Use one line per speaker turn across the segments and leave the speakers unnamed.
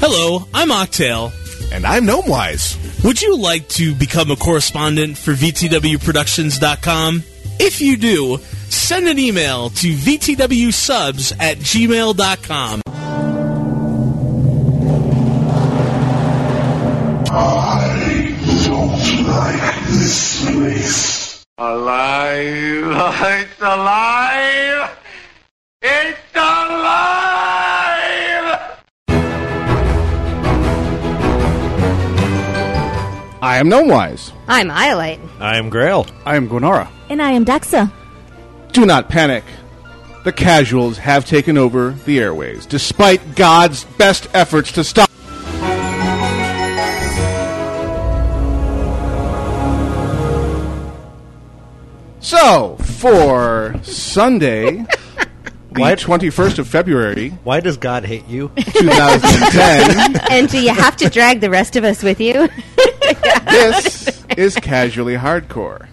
Hello, I'm Octail.
And I'm Gnomewise.
Would you like to become a correspondent for VTWProductions.com? If you do, send an email to VTWSubs at gmail.com.
I don't like this place. Alive! It's alive! It's alive!
I am Gnomewise.
I'm Iolite.
I am Grail.
I am Gwenara.
And I am Daxa.
Do not panic. The casuals have taken over the airways, despite God's best efforts to stop. So, for Sunday, the
What?
21st of February,
Why does God hate you?
2010,
And do you have to drag the rest of us with you?
this is Casually Hardcore.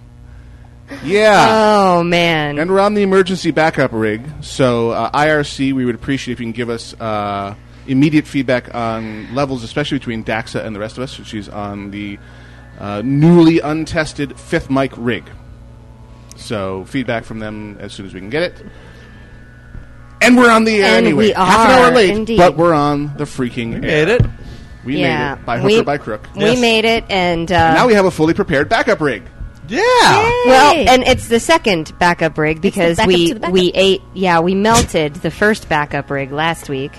Yeah.
Oh, man.
And we're on the emergency backup rig. So, uh, IRC, we would appreciate if you can give us uh, immediate feedback on levels, especially between Daxa and the rest of us. She's on the uh, newly untested fifth mic rig. So, feedback from them as soon as we can get it. And we're on the air
And
anyway.
we
Half an hour
are,
late,
indeed.
but we're on the freaking air.
Hate it?
We
yeah.
made it by hook
we,
or by crook.
We
Yes.
made it, and uh,
Now we have a fully prepared backup rig.
Yeah.
well,
Hey.
and it's the second backup rig because
backup
we
to the backup.
we ate. Yeah, we melted the first backup rig last week,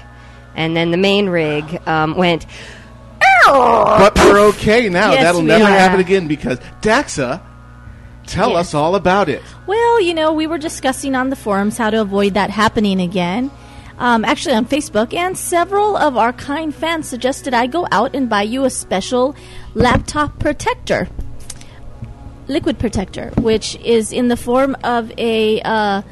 and then the main rig um, went. "Ow!"
But we're okay now.
Yes,
That'll
we
never
are.
happen again because Daxa, tell
Yes.
us all about it.
Well, you know, we were discussing on the forums how to avoid that happening again. Um, actually, on Facebook, and several of our kind fans suggested I go out and buy you a special laptop protector, liquid protector, which is in the form of a uh,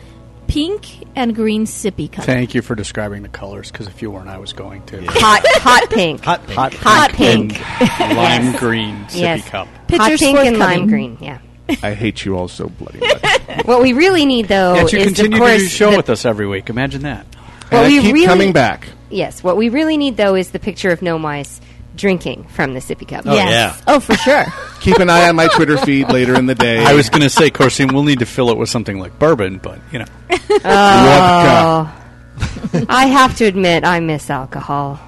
pink and green sippy cup.
Thank you for describing the colors, because if you weren't, I was going to.
Hot, hot pink.
Hot pink. Hot
Hot pink.
And lime green sippy
yes.
cup.
Hot
Pictures
pink and lime
forthcoming.
green. Yeah.
I hate you all so bloody much.
What we really need, though,
Yet you
is
continue
of
to
course
do show
Oh, the-
with us every week. Imagine that.
Well,
and I
we
keep
really-
coming back.
Yes. What we really need, though, is the picture of Gnomewise drinking from the sippy cup.
yes.
yeah.
Oh, for sure.
Keep an eye on my Twitter feed later in the day.
I was going to say, of course, we'll need to fill it with something like bourbon, but you know,
Vodka.
I have to admit, I miss alcohol.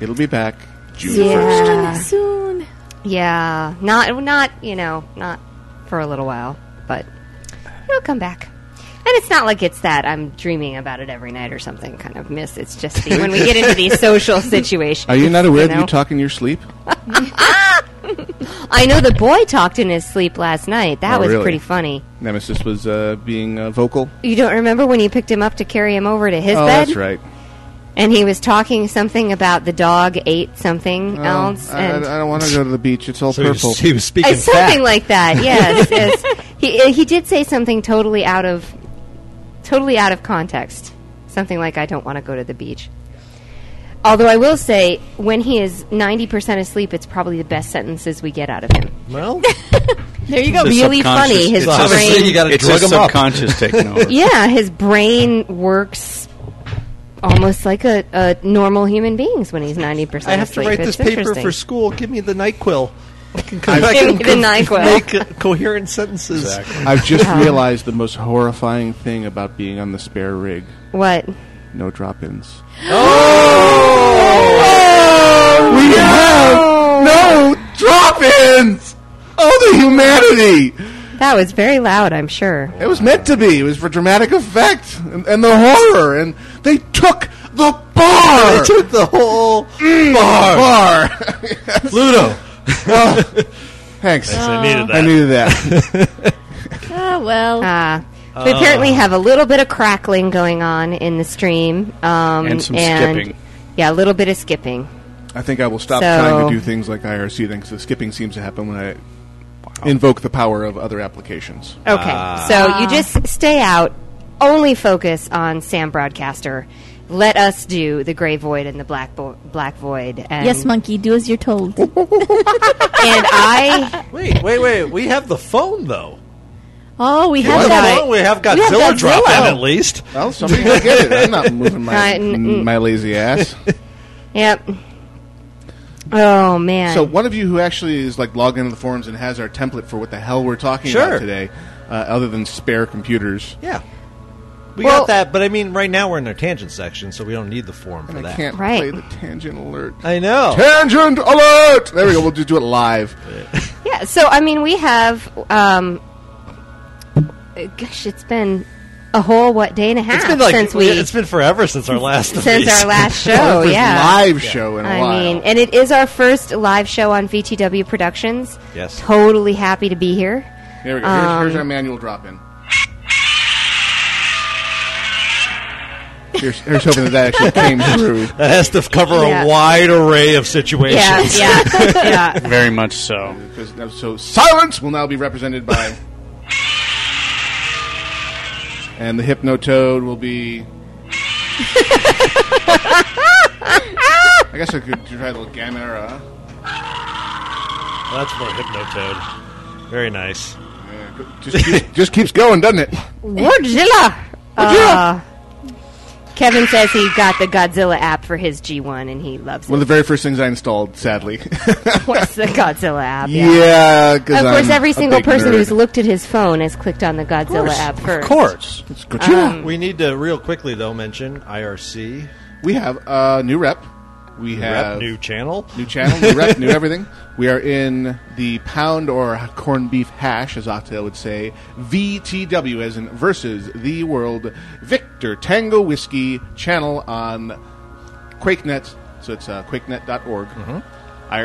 It'll be back June
Yeah.
Soon.
Yeah. Not, not you know, not for a little while, but it'll come back. And it's not like it's that I'm dreaming about it every night or something kind of miss. It's just the, when we get into these social situations.
1st. Are you not aware that
know?
you talk in your sleep?
I know the boy talked in his sleep last night. That
Oh,
was
really?
pretty funny.
Nemesis was uh, being uh, vocal.
You don't remember when you picked him up to carry him over to his
oh,
bed?
that's right.
And he was talking something about the dog ate something else.
Oh, I,
and
I- I don't want to go to the beach. It's all
So he was,
purple.
he was
Uh,
speaking
something
fat.
like that. Yes, yes. He he did say something totally out of totally out of context. Something like I don't want to go to the beach. Although I will say, when he is ninety percent asleep, it's probably the best sentences we get out of him.
Well,
There you go.
The
Really
subconscious-
funny. His
it's
obviously
brain.
you got to
it's
drug
just
him up.
subconscious taking over.
yeah, his brain works almost like a, a normal human being's when he's ninety
I
percent
have to
asleep.
write this
It's
paper
interesting.
for school. Give me the Nyquil. I can, I
Give me the NyQuil.
Make uh, coherent sentences.
I've just
Um,
realized the most horrifying thing about being on the spare rig.
what?
No drop-ins. We have no drop-ins. Oh, the humanity!
That was very loud. I'm sure.
It was meant to be. It was for dramatic effect and, and the horror. And they took the bar. Mm.
I took the whole
bar.
Ludo.
Oh. Thanks.
Oh.
I needed
I needed that.
Ah, well.
Ah. we apparently have a little bit of crackling going on in the stream. Um,
And some skipping.
Yeah, a little bit of skipping.
I think I will stop
So-
trying to do things like IRC then, because the skipping seems to happen when I invoke the power of other applications.
Okay.
Ah.
Ah.
so you just stay out, only focus on Sam Broadcaster. Let us do the Grey Void and the Black, vo- black Void. And,
yes, monkey, do as you're told.
And I.
Wait, wait, wait. We have the phone, though.
Oh, we have
What's
that.
wrong? We have
We have
Godzilla dropped in
Godzilla.
at least.
Well, somebody will get it. I'm not moving
Uh,
my
n- n-
my lazy ass.
Yep. Oh man.
So one of you who actually is like logged into the forums and has our template for what the hell we're talking
Sure.
about today, uh, other than spare computers.
Yeah. We
Well-
got that, but I mean, right now we're in our tangent section, so we don't need the form for
And I
that.
can't
Right.
play the tangent alert.
I know.
Tangent alert! There we go. We'll just do it live.
yeah. So I mean, we have. Um, uh, gosh, it's been a whole what day and a half
It's been like
Ah, since we
it's been forever since our last of
since
these.
our last
Our
show.
first
yeah.
live show in a
I
while.
mean, and it is our first live show on VTW Productions.
Yes.
Totally happy to be here. Um,
there we go. Here's, here's our manual drop in. Here's, here's hoping that that actually came through.
that has to cover
Yeah.
a wide array of situations.
Yeah, yeah, yeah.
Very much so.
'Cause now- So silence will now be represented by, and the hypnotoad will be. I guess I could try a little Gamera.
That's more hypnotoad. Very nice.
Yeah, go- just, keep, just keeps going, doesn't it?
Godzilla. Uh, Kevin says he got the Godzilla app for his G1 and he loves
One
it.
of the very first things I installed, sadly.
Of course, the Godzilla app. yeah.
yeah, because
Of course, every single person who's looked at his phone has clicked on the Godzilla app first. Um,
Of course.
We need to real quickly though mention IRC
we have a new rep. We
rep,
have
new channel.
New channel, new rep, new everything. We are in the pound or corned beef hash, as Octail would say. VTW, as in versus the world Victor Tango Whiskey channel on QuakeNet. So it's uh, quakenet.org,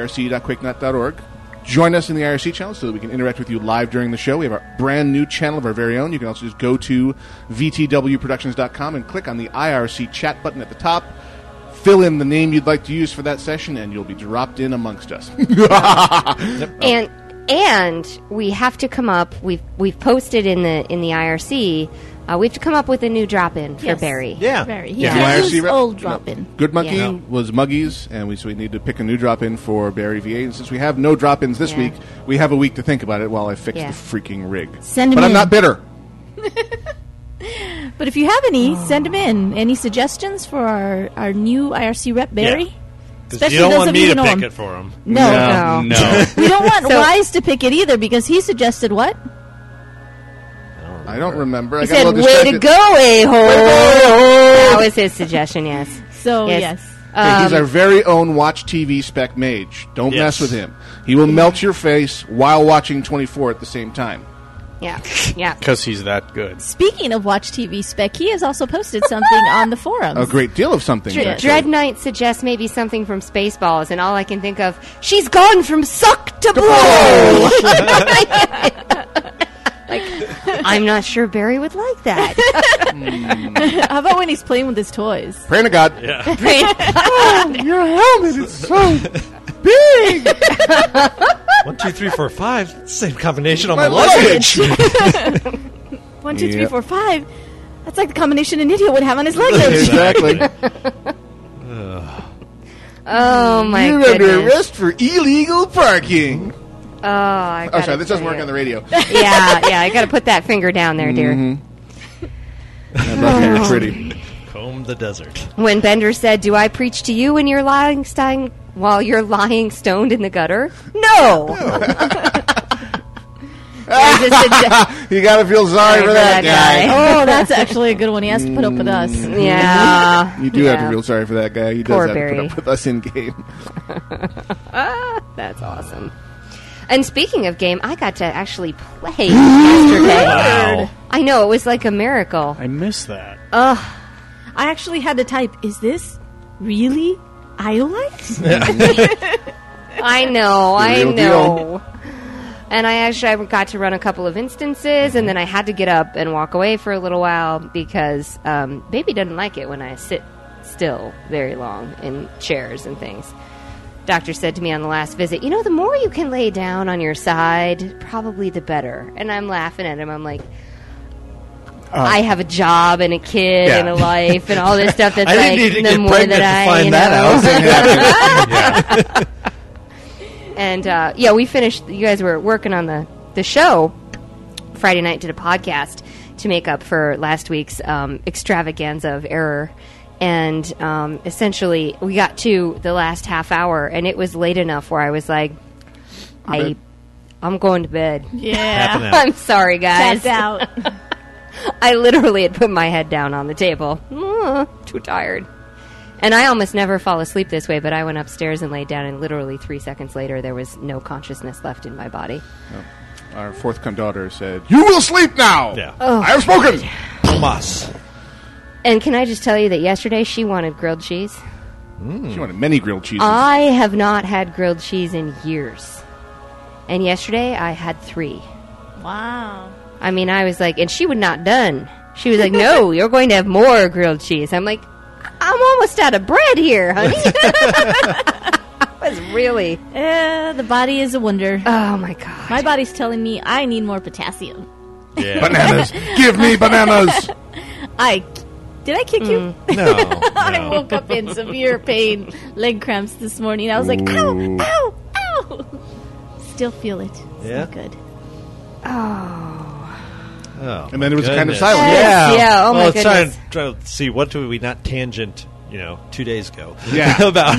irc.quakenet.org. Join us in the IRC channel so that we can interact with you live during the show. We have our brand new channel of our very own. You can also just go to vtwproductions.com and click on the IRC chat button at the top. Fill in the name you'd like to use for that session, and you'll be dropped in amongst us.
Oh.
and and we have to come up. We've we've posted in the in the IRC. Uh, we have to come up with a new drop in for
Yes.
Barry.
Yeah.
Very.
Yeah.
Yeah.
Why is
Who's
he rep-
old dropping.
Good Monkey
Yeah.
was Muggies, and we so we need to pick a new drop in for Barry V8. And since we have no drop ins this
Yeah.
week, we have a week to think about it while I fix
Yeah.
the freaking rig.
Send 'em
but I'm
in.
not bitter.
But if you have any,
Oh.
send them in. Any suggestions for our, our new IRC rep, Barry?
'Cause
Especially
you don't
those
want
of
me
you who
to
know
pick
him.
it for him.
No, no.
No, no.
We don't want
So-
Wise to pick it either because he suggested what?
I don't remember. I
He
got a
said,
little
"Way to
distracted."
go, a hole."
Hey,
That was his suggestion. Yes. Uh,
So, yes.
he's our very own watch TV spec mage. Don't mess
Yes.
with him. He will melt your face while watching 24 at the same time.
Yeah. Yeah.
Because he's that good.
Speaking of Watch TV spec, he has also posted something on the forums.
A great deal of something.
Dr-
actually.
Dread Knight suggests maybe something from Spaceballs, and all I can think of, she's gone from suck to blow. like, I'm not sure Barry would like that.
How about when he's playing with his toys?
Pray to God.
Oh, Your helmet is so.
One, two, three, four, five. That's the Same combination on
My
my luggage.
One, two, three,
Yeah.
four, five. That's like the combination an idiot would have on his luggage.
Exactly.
Oh my
You're under
goodness!
arrest for illegal parking.
Oh, I
Oh,
gotta
sorry, this doesn't
tell
work
you.
on the radio. Mm-hmm.
Yeah, yeah, I got to put that finger down there, dear.
I'm not very pretty.
Comb the desert.
When Bender said, "Do I preach to you when you're lying stoned while you're lying stoned in the gutter?" No. There's a sugge-
You gotta feel sorry for that, guy. Mm.
oh, that's actually a good one. He has to put up with us.
yeah.
You do have to
Oh, Yeah.
feel sorry for that guy. He does
Poor
have to
Barry.
put up with us in game.
Ah, That's awesome. And speaking of game, I got to actually play yesterday.
Wow.
I know it was like a miracle.
I miss that.
I actually had to type, is this really Iolite?
I know, I
real
know.
deal.
And I actually I got to run a couple of instances, and then I had to get up and walk away for a little while because um, baby doesn't like it when I sit still very long in chairs and things. Doctor said to me on the last visit, you know, the more you can lay down on your side, probably the better. And I'm laughing at him. I'm like.
Uh,
Uh,
I have a job and a kid
Yeah.
and a life and all this stuff. That's
I didn't
like
need to
the
get
more
pregnant
that
to
I
find
you
that
know.
out.
And uh, yeah, we finished. You guys were working on the the show Friday night. Did a podcast to make up for last week's um, extravaganza of error and um, essentially we got to the last half hour, and it was late enough where I was like, I, I'm going to bed.
Yeah.
Tapping out.
I'm sorry, guys.
Tapped out.
I literally had put my head down on the table. Mm, too tired. And I almost never fall asleep this way, but I went upstairs and laid down, and literally three seconds later, there was no consciousness left in my body.
Our fourth con daughter said, "You will sleep now.
Yeah.
Oh,
I have spoken."
Hamas.
And can I just tell you that yesterday she wanted grilled cheese?
Mm. She wanted many grilled cheeses.
I have not had grilled cheese in years. And yesterday I had three.
wow.
I mean, I was like, and she would not done. She was like, no, you're going to have more grilled cheese. I'm like, I'm almost out of bread here, honey. I was really,
Eh, the body is a wonder.
oh my God.
My body's telling me I need more potassium.
Yeah.
bananas. Give me bananas.
I did I kick you?
Mm, no.
I
no.
woke up in severe pain, leg cramps this morning. I was like, ow, ow, ow. Still feel it. It's
Yeah?
not good.
Oh,
And then there was
my
a kind of
goodness.
silence.
Yes,
Yeah.
yeah, oh my
well, it's trying-
goodness.
Trying to see what do we not tangent. You know, two days ago.
Yeah.
about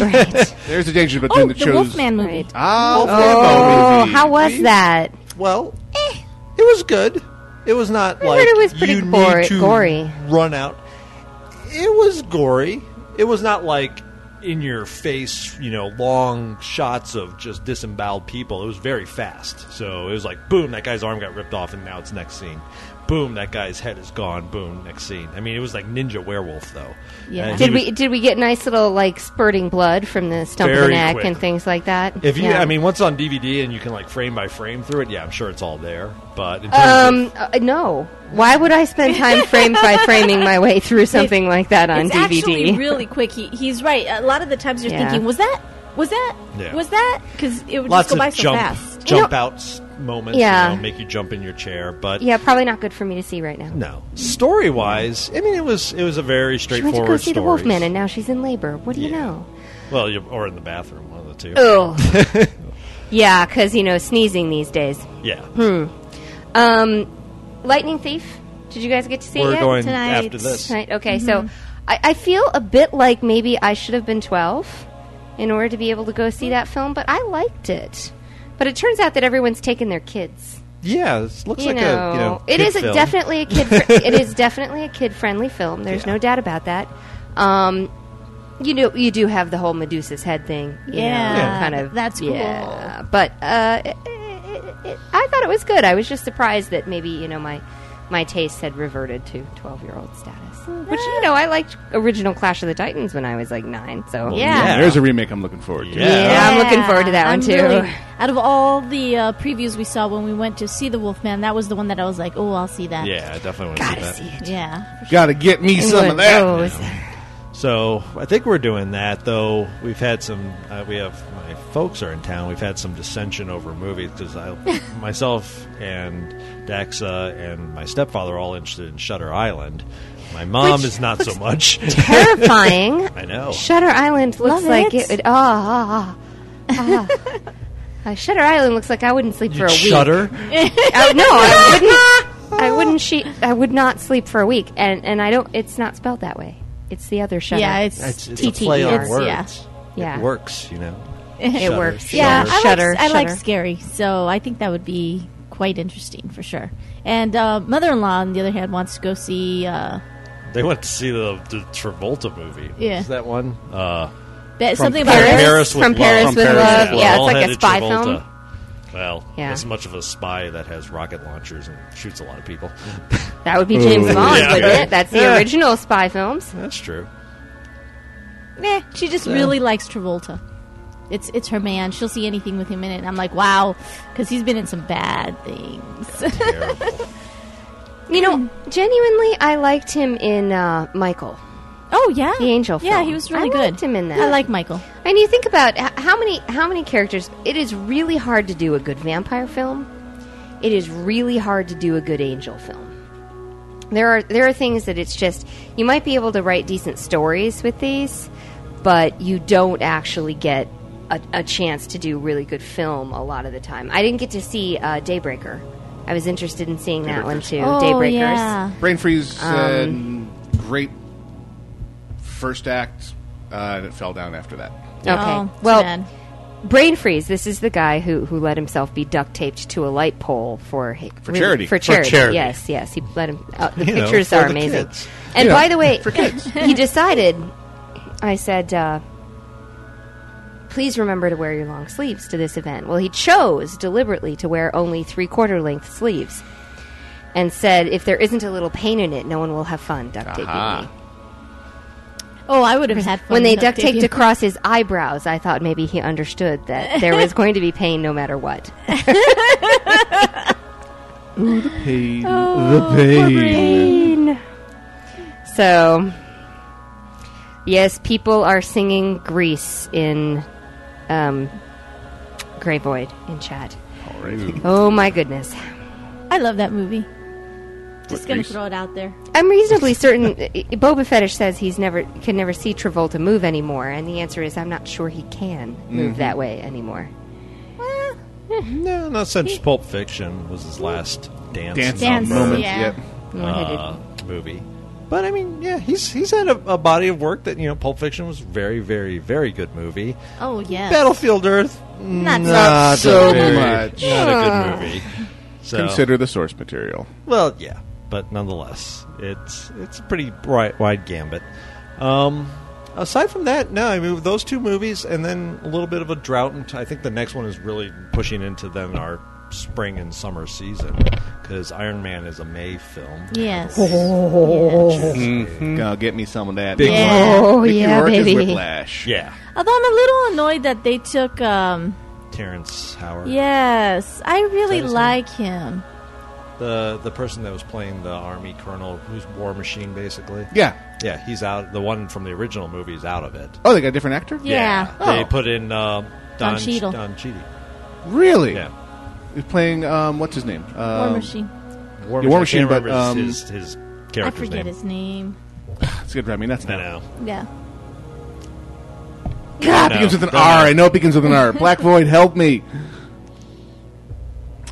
There's a danger between
Oh,
the
the
shows.
Wolfman movie.
Right.
Ah,
Oh,
movie.
how was
See?
that?
Well, eh, it was good. It was not like
it was pretty
you need
gor-
to
gory.
Run out. It was gory. It was not like in your face, you know, long shots of just disemboweled people. It was very fast. So it was like boom, that guy's arm got ripped off, and now it's next scene. Boom, that guy's head is gone. Boom, next scene. I mean, it was like Ninja Werewolf, though.
Yeah.
And he
Did
was-
we did we get nice little like spurting blood from the stump of the
Very
neck
quick.
and things like that?
If you,
Yeah.
I mean, once on DVD and you can like frame by frame through it, yeah, I'm sure it's all there. But in
um,
terms
uh, no. Why would I spend time frame by framing my way through something like that on
it's
DVD?
actually really quick. He, he's right. A lot of the times you're
Yeah.
thinking, was that? Was that?
Yeah.
Was that? Because it would
lots
just go by
of
so
jump
fast.
jump outs moments
Yeah.
you know, make you jump in your chair but
yeah, probably not good for me to see right now.
no story wise i mean it was it was a very
She went to
straightforward
go see the
story
Wolfman, and now she's in labor. What do you
Yeah.
know?
well you or in the bathroom one of the two
Oh, yeah, because you know sneezing these days. Hmm.
yeah
Um, Lightning Thief. Did you guys get to see it
we're
yet?
going
tonight-
after this
Right. Okay. So I, I feel a bit like maybe I should have been 12 in order to be able to go see that film, but I liked it. But it turns out that everyone's taken their kids.
yeah it looks
You
like
know,
a you know
it
kid
is a
film.
definitely a kid. Fr- it is definitely a kid-friendly film. There's no doubt about that. Um, you know, you do have the whole Medusa's head thing. you know,
Yeah.
kind of.
That's cool.
yeah. But uh, it, it, it, I thought it was good. I was just surprised that maybe you know my my taste had reverted to twelve year old status,
Oh,
which you know I liked original Clash of the Titans when I was like nine. So
Yeah.
Yeah.
There's a remake I'm looking forward to.
Yeah.
Yeah, I'm looking forward to that
I'm
one, too.
really- out of all the uh, previews we saw when we went to see the Wolfman, that was the one that I was like, oh, I'll see that.
yeah i definitely want to see
gotta
that
see it.
Yeah.
Gotta get me some
One
of
of
that.
those.
So I think we're doing that, though. We've had some. Uh, we have my folks are in town. We've had some dissension over movies because I, myself, and Daxa and my stepfather are all interested in Shutter Island. My mom is not so much.
terrifying.
I know.
Shutter Island looks
Love
like
it.
it would. Ah, ah, ah. Uh, Shutter Island looks like I wouldn't sleep for a week.
Shutter.
I, no, I wouldn't. I wouldn't. She. I would not sleep for a week, and and I don't. It's not spelled that way. It's the other Shutter.
Yeah, it's,
It's, it's a
TTE.
play on
It's-
words.
Yeah.
Yeah.
It works, you know.
it
Shudder,
works.
Yeah,
Shutter.
I,
Shutter,
like, I like
Shutter.
scary, so I think that would be quite interesting for sure. And uh, mother-in-law, on the other hand, wants to go see uh,
They went to see the, the Travolta movie. What
Yeah.
was that one? Uh,
that, something
From
about
Paris with
From
Love.
Paris
From
with
Paris
Love.
with
Yeah, it's
All
like a
headed
spy
Travolta.
film.
Well,
Yeah.
as much of a spy that has rocket launchers and shoots a lot of people.
That would be James Bond,
Yeah.
wouldn't it? That's the
Yeah.
original spy films.
That's true.
Nah, she just really likes Travolta. It's it's her man. She'll see anything with him in it. And I'm like, wow, because he's been in some bad things.
Terrible.
You know, genuinely, I liked him in uh, Michael.
oh yeah,
The Angel
Yeah,
film.
he was really
I
good.
liked him in that.
I like Michael.
And you think about h- how many how many characters. It is really hard to do a good vampire film. It is really hard to do a good angel film. There are there are things that it's just you might be able to write decent stories with these, but you don't actually get a, a chance to do really good film a lot of the time. I didn't get to see uh, Daybreaker. I was interested in seeing that one too.
oh
Daybreakers. Um,
yeah,
Brain Freeze said great first act, uh, and it fell down after that.
Okay.
Oh, too
well,
bad.
brain freeze. This is the guy who who let himself be duct taped to a light pole for hi- for
charity.
For
For
charity.
charity.
Yes, yes. He let him. Uh, the
You know,
pictures
for
are
the
amazing.
kids.
And
Yeah.
by the way, he decided. I said. Uh, Please remember to wear your long sleeves to this event. Well, he chose deliberately to wear only three quarter length sleeves and said, if there isn't a little pain in it, no one will have fun duct taping
Ah.
me.
Oh, I would have Uh-huh. had fun
When they
with
duct taped
taping.
across his eyebrows, I thought maybe he understood that there was going to be pain no matter what.
Pain,
Oh,
the pain.
So, yes, people are singing Grease in um, Grey Void in chat. Oh my goodness.
I love that movie.
What,
Just gonna
Grease?
throw it out there.
I'm reasonably certain Boba Fetish says he's never can never see Travolta move anymore, and the answer is I'm not sure he can move
Mm-hmm.
that way anymore.
No, not since Pulp Fiction was his last dance,
Dance
Dance,
moment.
yeah.
Yep.
uh, movie. But I mean, yeah, he's he's had a, a body of work that you know, Pulp Fiction was very, very, very good movie.
Oh yeah.
Battlefield Earth,
Not
not
so
a very-
much.
not a good movie. So,
Consider the source material.
well, yeah, but nonetheless, it's it's a pretty wide, wide gambit. Um, aside from that, no, I mean those two movies, and then a little bit of a drought. And I think the next one is really pushing into them in our spring and summer season because Iron Man is a May film.
Yes.
Gonna Oh, mm-hmm. get me some of that.
Big
Mickey
Yeah.
Rourke-
Oh,
Mickey
yeah,
Rourke is
baby.
Whiplash.
Yeah,
Although I'm a little annoyed that they took. um
Terrence Howard.
Yes, I really
That is
like him.
the the person that was playing the army colonel who's War Machine basically.
Yeah.
Yeah, he's out. The one from the original movie is out of it.
Oh, they got a different actor.
Yeah.
they
Oh.
put in um, Don,
Don Cheadle.
Don Cheadle.
Really?
Yeah,
He's playing um, what's his name? Um,
War Machine.
War,
War
Machine,
Machine,
I can't
but,
remember his, his, his
I
character's
forget
name.
his name.
It's good. I mean, that's
I
not.
know.
Yeah.
God, it
No,
begins with an
don't
R. I
know.
know it begins with an R. Black Void, help me.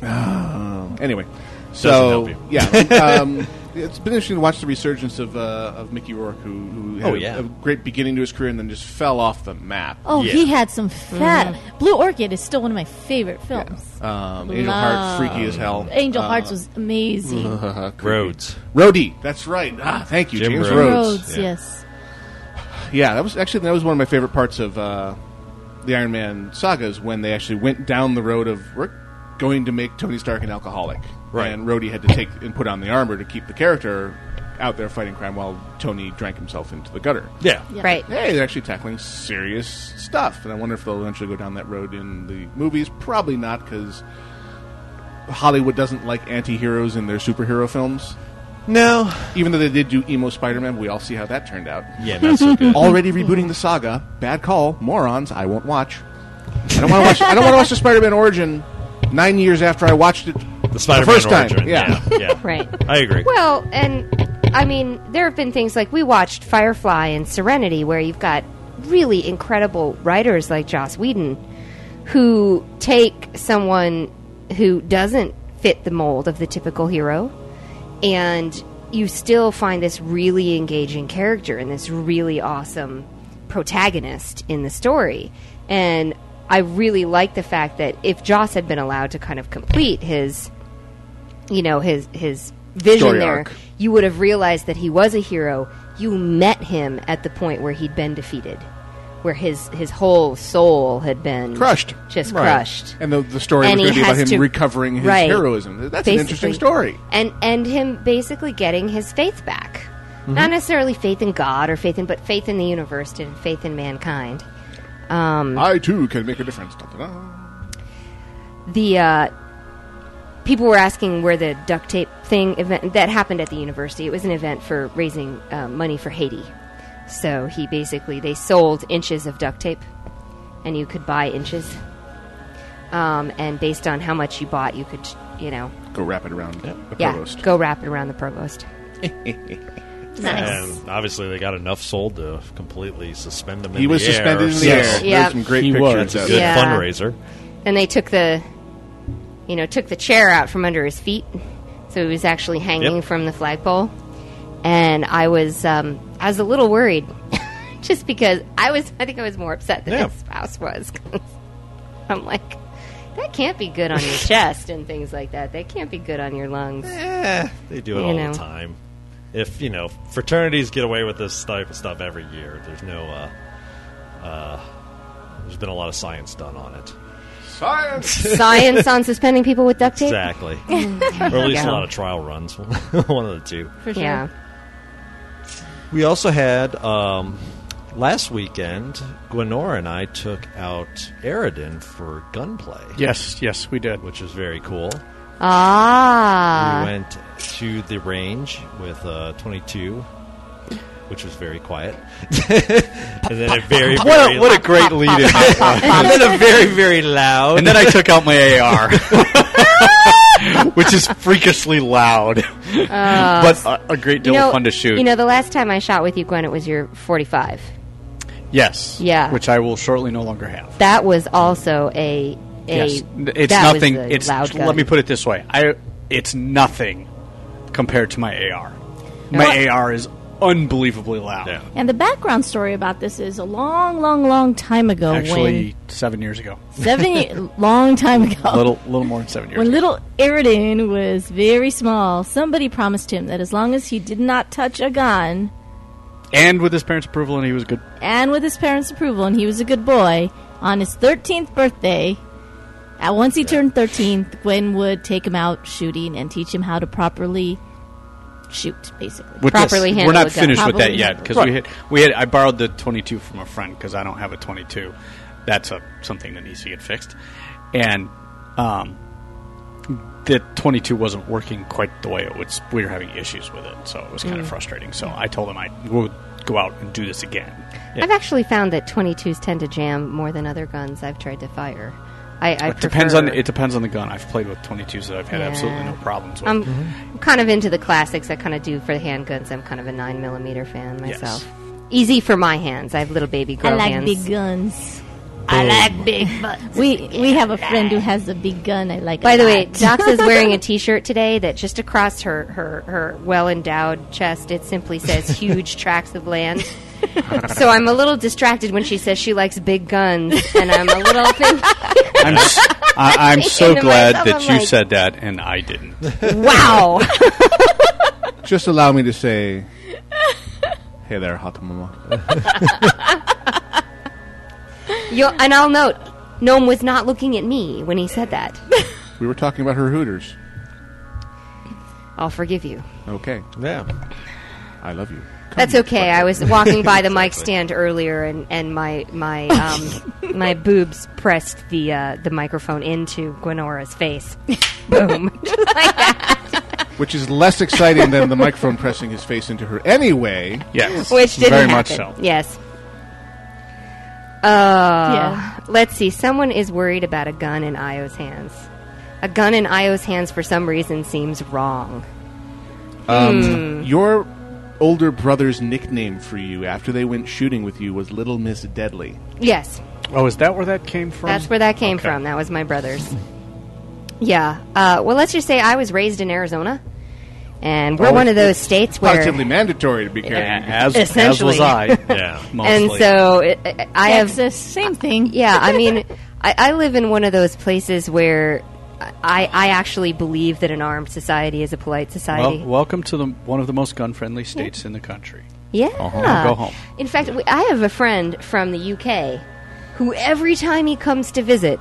Oh. Anyway, so
help you.
yeah, um, it's been interesting to watch the resurgence of uh, of Mickey Rourke, who, who had
Oh,
a-
yeah.
a, great beginning to his career and then just fell off the map.
Oh,
Yeah.
he had some fat. Blue Orchid is still one of my favorite films.
Um, Angel
Love.
Heart, freaky as hell. Uh,
Angel Hearts was amazing.
Rhodes.
Rhodey, that's right. Ah, thank you,
Jim
James
Rhodes.
Rhodes.
Rhodes,
yeah.
yes.
Yeah, that was actually that was one of my favorite parts of uh, the Iron Man sagas when they actually went down the road of we're going to make Tony Stark an alcoholic,
Right.
And Rhodey had to take and put on the armor to keep the character out there fighting crime while Tony drank himself into the gutter.
Yeah.
Yeah.
Right.
Hey, they're actually tackling serious stuff, and I wonder if they'll eventually go down that road in the movies. Probably not because Hollywood doesn't like anti-heroes in their superhero films.
No.
Even though they did do emo Spider-Man, we all see how that turned out
Yeah, not so good.
already rebooting the saga. Bad call, morons. I won't watch. I don't want to watch. I don't want to watch the Spider-Man origin nine years after I watched it
the Spider-Man
first time,
origin,
yeah.
yeah. yeah.
Right.
I agree.
Well, and I mean, there have been things like we watched Firefly and Serenity, where you've got really incredible writers like Joss Whedon who take someone who doesn't fit the mold of the typical hero, and you still find this really engaging character and this really awesome protagonist in the story. And I really like the fact that if Joss had been allowed to kind of complete his you know his his vision
Story
there
arc.
you would have realized that he was a hero you met him at the point where he'd been defeated where his his whole soul had been
Crushed.
just
Right.
crushed
And the, the story was going to be about him recovering his
right.
heroism. That's an interesting
Basically-
story.
and and him basically getting his faith back
Mm-hmm.
not necessarily faith in god or faith in but faith in the universe and faith in mankind um,
I too can make a difference. Da-da-da.
the uh, people were asking where the duct tape thing event that happened at the university. It was an event for raising uh, money for Haiti. So he basically they sold inches of duct tape, and you could buy inches. Um, and based on how much you bought, you could you know
Go wrap it around the
yeah
provost.
go wrap it around the provost.
Nice.
And obviously, they got enough sold to completely suspend him.
He
in
was
the air,
suspended in
so
the air.
Yeah.
There's some great
He
pictures.
was.
It's a
of
good
Yeah.
fundraiser.
Then they took the you know took the chair out from under his feet, so he was actually hanging
Yep.
from the flagpole. And I was um, I was a little worried just because I was. I think I was more upset than
Yeah.
his spouse was. 'Cause I'm like, that can't be good on your chest and things like that. They can't be good on your lungs.
Eh, they do it
You
all
know.
the time. If you know fraternities get away with this type of stuff every year, there's no. Uh, uh, there's been a lot of science done on it.
Science.
Science on suspending people with duct tape.
Exactly, or at least
Yeah.
a lot of trial runs. One of the two.
For sure.
Yeah.
We also had um, last weekend. Gwenora and I took out Aridin for gunplay,
Yes, yes, we did.
which was very cool.
Ah.
We went to the range with uh, 22, which was very quiet. and then a very,
What
very
a, what a great lead in.
and then a very, very loud.
And then I took out my AR, which is freakishly loud, but a, a great deal of fun to shoot.
Uh, You know, the last time I shot with you, Gwen, it was your 45.
yes,
Yeah.
which I will shortly no longer have.
That was also a. a
yes, it's
that was
nothing.
a
It's
loud
let
gun.
me put it this way: I it's nothing compared to my AR. My AR is unbelievably loud.
Yeah.
And the background story about this is a long, long, long time ago.
Actually, seven years ago,
when seven, ye- long time ago.
a little little more than seven years.
When
ago.
little Eridan was very small, somebody promised him that as long as he did not touch a gun,
and with his parents' approval, and he was good.
and with his parents' approval, and he was a good boy, on his 13th birthday, at once he turned 13, Gwen would take him out shooting and teach him how to properly shoot, basically.
With
Properly
this,
handle
we're not
a gun.
finished with that
Properly
yet
handle.
because we had we had I borrowed the 22 from a friend because I don't have a 22. That's a something that needs to get fixed, and um, the 22 wasn't working quite the way it was. We were having issues with it, so it was
Mm.
kind of frustrating. So I told him I would go out and do this again.
I've actually found that 22s tend to jam more than other guns I've tried to fire. I, I
It depends on
prefer-
it depends on the gun. I've played with 22s that I've had
Yeah. Um,
absolutely no problems with.
I'm kind of into the classics. I kind of do for the handguns. I'm kind of a 9mm fan myself. Easy for my hands. I have little baby girl
I like
hands.
big guns.
I like big butts.
We we have a friend who has a big gun. I like. a
By the
lot.
way, Dox is wearing a T-shirt today that just across her her, her well endowed chest it simply says "huge tracts of land." so I'm a little distracted when she says she likes big guns, and I'm a little think,
I'm, s- I, am so
Into
glad
myself,
that
I'm
you
like-
said that and I didn't.
"Wow,
Just allow me to say, hey there, hot mama.
you And I'll note, Gnome was not looking at me when he said that.
We were talking about her Hooters.
I'll forgive you.
Okay,
yeah.
I love you.
That's okay. I was walking by the mic stand earlier, and, and my my um, my boobs pressed the uh, the microphone into Gwenora's face. Boom.
Which is less exciting than the microphone pressing his face into her anyway.
Yes,
Which didn't
very
happen.
much so.
Yes. Uh,
Yeah.
Let's see. Someone is worried about a gun in Io's hands. A gun in Io's hands for some reason seems wrong.
Um,
Hmm.
Your older brother's nickname for you after they went shooting with you was Little Miss Deadly.
Yes,
Oh, is that where that came from?
that's where that came
Okay.
from. That was my brother's. Yeah. Uh, well, let's just say I was raised in Arizona, and we're
Well,
one of those
it's
states where
Positively mandatory to be
Yeah,
carrying.
as, as
Essentially.
was I.
Yeah.
and
mostly.
so it, I- I have
Texas, same thing.
yeah i mean I, I live in one of those places where I, I actually believe that an armed society is a polite society
Well, welcome to the one of the most gun-friendly states in the country. Uh-huh.
yeah
Go home.
in fact we, i have a friend from the uk who every time he comes to visit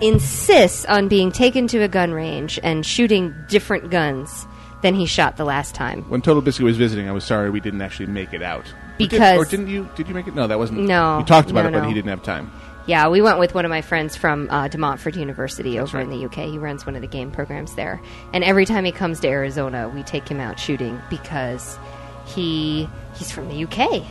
insists on being taken to a gun range and shooting different guns than he shot the last time
When Total Biscuit was visiting, I was sorry we didn't actually make it out. We did-
Because-
or didn't you? Did you make it? No, that wasn't.
No,
we talked about
no,
it, but
no.
he didn't have time.
Yeah, we went with one of my friends from uh, De Montfort University over in the UK. He runs one of the game programs there. And every time he comes to Arizona, we take him out shooting because he he's from the UK.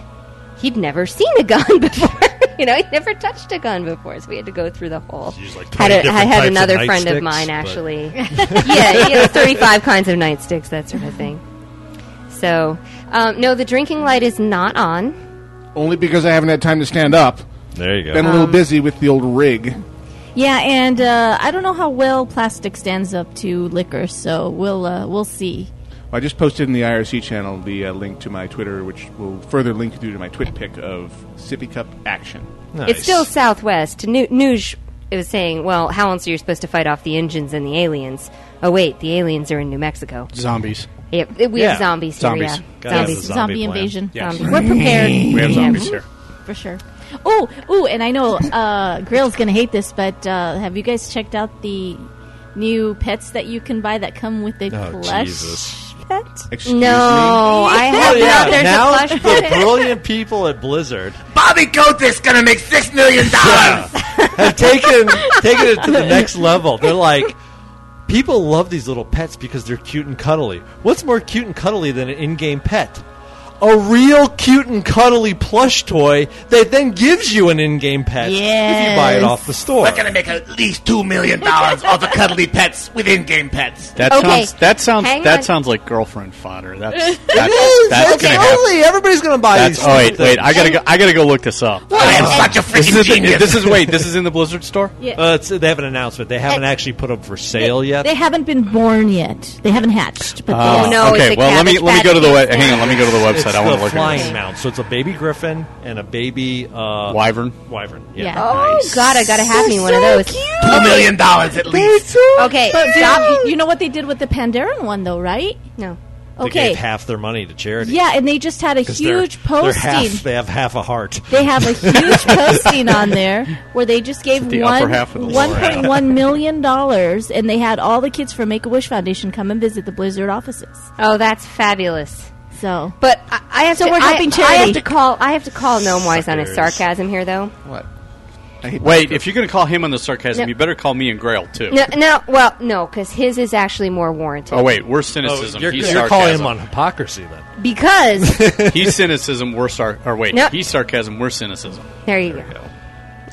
He'd never seen a gun before. you know, he'd never touched a gun before, so we had to go through the whole.
Used, like,
had
20 different
I had
types of
another friend
nightsticks,
of mine
but-
actually. yeah, yeah, thirty-five kinds of nightsticks, that sort of thing. So, um, no, the drinking light is not on.
Only because I haven't had time to stand up.
There you go.
Been a
Um,
little busy with the old rig.
Yeah, and uh, I don't know how well plastic stands up to liquor, so we'll uh, we'll see.
I just posted in the IRC channel the uh, link to my Twitter, which will further link you to my twit pick of Sippy Cup action.
It's still Southwest. Nu- Nuge was saying, well, how else are you supposed to fight off the engines and the aliens? Oh, wait, the aliens are in New Mexico.
Zombies.
Yep, it- we
Yeah.
have zombies,
Zombies.
here, yeah.
Gotta have
Yes,
the
Zombies.
zombie
zombie
plan.
invasion.
Yes.
Zombies. We're prepared.
We have zombies here.
for sure. Oh, oh, and I know uh, Grail's gonna hate this, but uh, have you guys checked out the new pets that you can buy that come with a
Oh,
plush
Jesus.
pet?
Excuse
No,
me.
I have not. There's
Oh, now
a plush
the
puppet.
brilliant people at Blizzard
Bobby Kotick's gonna make six million dollars.
have taken taken it to the next level. They're like, people love these little pets because they're cute and cuddly. What's more cute and cuddly than an in-game pet? A real cute and cuddly plush toy that then gives you an in-game pet if you buy
Yes.
it off the store.
We're gonna make at least two million dollars off of cuddly pets with in-game pets.
That
Okay,
sounds. That sounds.
hang
That
on.
sounds like girlfriend fodder. That's.
It
that's
is.
That's
That's,
gonna happen.
totally. Everybody's gonna buy
That's,
these.
oh wait,
things.
wait! I gotta go. I gotta go look this up.
I am such a
This
freaking
is,
genius.
this is wait. This is in the Blizzard store.
Yeah.
Uh, it's- they have an announcement. They haven't actually put them for sale yet.
They haven't been born yet. They haven't hatched, but
Oh,
they
no, it's
okay.
a
Well, let me
Cabbage
let me go to the
Patch
we- hang on. Let me go to the website.
It's
I want
the
to look at
flying
this.
mount. So it's a baby griffin and a baby uh,
Wyvern.
wyvern. Yeah.
Yeah.
Oh, God, I gotta have me one of those.
Two million dollars at least.
Okay,
But
stop.
you know what they did with the Pandaren one, though, right?
No.
They
Okay.
gave half their money to charity.
yeah, and they just had a
'Cause they're-
huge
they're
posting.
half- they have half a heart.
They have a huge posting on there where they just gave
the
one
upper half or the
one
lower half?
point one million dollars, and they had all the kids from Make a Wish Foundation come and visit the Blizzard offices.
Oh, that's fabulous.
So
But I, I have
So
to.
we're
I-
helping
I
charity.
have to call. I have to call Gnome Wise on his
Suckers.
sarcasm here, though.
What? I hate
Wait, if you're gonna call him on the sarcasm,
No.
you better call me and Grail too.
No, no. Well, no, because his is actually more warranted.
Oh wait, we're cynicism.
you're
he's
you're
sarcasm.
calling him on hypocrisy then.
Because
he's cynicism. We're sar. Or wait,
No.
he's sarcasm. We're cynicism.
there you go.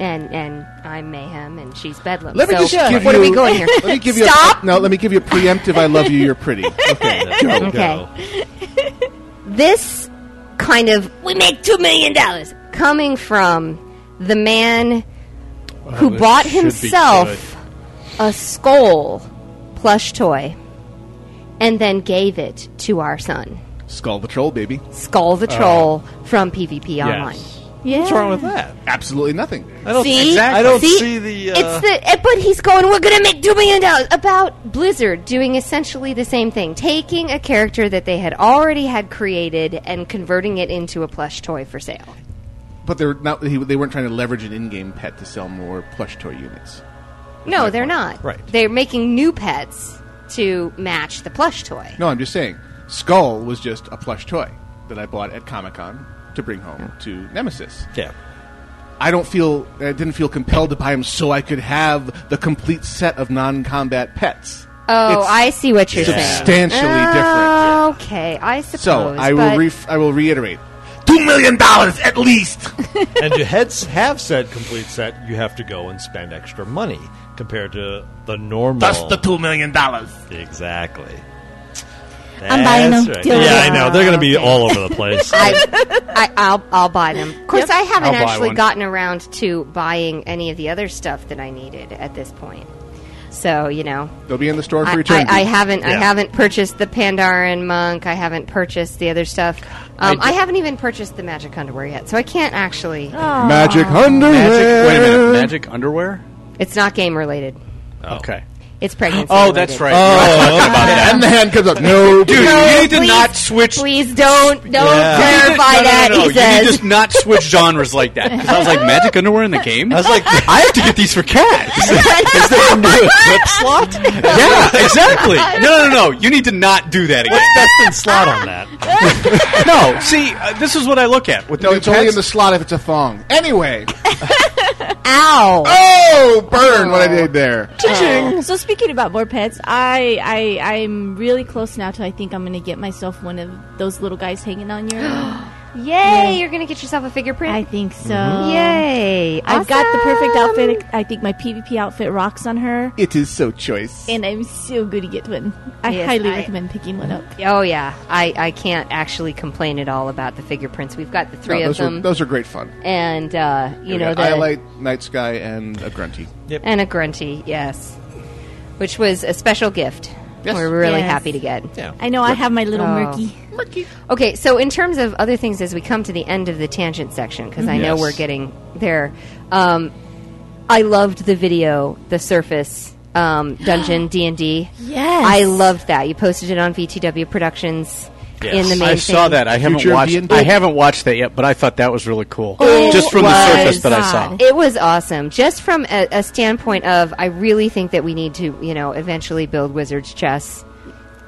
And and I'm mayhem, and she's bedlam.
Let me
so
just give
what are
you-
we going here?
Let me give you
Stop.
A, no, let me give you a preemptive. I love you. You're pretty. Okay, go.
Okay. this kind of we make two million dollars coming from the man who
this
bought
should be
himself a skull plush toy and then gave it to our son
Skull the troll, baby. Uh,
skull
Uh,
the troll from pvp online
yeah,
What's wrong with that?
Absolutely nothing.
I don't
see
I don't see,
see,
the. Uh,
it's the eh, but he's going we're gonna make two million dollars about blizzard doing essentially the same thing taking a character that they had already had created and converting it into a plush toy for sale
But they're not. He, they weren't trying to leverage an in-game pet to sell more plush toy units.
No, they're not.
Right.
They're making new pets to match the plush toy.
No, I'm just saying. Skull was just a plush toy that I bought at Comic Con to bring home to Nemesis.
yeah.
I don't feel I didn't feel compelled to buy him so I could have the complete set of non-combat pets.
Oh,
It's
I see what you're saying.
substantially different.
Okay, I suppose.
So I will
but-
ref- I will reiterate.
Two million dollars at least.
and to heads have said complete set, you have to go and spend extra money compared to the normal.
That's the two million dollars.
exactly.
I'm buying
That's
them.
right.
Deal with
Yeah,
it.
I know they're going to be all over the place.
I, I, I'll, I'll buy them. Of course, I haven't
I'll buy
actually
one.
gotten around to buying any of the other stuff that I needed at this point. So you know,
They'll be in the store for
I,
your
I,
turn.
I haven't. I
Yeah.
haven't purchased the Pandaren monk. I haven't purchased the other stuff. Um, I, haven't even purchased the magic underwear yet, so I can't actually.
Oh.
Magic underwear.
Magic. Wait a minute. Magic underwear.
It's not game related.
Oh.
Okay.
It's pregnancy.
Oh, that's
related.
right. Oh.
And the hand comes up. No,
Dude,
No,
you need to
please,
not switch.
Please don't don't clarify
No, no, no,
that.
no,
He
You
says.
need to just not switch genres like that. Because I was like, magic underwear in the game. I was like, I have to get these for cats. Is there a new equip slot? yeah, exactly. No, no, no. You need to not do that again.
That's been slot on that.
no, see, uh, this is what I look at with
No,
the
it's only in
pets.
the slot if it's a thong. Anyway.
Ow!
Oh, burn! What I did there.
Oh. So speaking about more pets, I I I'm really close now to I think I'm going to get myself one of those little guys hanging on your. arm.
Yay! You're gonna get yourself a figure
I
print.
think so.
Yay!
I've got the perfect
Awesome.
outfit. I think my PvP outfit rocks on her,
It is so choice.
and I'm so good to get one. I
Yes,
highly
I-
recommend picking one up.
Oh yeah, I, I can't actually complain at all about the figure prints. We've got the
No,
three of
those, are,
them,
those are great fun.
and uh, you know the
I like Night Sky and a Grunty.
and a grunty, yes, which was a special gift
Yes.
We're really
Yes.
happy to get.
Yeah.
I know I have my little
Oh.
murky.
Okay, so in terms of other things, as we come to the end of the tangent section,
Mm-hmm.
because I know
Yes.
we're getting there, um, I loved the video, the Surface um, Dungeon D and D.
Yes.
I loved that. You posted it on VTW Productions in the main.
I saw
thing.
that. I haven't
Future
watched.
V&D.
I haven't watched that yet, but I thought that was really cool.
It
Just from the
was.
surface that I saw.
It was awesome. Just from a, a standpoint of, I really think that we need to, you know, eventually build Wizards Chess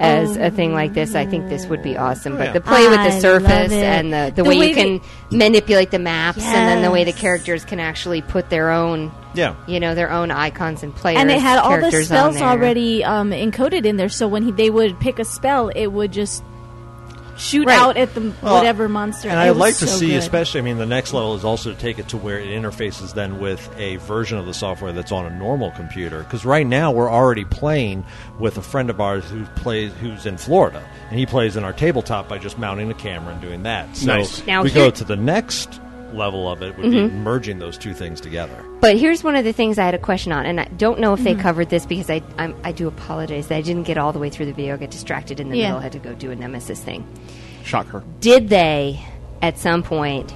as a thing like this. I think this would be awesome. But the play with
Oh, I
the
love
surface
it.
and the, the,
The
way,
way
you can manipulate the maps and then the way the
Yes.
characters can actually put their own,
Yeah.
you know, their own icons and players.
and it had all the
characters on
spells
there.
already um, encoded in there. So when he, they would pick a spell, it would just shoot
Right.
out at the
Well,
whatever monster.
And
It
I'd
was
like to
so
see,
good.
especially, I mean, the next level is also to take it to where it interfaces then with a version of the software that's on a normal computer. Because right now we're already playing with a friend of ours who plays, who's in Florida, and he plays in our tabletop by just mounting a camera and doing that. So
Nice.
Now
we
here- Mm-hmm.
go to the next level of it would be merging those two things together.
But here's one of the things I had a question on, and I don't know if
Mm-hmm.
they covered this because I I'm, I do apologize that I didn't get all the way through the video. I got distracted in the
Yeah.
middle. had to go do a nemesis thing.
Shocker.
did they at some point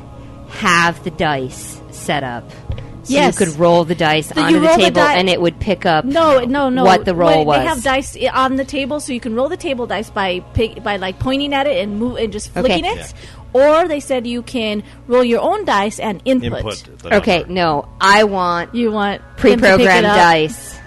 have the dice set up so
Yes.
you could roll the dice
So
onto
you
the
roll the
table
di-
and it would pick up
No, Oh, no, no.
what the roll
Wait,
was
They have dice i- on the table, so you can roll the table dice by pick, by like pointing at it and move and just flicking
Okay.
it. Or they said you can roll your own dice and input.
Input. the
okay
number.
no i want
You want them to pick it
pre-programmed
up.
dice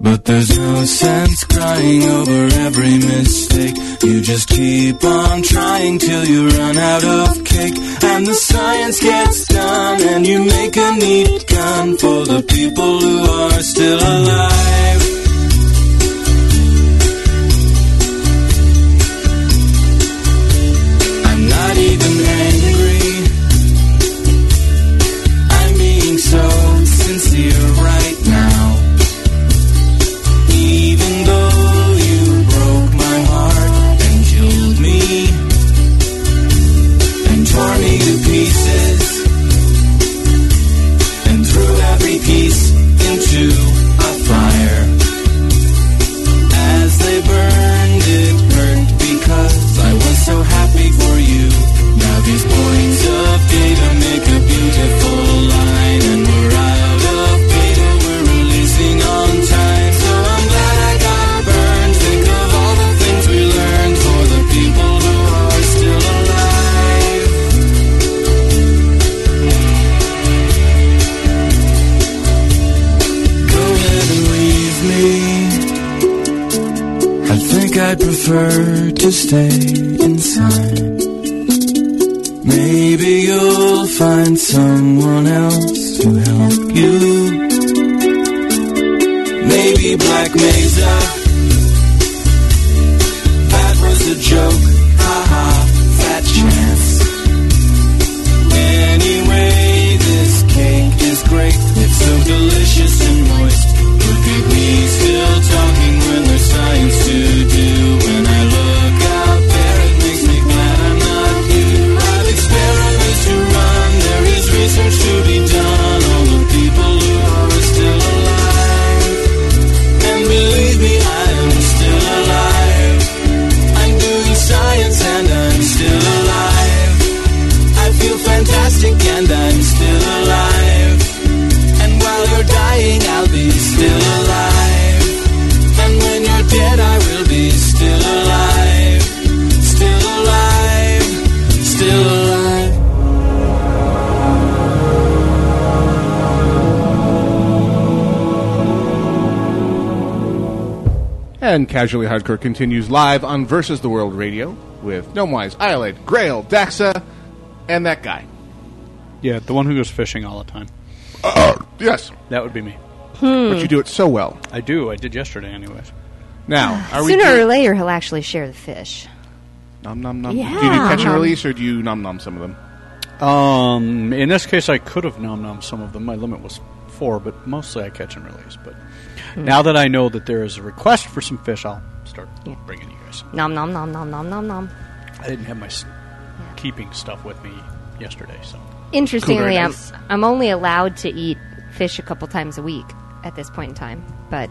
But there's no sense crying over every mistake. You just keep on trying till you run out of cake. And the science gets done, and you make a neat gun for the people who are still alive. I'm not even angry. I'm being so sincere right now. Even though you broke my heart and killed me and tore me to pieces and threw every piece into a fire. I'd prefer to stay inside. Maybe you'll find someone else to help you. Maybe Black Mesa. That was a joke. Ha ha. Fat chance. Anyway, this cake is great. It's so delicious and moist. Look at me still talking when there's science to do. When I look out there, it makes me glad I'm not you. I've experiments to run. There is research to be done. All the people who are still alive. And believe me, I am still alive. I'm doing science and I'm still alive. I feel fantastic and I'm still alive. And while you're dying, I'll be still alive. And when you're dead, I will be still alive. Still alive. Still alive.
And Casually Hardcore continues live on Versus the World Radio with Gnomewise, Iolate, Grail, Daxa, and that guy.
Yeah, the one who goes fishing all the time.
Uh, yes.
That would be me.
Hmm.
But you do it so well.
I do. I did yesterday, anyways.
Now, are we.
Ah, Sooner
doing-
or later, he'll actually share the fish.
Nom, nom, nom.
Yeah.
Do you do catch and
Nom.
release or do you nom nom some of them?
Um, in this case, I could have nom nom some of them. My limit was four, but mostly I catch and release. But
Hmm.
now that I know that there is a request for some fish, I'll start bringing you guys.
Nom nom nom nom nom nom nom.
I didn't have my s- keeping stuff with me yesterday, so
Interestingly,
Cool, very
I'm,
nice.
I'm only allowed to eat fish a couple times a week at this point in time. But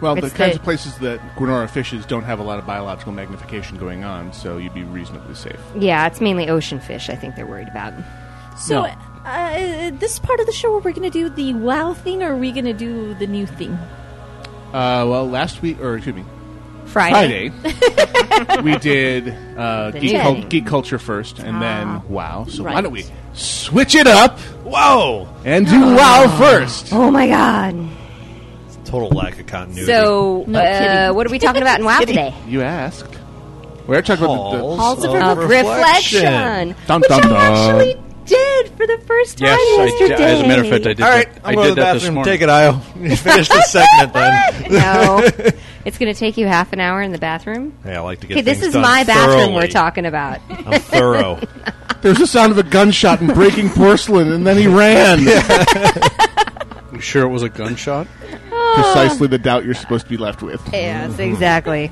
Well, the
It's
kinds
the-
of places that Granora fishes don't have a lot of biological magnification going on, so you'd be reasonably safe.
yeah, it's mainly ocean fish. I think they're worried about.
So, uh, this part of the show, are we going to do the wow thing or are we going to do the new thing?
Uh, well, last week, or excuse me,
Friday.
Friday, we did uh,
The Ah,
geek,
new
cul-
thing.
geek culture first, and then wow. So why
Right.
don't we switch it up
Whoa!
and do wow first?
Oh my god!
Total lack of continuity.
So,
No
uh,
kidding.
what are we talking about in WoW today?
You asked. We're talking about the, Oh. the
Halls of
Of reflection,
Dun,
which
dun,
I
dun.
actually did for the first time
yes, I,
yesterday.
d- as a matter of fact, I did.
All right,
that,
I'm
I
going to
did
the
that
bathroom.
this morning.
Take it, I'll finish the segment then.
no, it's going to take you half an hour in the bathroom.
Hey, I like to get
Okay, this
things
is
done
my bathroom
thoroughly.
we're talking about.
I'm thorough.
There's the sound of a gunshot and breaking porcelain, and then he ran.
You sure it was a gunshot?
Precisely the doubt you're supposed to be left with.
yes, exactly.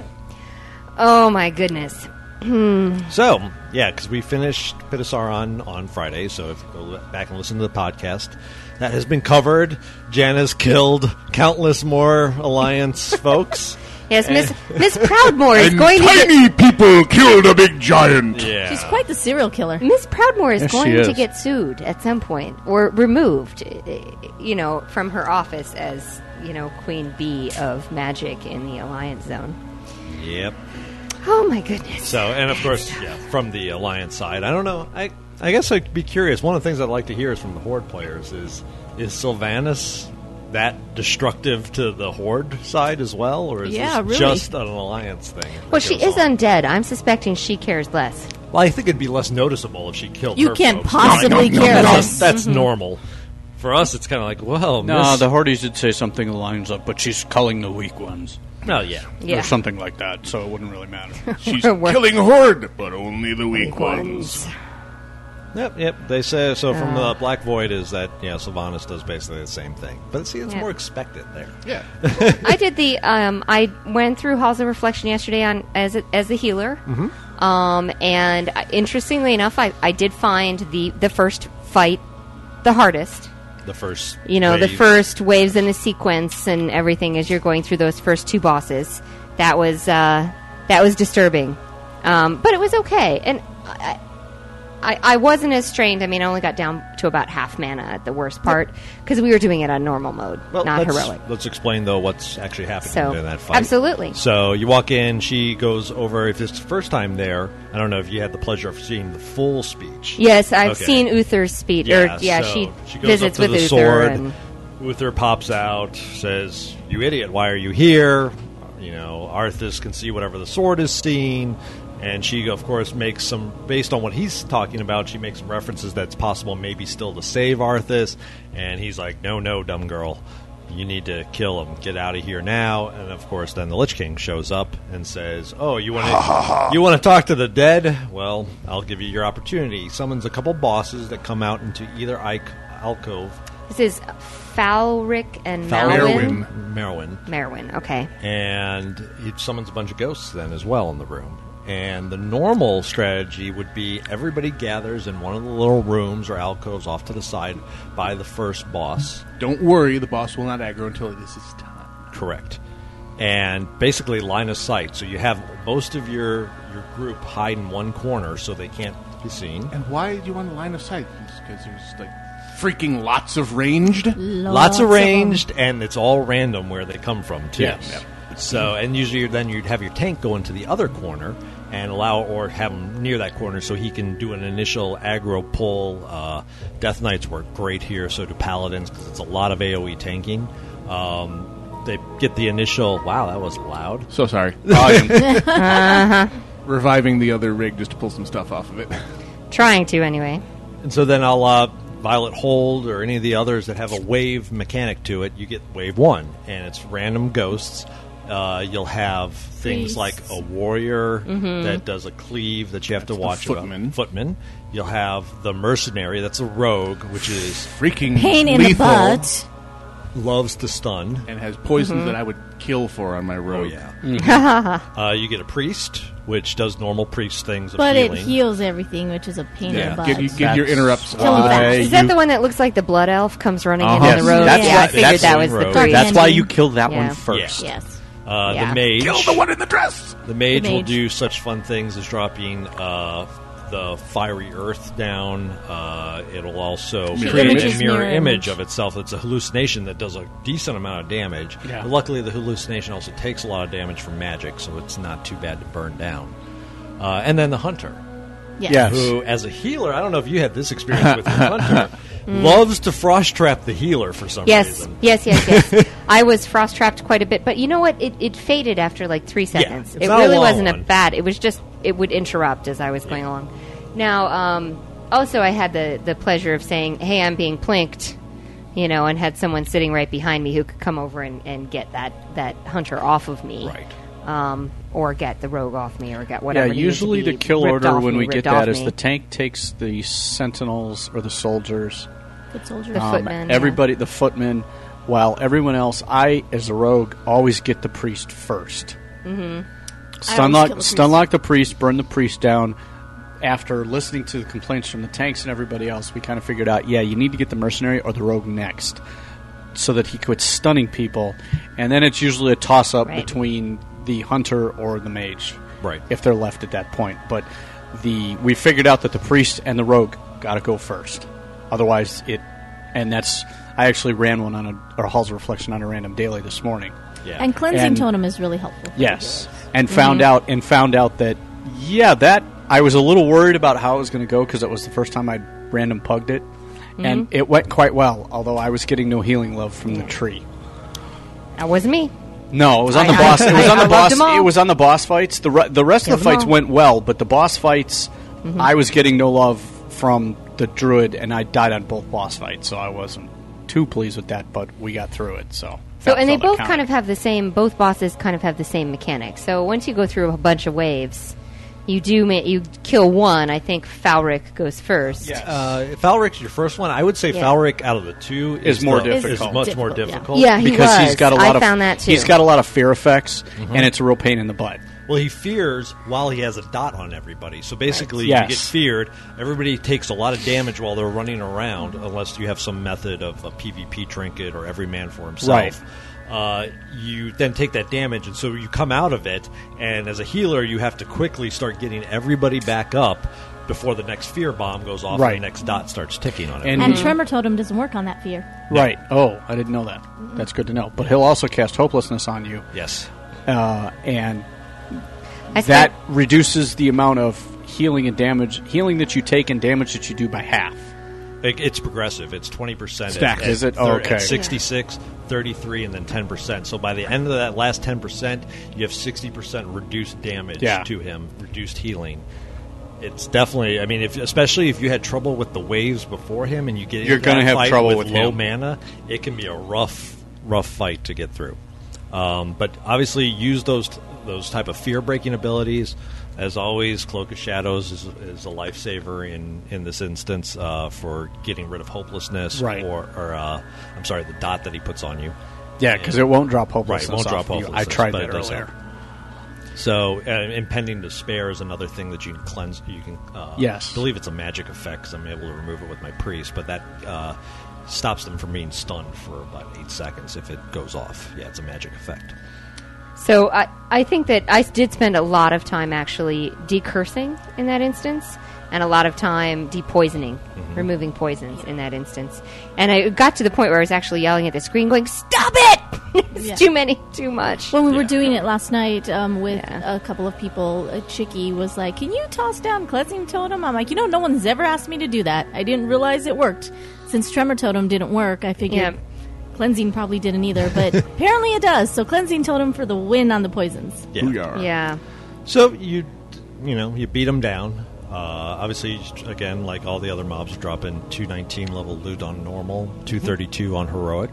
Oh my goodness. Hmm.
So, yeah, because we finished Pitasar on, on Friday, so if you go back and listen to the podcast, that has been covered. Jan has killed countless more Alliance folks.
Yes, Miss
Eh.
Miss Proudmore is going to get,
Tiny people killed a big giant.
Yeah.
She's quite the serial killer.
Miss Proudmore is
Yes, she
going to
is.
get sued at some point or removed, eh, you know, from her office as you know Queen Bee of Magic in the Alliance Zone.
Yep.
Oh my goodness.
So, and of course, yeah, from the Alliance side, I don't know. I I guess I'd be curious. One of the things I'd like to hear is from the Horde players is is Sylvanas that destructive to the Horde side as well, or is
Yeah,
this
really.
just an Alliance thing?
well, she
Goes
is
on?
undead. I'm suspecting she cares less.
Well, I think it'd be less noticeable if she killed.
You
her
can't
folks.
possibly care
That's,
less.
that's
Mm-hmm.
normal. For us, it's kind of like, well,
No,
miss-
the Hardys did say something lines up, but she's culling the weak ones
no, yeah,
Yeah.
or something like that. So it wouldn't really matter.
She's
We're-
killing horde, but only the weak ones.
yep, yep. They say so. From the Black Void, is that yeah, Sylvanas does basically the same thing, but see, it's
Yeah.
more expected there.
Yeah.
I did the. Um, I went through Halls of Reflection yesterday on as a, as a healer. Um, and I- interestingly enough, I, I did find the the first fight the hardest.
The first,
You know, the
wave.
first waves in the sequence and everything as you're going through those first two bosses. That was uh, that was disturbing, um, but it was okay. And I, I I wasn't as strained. I mean, I only got down to about half mana at the worst part because we were doing it on normal mode,
Well,
not
let's,
heroic.
Let's explain though what's actually happening
So,
in that fight.
absolutely.
So you walk in, she goes over. If it's the first time there, I don't know if you had the pleasure of seeing the full speech.
Yes, I've
Okay.
seen Uther's speech.
Yeah,
or, yeah
so
she,
goes
visits
up to
with
the
Uther.
sword.
and-
Uther pops out, says, "You idiot! Why are you here? You know, Arthas can see whatever the sword is seeing, and she, of course, makes some based on what he's talking about. She makes some references that's possible, maybe still to save Arthas, and he's like, "No, no, dumb girl." You need to kill him. Get out of here now. And of course, then the Lich King shows up and says, "Oh, you want to you want to talk to the dead? Well, I'll give you your opportunity." He summons a couple bosses that come out into either Ike alcove
This is Falric and
Falwin.
Malwin.
Merwin.
Merwin, okay.
And it summons a bunch of ghosts then as well in the room. And the normal strategy would be everybody gathers in one of the little rooms or alcoves off to the side by the first boss.
Don't worry, the boss will not aggro until it is his time.
Correct. And basically line of sight. So you have most of your, your group hide in one corner so they can't be seen.
And why do you want the line of sight? Because there's like freaking lots of ranged.
lots
of
of ranged, and it's all random where they come from too.
Yes.
So, and usually then you'd have your tank go into the other corner and allow or have him near that corner so he can do an initial aggro pull. Uh, Death Knights work great here, so do Paladins because it's a lot of AOE tanking. Um, they get the initial. Wow, that was loud.
So sorry. Volume.
Uh-huh.
Reviving the other rig just to pull some stuff off of it.
Trying to, anyway.
And so then I'll uh, Violet Hold or any of the others that have a wave mechanic to it. You get wave one, and it's random ghosts. Uh, you'll have things
Priests.
like a warrior
Mm-hmm.
that does a cleave that you have to watch. about-
footman.
Footman. You'll have the mercenary. That's a rogue, which is
Freaking
pain in
lethal
the butt. Mm-hmm.
loves to stun.
and has poisons that I would kill for on my
Oh
road.
yeah. uh, you get a priest, which does normal priest things. Of
But
healing.
it heals everything, which is a pain in the butt.
Get, you, get your
That's-
interrupts.
Kill the
Why
Is that
you-
the one that looks like the blood elf comes running
Uh-huh.
in
Uh-huh. Yes,
on the road?
that's
Uh, yeah,
why-
I figured
that's
that
the
was the
road.
three.
That's why you
Ending.
killed that
Yeah.
one first.
yes.
Uh,
Yeah.
The mage.
Kill the one in the dress.
The mage,
The
will
mage.
do such fun things as dropping uh, the fiery earth down. Uh, ittle also
She
create a
images
mirror,
mirror
image
image.
of itself. It's a hallucination that does a decent amount of damage. But luckily, the hallucination also takes a lot of damage from magic, so it's not too bad to burn down. Uh, and then the hunter,
Yes.
Yes.
who, as a healer, I don't know if you had this experience with the hunter,
Mm.
loves to frost trap the healer for some
Yes,
reason.
yes, yes, yes. I was frost trapped quite a bit, but you know what? It, it faded after like three seconds.
it's
it
not a
really
long
wasn't a
one.
bad. It was just it would interrupt as I was going along. Now, um, also, I had the the pleasure of saying, "Hey, I'm being plinked," you know, and had someone sitting right behind me who could come over and, and get that that hunter off of me,
Right.
Um, or get the rogue off me, or get
Yeah,
whatever. needed to
usually
be
the kill
ripped
order
off
when
me,
we
ripped
get
off
that is
me.
the tank takes the sentinels or the soldiers,
Good soldier.
The
um,
footman, yeah.
everybody, the footmen, while everyone else, I as a rogue always get the priest first. Mm-hmm.
I always
Stunlock,
kill the priest.
stunlock the priest, burn the priest down. After listening to the complaints from the tanks and everybody else, we kind of figured out, yeah, you need to get the mercenary or the rogue next, so that he quits stunning people, and then it's usually a toss up
Right.
between the hunter or the mage
Right.
if they're left at that point. But the we figured out that the priest and the rogue got to go first, otherwise it. And that's I actually ran one on a or Hall's reflection on a random daily this morning.
Yeah.
And cleansing
And-
totem is really helpful.
Yes, and found
Mm-hmm.
out and found out that yeah that I was a little worried about how it was going to go because it was the first time I random pugged it, and
Mm-hmm.
it went quite well. Although I was getting no healing love from the tree.
That was me.
No, it was on the
I-
boss. It was
I-
on the
I loved
boss.
them all.
It was on the boss fights. The re- the rest of
Killed
the
them
fights
all. Mm-hmm.
went well, but the boss fights, I was getting no love from the druid, and I died on both boss fights, so I wasn't too pleased with that. But we got through it. So
So
that
and they
felt
both
accounted.
kind of have the same. Both bosses kind of have the same mechanic. So once you go through a bunch of waves, you do ma- you kill one. I think Falric goes first.
Yeah.
Uh, Falric's your first one. I would say
Yeah.
Falric out of the two is,
Is more
the-
difficult.
Is much more
Difficult, yeah.
difficult.
Yeah, he
because
was.
he's got a
I
lot of
found that too.
he's got a lot of fear effects,
Mm-hmm.
and it's a real pain in the butt.
Well, he fears while he has a dot on everybody. So basically,
Right.
you get
Yes.
feared. Everybody takes a lot of damage while they're running around, unless you have some method of a PvP trinket or every man for himself. Uh, you then take that damage, and so you come out of it. And as a healer, you have to quickly start getting everybody back up before the next fear bomb goes off
Right.
and the next dot starts ticking on it.
And-
And tremor totem doesn't work on that fear.
Right? Oh, I didn't know that. That's good to know. But he'll also cast hopelessness on you,
yes.
uh, and
I
that
spent-
reduces the amount of healing and damage healing that you take and damage that you do by half.
Like, it's progressive. It's 20%. at-
Stack,
at
is it?
thir-
Oh,
at
okay.
66, 33, and then 10%. So by the end of that last 10%, you have 60% reduced damage
Yeah.
to him, reduced healing. It's definitely. I mean, if especially if you had trouble with the waves before him, and you get
You're
into that
gonna have
fight
trouble
with,
with
low
him.
mana, it can be a rough, rough fight to get through. Um, but obviously, use those those type of fear breaking abilities. As always, Cloak of Shadows is, is a lifesaver in in this instance uh, for getting rid of hopelessness,
Right.
Or, or uh, I'm sorry, the dot that he puts on you.
Yeah, because it won't drop
Right,
hopelessness.
it won't drop
off of you.
hopelessness.
I tried
but
that
it does
earlier.
help. So, uh, impending despair is another thing that you can cleanse. You can uh,
Yes.
I believe it's a magic effect because I'm able to remove it with my priest, but that uh, stops them from being stunned for about eight seconds if it goes off. Yeah, it's a magic effect.
So I, I think that I did spend a lot of time actually decursing in that instance, and a lot of time depoisoning, removing poisons in that instance. And I it got to the point where I was actually yelling at the screen, going, "Stop it! it's
Yeah.
too many, too much."
When we were doing it last night um, with
Yeah.
a couple of people, uh, Chicky was like, "Can you toss down cleansing totem?" I'm like, "You know, no one's ever asked me to do that. I didn't realize it worked. Since tremor totem didn't work, I figured
Yeah.
cleansing probably didn't either. But apparently, it does. So cleansing totem for the win on the poisons.
Yeah.
Booyah.
yeah,
So you, you know, you beat them down. Uh, obviously, again, like all the other mobs, drop in 219 level loot on normal, 232 on heroic.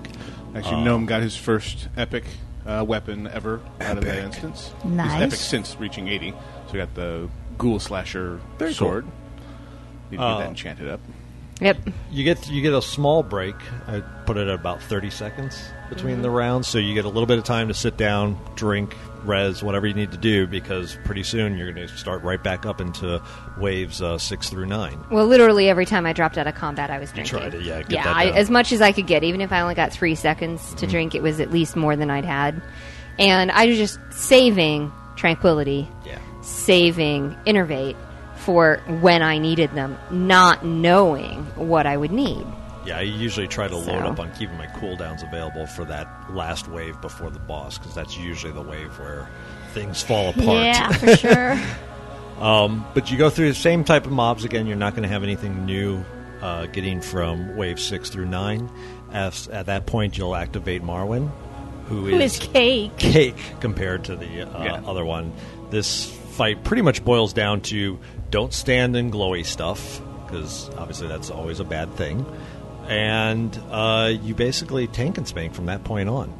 Actually, Gnome got his first epic uh, weapon ever out of that instance. He's
Nice.
epic since reaching 80. So we got the ghoul slasher
Very
sword. Need to
Uh,
get that enchanted up.
yep.
You get you get a small break. I put it at about 30 seconds between
Mm-hmm.
the rounds, so you get a little bit of time to sit down, drink, res, whatever you need to do, because pretty soon you're going to start right back up into waves uh, six through nine.
Well, literally every time I dropped out of combat, I was drinking.
tried to, yeah, get
yeah.
that
I,
down.
as much as I could get, even if I only got three seconds
Mm-hmm.
to drink, it was at least more than I'd had. And I was just saving tranquility,
Yeah.
saving innervate for when I needed them, not knowing what I would need.
Yeah, I usually try to load
So.
up on keeping my cooldowns available for that last wave before the boss, because that's usually the wave where things fall apart. Um,
Yeah, for sure.
But you go through the same type of mobs again. You're not going to have anything new uh, getting from wave six through nine. As, at that point, you'll activate Marwin,
Who is cake?
cake compared to the uh, other one. This fight pretty much boils down to don't stand in glowy stuff because obviously that's always a bad thing, and uh, you basically tank and spank from that point on.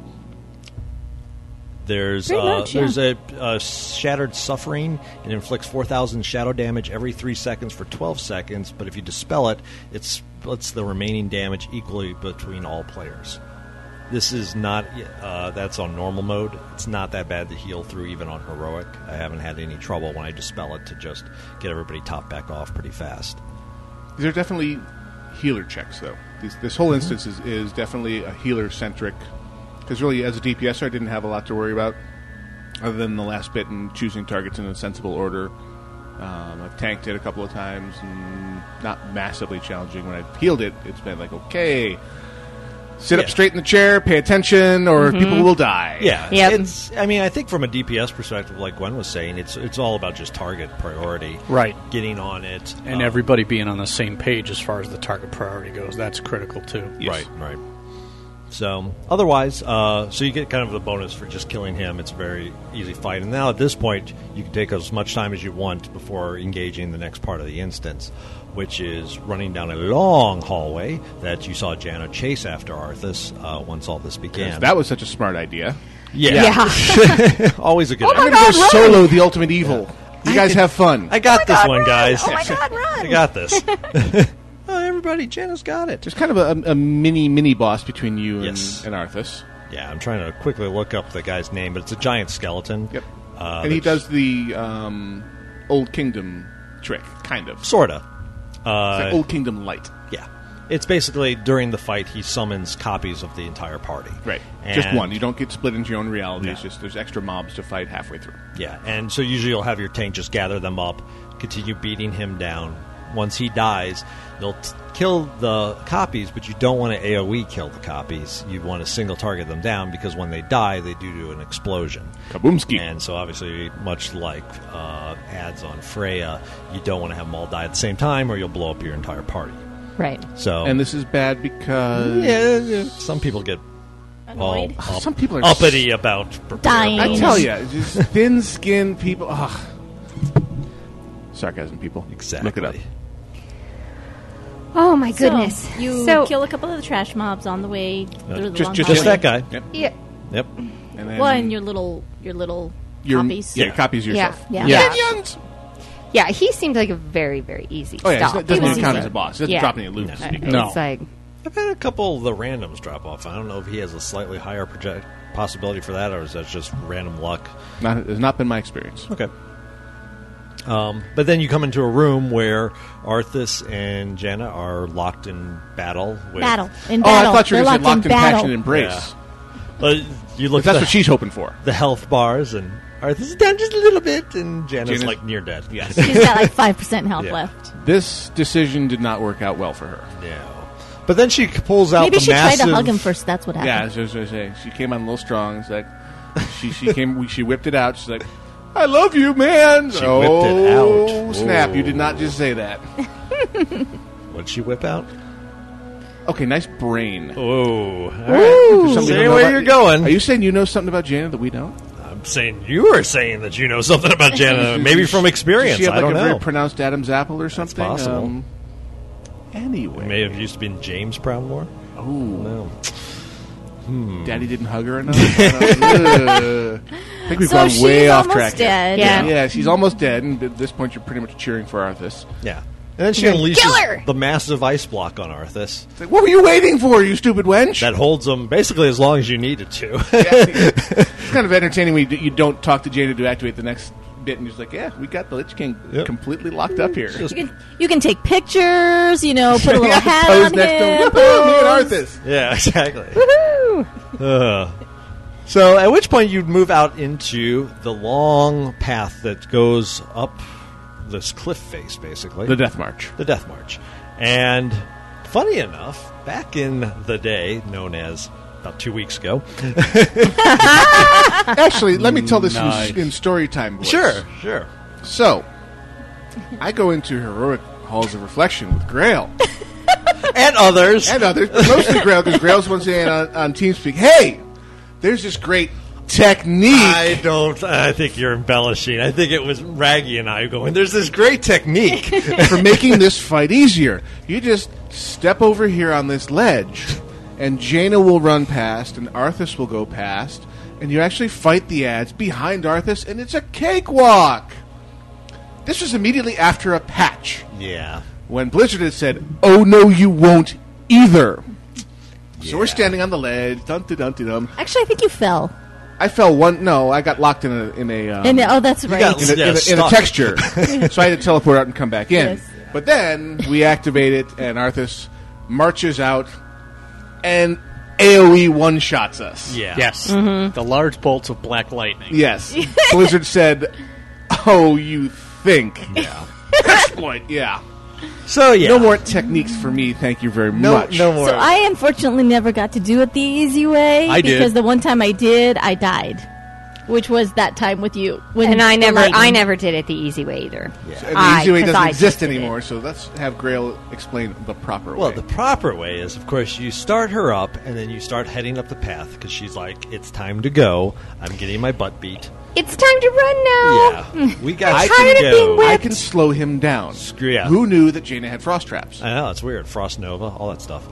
There's
Pretty
uh,
much, yeah.
there's a, a shattered suffering. It inflicts four thousand shadow damage every three seconds for twelve seconds. But if you dispel it, it splits the remaining damage equally between all players. This is not. Uh, that's on normal mode. It's not that bad to heal through, even on heroic. I haven't had any trouble when I dispel it to just get everybody top back off pretty fast.
These are definitely healer checks, though. These, this whole
Mm-hmm.
instance is, is definitely a healer centric. Because really, as a DPSer, I didn't have a lot to worry about other than the last bit and choosing targets in a sensible order. Um, I've tanked it a couple of times and not massively challenging. When I've healed it, it's been like, okay, sit
Yeah. Mm-hmm.
up straight in the chair, pay attention, or
Mm-hmm.
people will die.
Yeah,
Yep.
it's. I mean, I think from a DPS perspective, like Gwen was saying, it's it's all about just target priority,
Right.
Getting on it,
And
uh,
everybody being on the same page as far as the target priority goes, that's critical too.
Right, right. So otherwise, uh, so you get kind of the bonus for just killing him. It's a very easy fight, and now at this point, you can take as much time as you want before engaging the next part of the instance, which is running down a long hallway that you saw Janna chase after Arthas uh, once all this began.
That was such a smart idea.
yeah, always a good.
Oh
idea.
I'm going to go solo the ultimate evil. You guys have fun.
I got this one, guys.
Oh my god,
I
run!
got this. oh, everybody, Janna's got it.
There's kind of a, a mini, mini boss between you and,
Yes.
and Arthas.
Yeah, I'm trying to quickly look up the guy's name, but it's a giant skeleton.
Yep.
Uh,
and he
that's-
does the um, Old Kingdom trick, kind of. It's
Sorta.
like
Uh,
Old Kingdom light.
yeah. It's basically during the fight he summons copies of the entire party.
just
And-
one. You don't get split into your own reality. It's
No.
just there's extra mobs to fight halfway through.
Yeah, and so usually you'll have your tank just gather them up, continue beating him down. Once he dies, you'll t- kill the copies, but you don't want to AoE kill the copies. You want to single target them down because when they die, they do to an explosion.
Kaboomski.
And so, obviously, much like uh, ads on Freya, you don't want to have them all die at the same time, or you'll blow up your entire party.
Right.
So
and this is bad because
yeah, yeah, some people get all
Annoyed.
up-
Some people are
uppity about preparing.
I
Dying.
tell you, just thin-skinned people. Ugh. Sarcasm, people.
Exactly.
Look it up.
Oh my goodness!
So you
So-
kill a couple of the trash mobs on the way through the
just-
long
just
Just
hallway.
that guy.
Yep.
yeah,
Yep.
And then
Well, and your little your little
your-
copies.
Yeah, copies
yeah,
yourself.
Yeah.
yeah. Yeah, he seemed like a very, very easy
Oh yeah,
stop.
he's not- doesn't
He was
even count
easy.
as a boss. Doesn't
Yeah.
drop any loops.
Uh,
No.
It's like,
I've had a couple of the randoms drop off. I don't know if he has a slightly higher project possibility for that, or is that just random luck?
Not, it has not been my experience.
Okay. Um, but then you come into a room where Arthas and Janna are locked in battle. With,
Battle in
Oh, I
battle.
thought you were going
They're
to say locked in
battle.
passion and embrace.
Uh, you look.
But that's
at
what
the,
she's hoping for.
the health bars, and Arthas is down just a little bit, and Janna's
Janna's-
like near dead. Yes.
She's got like five percent health
Yeah.
left.
This decision did not work out well for her.
no. But then she pulls out
Maybe
the
she
massive.
tried to hug him first. That's what
Yeah,
happened.
as I was gonna say, she came on a little strong. It's like she she came she whipped it out. She's like, "I love you, man." She
whipped it
oh,
out.
Snap! You did
Whoa.
not just say that.
What'd she whip out?
Okay, nice brain.
Oh,
There's something we
Say
don't know
where
about-
you're going.
Are you saying you know something about Janet that we don't?
I'm saying you were saying that you know something about Janna, maybe from
Does
experience.
she have
I
like
don't
a
know.
very pronounced Adam's apple or something?
possible.
Um,
It
anyway,
may have used to been James Proudmore.
oh,
No.
Hmm. Daddy didn't hug her enough. Ugh. I think we've
So
gone
she's
way off
almost
track. here.
dead.
Yeah.
yeah, she's almost dead, and at this point, you're pretty much cheering for Arthas.
Yeah. And then she unleashes
her!
the massive ice block on Arthas
It's like, what were you waiting for, you stupid wench?
that holds him basically as long as you need it to.
It's kind of entertaining when you, d- you don't talk to Jada to activate the next bit, and you're just like, yeah, we got the Lich King
Yep.
completely locked up here.
Just-
You can you can take pictures. You know, put a little
Yeah,
hat
pose
on
next to
him.
him. Woo-hoo, me and
pose.
Arthas.
yeah, exactly. Ugh. So at which point you'd move out into the long path that goes up this cliff face, basically.
The Death March.
the Death March. And funny enough, back in the day, known as about two weeks ago,
Actually, let me tell this in-
Nice.
in, story time. Voice.
sure,
So, I go into heroic halls of reflection with Grail
and others.
and others, but mostly Grail, because Grail's one saying on, on TeamSpeak, hey, there's this great technique.
I don't. I think you're embellishing. I think it was Raggy and I going. There's this great technique.
for making this fight easier. You just step over here on this ledge, and Jaina will run past, and Arthas will go past, and you actually fight the ads behind Arthas, and it's a cakewalk. This was immediately after a patch
yeah,
when Blizzard had said, "Oh no, you won't either." So we're standing on the ledge, dun dun dun dun. dun.
Actually, I think you fell.
I fell one. No, I got locked in a in a um,
And oh, that's right.
got-
in a, in a-
Yeah,
in a
stuck.
texture. so I had to teleport out and come back in.
Yes.
But then we activate it, and Arthas marches out and AoE one shots us.
yeah,
Yes.
Mm-hmm.
The large bolts of black lightning.
Yes. Blizzard said, Oh, you think. Yeah. Exploit, yeah.
So yeah,
No more techniques for me, thank you very
no,
much.
no more.
So I unfortunately never got to do it the easy way
I did.
because the one time I did, I died, which was that time with you. When
and I
the
never, I
lightning-
never did it the easy way either.
And the E easy way
I- 'cause
doesn't
I
exist
did it.
anymore, so let's have Grail explain the proper
Well,
way.
the proper way is, of course, you start her up and then you start heading up the path because she's like, "It's time to go. I'm getting my butt beat."
It's time to run now.
Yeah, we got
I
to
can-
go.
I can slow him down.
Screw yeah.
Who knew that Jaina had frost traps?
I know it's weird. Frost Nova, all that stuff.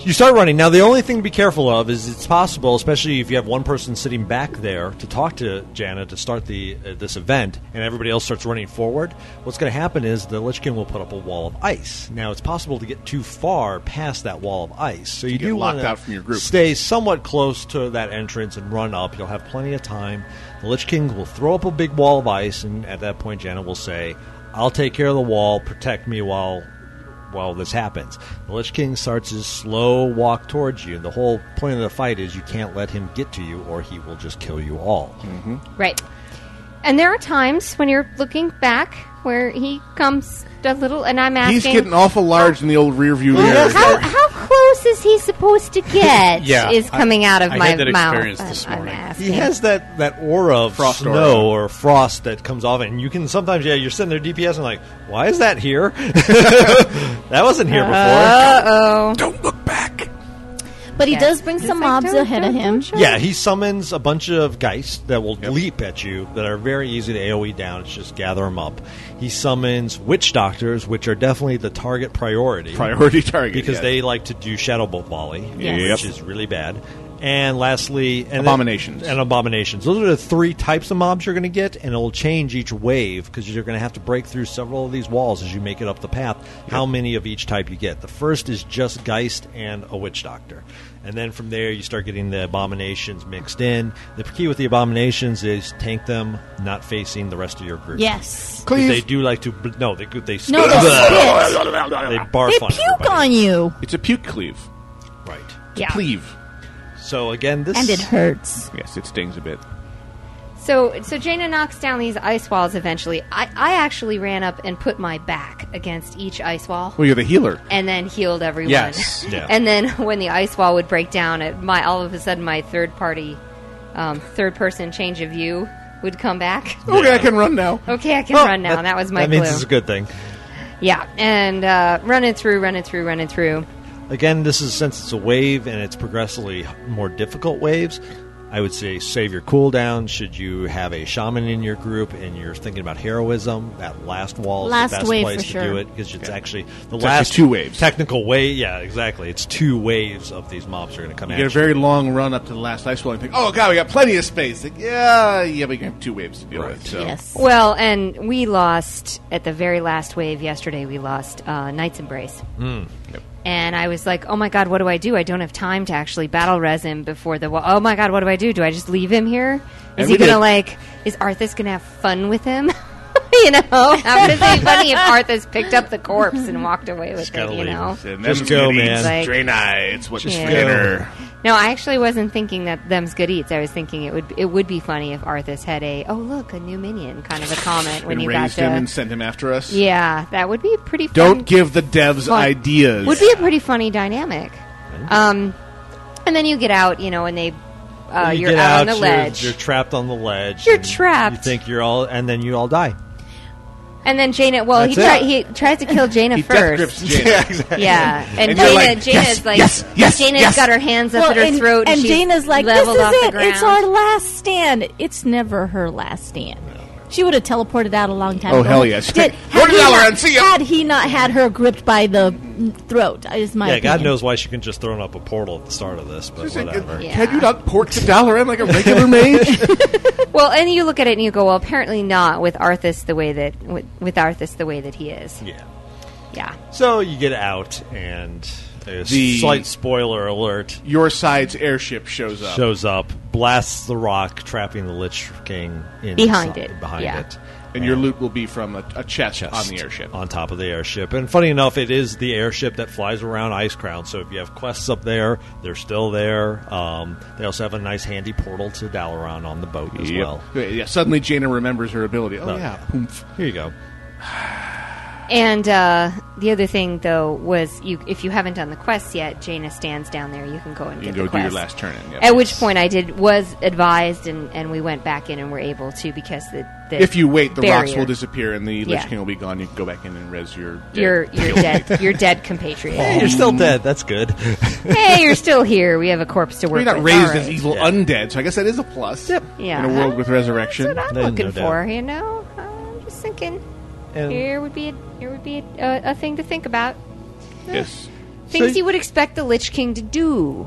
You start running. Now, the only thing to be careful of is it's possible, especially if you have one person sitting back there to talk to Janna to start the uh, this event, and everybody else starts running forward. What's going to happen is the Lich King will put up a wall of ice. Now, it's possible to get too far past that wall of ice, so you,
get
do
locked
wanna
out from your group.
Stay somewhat close to that entrance and run up. You'll have plenty of time. The Lich King will throw up a big wall of ice, and at that point, Janna will say, "I'll take care of the wall. Protect me while." while this happens. The Lich King starts his slow walk towards you. The whole point of the fight is you can't let him get to you, or he will just kill you all.
Right. And there are times when you're looking back where he comes a little, and I'm asking,
He's getting awful large in the old rear view mirror.
how, how close is he supposed to get?
Yeah,
is
I-
coming out of
I
my
had that
mouth.
experience
I'm-
this
I'm
morning.
asking.
He has that, that aura of
Frost
snow or frost that comes off, and you can sometimes, yeah, you're sitting there DPS and like, why is that here? that wasn't here
Uh-huh.
before.
Uh oh. Don't
look back. But he
Yeah.
does bring some
like,
mobs
don't-
ahead of him.
Yeah, he summons a bunch of geist that will leap at you that are very easy to AoE down. It's just gather them up. He summons witch doctors, which are definitely the target priority.
Priority target,
Because
yes.
they like to do shadow bolt volley,
Yes. Yep.
which is really bad. And lastly, and then-
Abominations.
and abominations. Those are the three types of mobs you're going to get, and it'll change each wave because you're going to have to break through several of these walls as you make it up the path. How many of each type you get? The first is just Geist and a Witch Doctor, and then from there you start getting the abominations mixed in. The key with the abominations is tank them, not facing the rest of your group.
Yes.
'Cause they do like to. bl- No, they they spit.
No, they
they barf
They
on
puke
everybody.
on you.
It's a puke cleave.
Right.
Yeah.
Cleave.
So again, this
And it hurts.
Yes, it stings a bit.
So, so Jaina knocks down these ice walls eventually. I, I actually ran up and put my back against each ice wall.
Well, you're the healer.
and then healed everyone.
Yes.
Yeah.
And then when the ice wall would break down, it, my all of a sudden my third party, um, third person change of view would come back.
Okay, I can run now. Oh,
Okay, I can run now. That, was my
that
clue.
means it's a good thing.
yeah, and uh, running through, running through, running through.
Again, this is since it's a wave and it's progressively more difficult waves. I would say save your cooldown. Should you have a shaman in your group and you're thinking about heroism, that last wall is
Last
the best
wave
place
for
to
sure.
do it because it's actually the
It's actually
last
two waves.
Technical wave, yeah, exactly. It's two waves of these mobs are going to come
You
at
get a
you.
very long run up to the last ice wall and think, oh, God, we got plenty of space. Like, yeah, yeah, we can have two waves to deal with. So.
Yes.
Well, and we lost at the very last wave yesterday. We lost uh, Knight's Embrace.
Hmm.
And I was like, oh my god, what do I do? I don't have time to actually battle res him before the. Wa- oh my god, what do I do? Do I just leave him here? Is
And
he
we
gonna
did.
like? Is Arthas gonna have fun with him? you know, how would it be funny if Arthas picked up the corpse and walked away with it?
gotta
You
leave
know.
him. Just go, man.
Like-
Drain it's what's
Yeah.
for dinner.
No, I actually wasn't thinking that them's good eats. I was thinking it would it would be funny if Arthas had a oh look a new minion kind of a comment when
And
you got
raised
to
him and sent him after us.
yeah, that would be a pretty.
Don't
fun,
give the devs
fun-
ideas.
Would be a pretty funny dynamic. Um, and then you get out, you know, and they uh,
you
you're
get
out,
out
on the
you're-
ledge,
You're trapped on the ledge.
You're
and You
trapped.
think you're all, and then you all die.
and then Jaina. Well, he try,
That's it.
he tries to kill Jaina
he death grips
first.
Jane.
Yeah, and,
And you're
Jaina,
like,
Jaina
yes,
is like,
yes, yes,
Jaina's
yes.
got her hands up
Well,
at her
and,
throat,
and
she's
Jana's like, "This is
leveled off the
it.
ground.
It's our last stand." It's never her last stand. She would have teleported out a long time
Oh,
ago.
hell yes.
Did,
Go
had,
to
he
Valorant,
not,
see ya.
had he not had her gripped by the mm, throat, is my
yeah,
opinion.
God knows why she can just throw up a portal at the start of this, but
It's like,
whatever.
Can you not port to Dalaran like a regular mage?
Well, and you look at it and you go, well, apparently not with Arthas the way that with, with Arthas the way that he is.
yeah.
Yeah,
So you get out, and a
The-
slight spoiler alert
Your side's airship shows up.
shows up, blasts the rock, trapping the Lich King in
Behind it,
Behind
yeah.
it,
and your loot will be from a, a chest,
Just
on the airship.
on top of the airship. And funny enough, it is the airship that flies around Ice Crown. So if you have quests up there, they're still there. Um, they also have a nice, handy portal to Dalaran on the boat as well.
Okay, yeah, suddenly Jaina remembers her ability. Oh,
Oh,
yeah.
yeah.
Poomph.
Here you go.
and uh, the other thing though was you if you haven't done the quests yet, Jaina stands down there. You can go and
You
get
can go
the
do your
quest.
last turn in. yeah.
At which point I did was advised, and, and we went back in and were able to because the, the
If you wait, the rocks
barrier.
will disappear and the Lich
Yeah.
King will be gone. You can go back in and res your. dead
You're you're dead. You're dead, compatriot.
Hey, you're still dead. That's good.
hey, you're still here. We have a corpse to
Well,
work
you're not
with.
raised
All
as
right.
evil
Yeah.
undead, so I guess that is a plus. Yep.
Yeah.
In a world with resurrection.
That's what I'm
No, no
looking
doubt.
for. You know, uh, I'm just thinking.
And
Here would be a, here would be a, a, a thing to think about.
Yes.
Things
So-
you would expect the Lich King to do.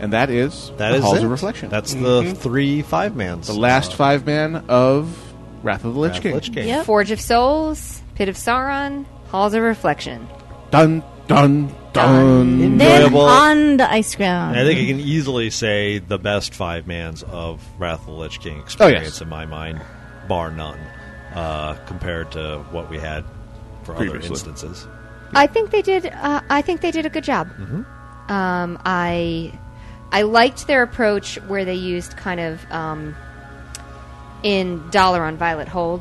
And that is
that
the
is
Halls
it.
of Reflection.
That's
Mm-hmm.
the three five mans.
the last five man of Wrath of the Lich King.
Lich King.
Yep.
Forge of Souls, Pit of Sauron, Halls of Reflection.
Dun dun dun.
Then
Enjoyable.
on the ice
Um,
ground.
I think I can easily say the best five mans of Wrath of the Lich King
Oh, yes.
experience in my mind, bar none, uh, compared to what we had for
Previously.
other instances.
I think they did. Uh, I think they did a good job.
Mm-hmm.
Um, I I liked their approach where they used kind of um, in Dollar on Violet Hold.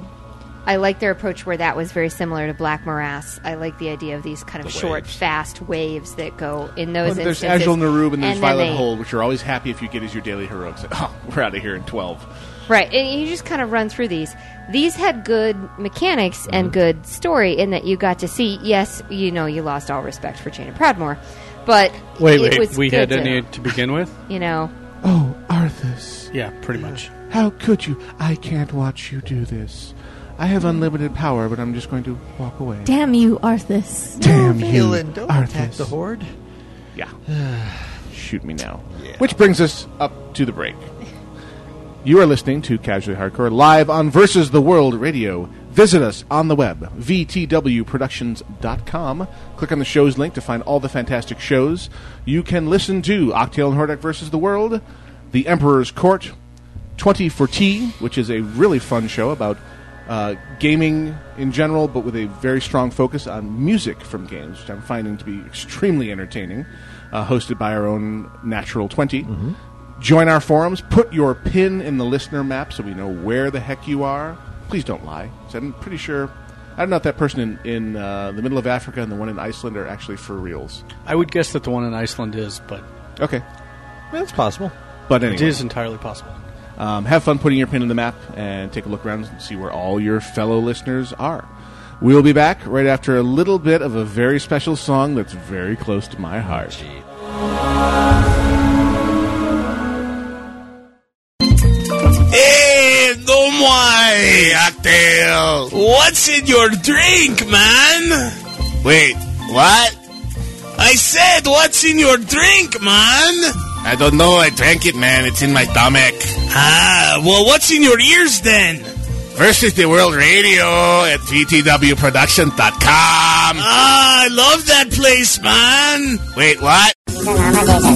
I like their approach where that was very similar to Black Morass. I like the idea of these kind of
The
short,
waves.
fast waves that go in those
Well, there's
instances.
Agile Narub and there's
then
Violet
they-
Hole, which are always happy if you get as your daily heroics. Oh, we're out of here in 12.
Right, and you just kind of run through these. These had good mechanics and good story in that you got to see. Yes, you know you lost all respect for Jane and Proudmore, but it
Wait, wait.
was
We had
good
any to begin with?
To, you know,
Oh, Arthas.
Yeah, pretty much.
How could you? I can't watch you do this. I have unlimited power, but I'm just going to walk away.
Damn you, Arthas.
Damn you,
Helen, don't attack
Arthas.
the horde.
Yeah. Shoot me now. Which brings us up to the break. You are listening to Casually Hardcore live on Versus the World Radio. Visit us on the web, vtwproductions.com. Click on the shows link to find all the fantastic shows. You can listen to Octale and Hordak Versus the World, The Emperor's Court, 20 for Tea, which is a really fun show about uh, gaming in general, but with a very strong focus on music from games, which I'm finding to be extremely entertaining, uh, hosted by our own Natural 20.
Mm-hmm.
Join our forums. Put your pin in the listener map so we know where the heck you are. Please don't lie. 'cause I'm pretty sure. I don't know if that person in, in uh, the middle of Africa and the one in Iceland are actually for reals.
I would guess that the one in Iceland is, but
Okay.
That's possible.
But anyway.
it is entirely possible.
Um, have fun putting your pin in the map and take a look around and see where all your fellow listeners are. We'll be back right after a little bit of a very special song that's very close to my heart.
Hey, Domwai! Cocktail! What's in your drink, man? Wait, what? I said, what's in your drink, man?
I don't know. I drank it, man. It's in my stomach.
Ah, well, what's in your ears then?
Versus the World Radio at VTWProductions.com.
Ah, I love that place, man!
Wait, what?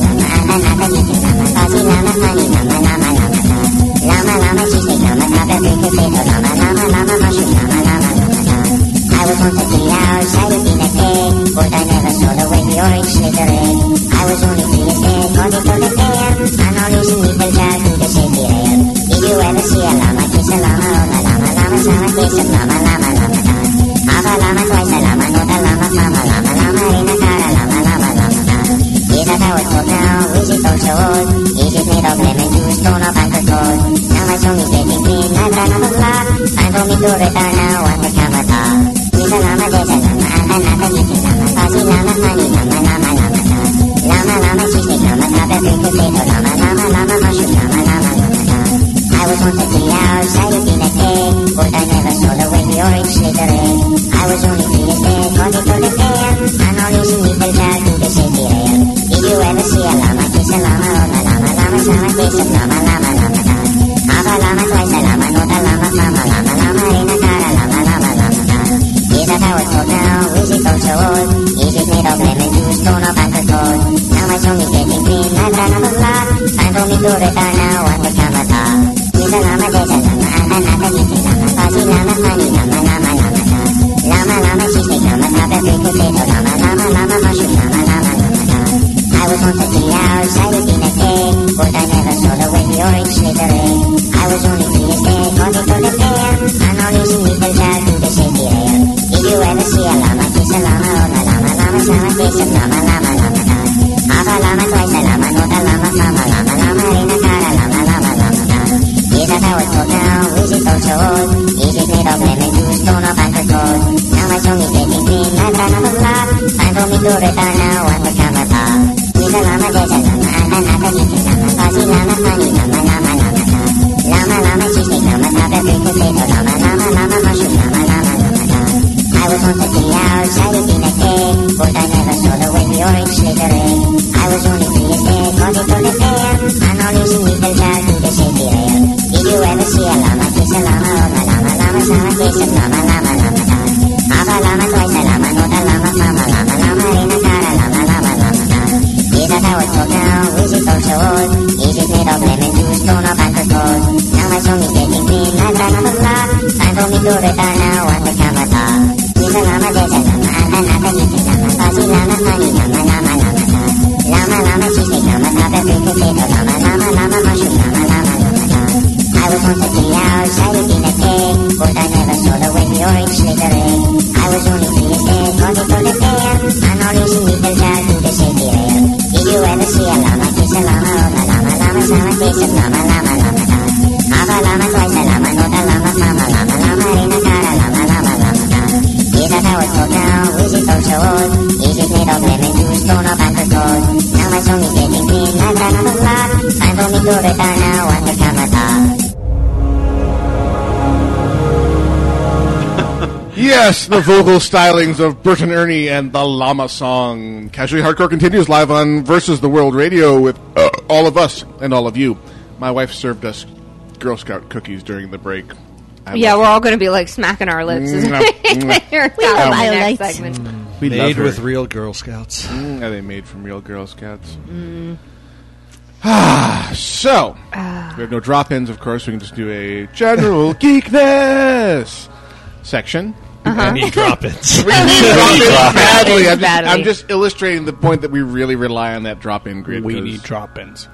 Yes, the vocal stylings of Bert and Ernie and the Llama Song. Casually Hardcore continues live on Versus the World Radio with uh, all of us and all of you. My wife served us Girl Scout cookies during the break. I
yeah, we're all going to be like smacking our lips. as
Mwah,
we
mwah.
hear
We
about
love
the next
highlights.
segment.
We
made
love her.
with real Girl Scouts.
Mm, are they made from real Girl Scouts?
Mm.
so, we have no drop ins, of course. We can just do a general geekness section.
I need drop ins.
Uh-huh. We need drop-ins badly. I'm just,
Badly.
I'm just illustrating the point that we really rely on that drop-in grid.
We
'cause
need drop ins.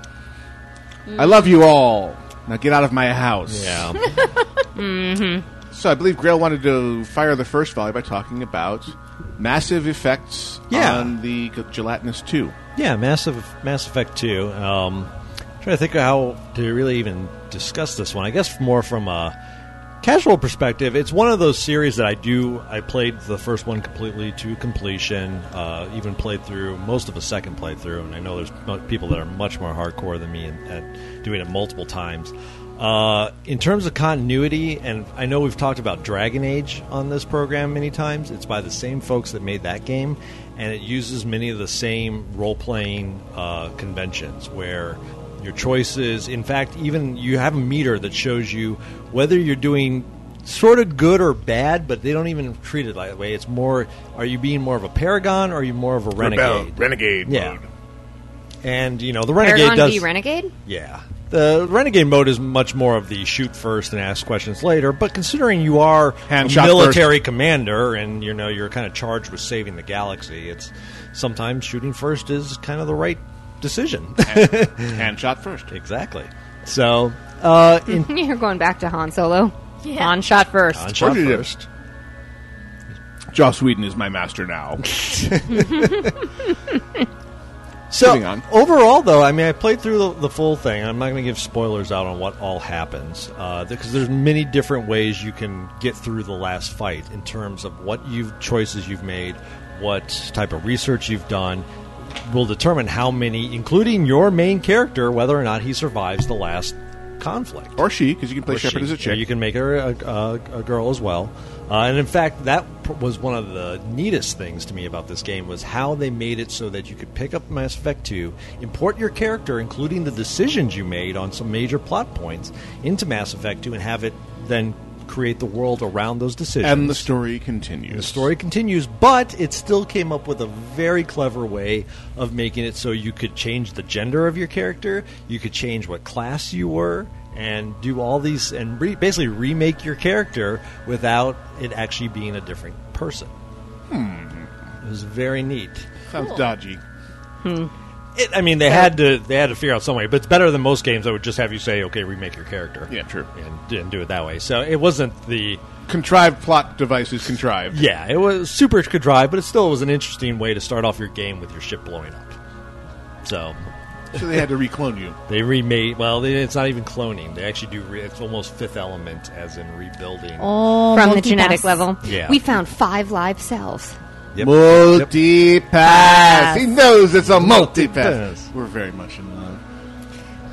I love you all. Now get out of my house.
Yeah.
So I believe Grail wanted to fire the first volley by talking about massive effects
Yeah.
on the g- gelatinous two.
Yeah, Mass, Eff- Mass Effect 2. Um, trying to think of how to really even discuss this one. I guess more from a casual perspective, it's one of those series that I do. I played the first one completely to completion, uh, even played through most of a second playthrough, and I know there's mo- people that are much more hardcore than me and, at doing it multiple times. Uh, in terms of continuity, and I know we've talked about Dragon Age on this program many times. It's by the same folks that made that game, and it uses many of the same role playing uh, conventions where your choices, in fact, even you have a meter that shows you whether you're doing sort of good or bad, but they don't even treat it that way. It's more are you being more of a paragon or are you more of a renegade?
renegade
yeah.
mode.
And you know the renegade
Paragon
does
v. Renegade?
yeah. The renegade mode is much more of the shoot first and ask questions later, but considering you are
Hand
a
shot
military commander and you know you're kind of charged with saving the galaxy, it's sometimes shooting first is kind of the right decision.
Hand shot first.
exactly. So, uh, in
You're going back to Han Solo.
Yeah.
Han shot first.
Han shot
What did you do?
first.
Joss Whedon is my master now.
So
Moving on.
overall, though, I mean, I played through the, the full thing. I'm not going to give spoilers out on what all happens because there's many different ways you can get through the last fight in terms of what you've choices you've made, what type of research you've done will determine how many, including your main character, whether or not he survives the last conflict
or she, because you can play
or
Shepard
she.
as a
Yeah,
chick.
you can make her a, a, a girl as well. Uh, and in fact, that pr- was one of the neatest things to me about this game was how they made it so that you could pick up Mass Effect 2, import your character, including the decisions you made on some major plot points, into Mass Effect 2, and have it then create the world around those decisions.
and the story continues.
The story continues, but it still came up with a very clever way of making it so you could change the gender of your character, you could change what class you were, and do all these and re- basically remake your character without it actually being a different person.
Hmm.
It was very neat.
sounds dodgy.
Hmm.
It, I mean, they had to they had to figure out some way, but it's better than most games that would just have you say, "Okay, remake your character,"
Yeah, true.
and, and do it that way. So it wasn't the
Contrived plot devices contrived.
Yeah, it was super contrived, but it still was an interesting way to start off your game with your ship blowing up. So
So they had to reclone you.
they remade. Well, they, it's not even cloning. They actually do. Re, it's almost Fifth Element, as in rebuilding.
Oh,
From the
multipass.
genetic level.
Yeah.
We found five live cells.
Yep.
Multi-pass. He knows it's a multi-pass.
Multi-pass.
We're very much in love.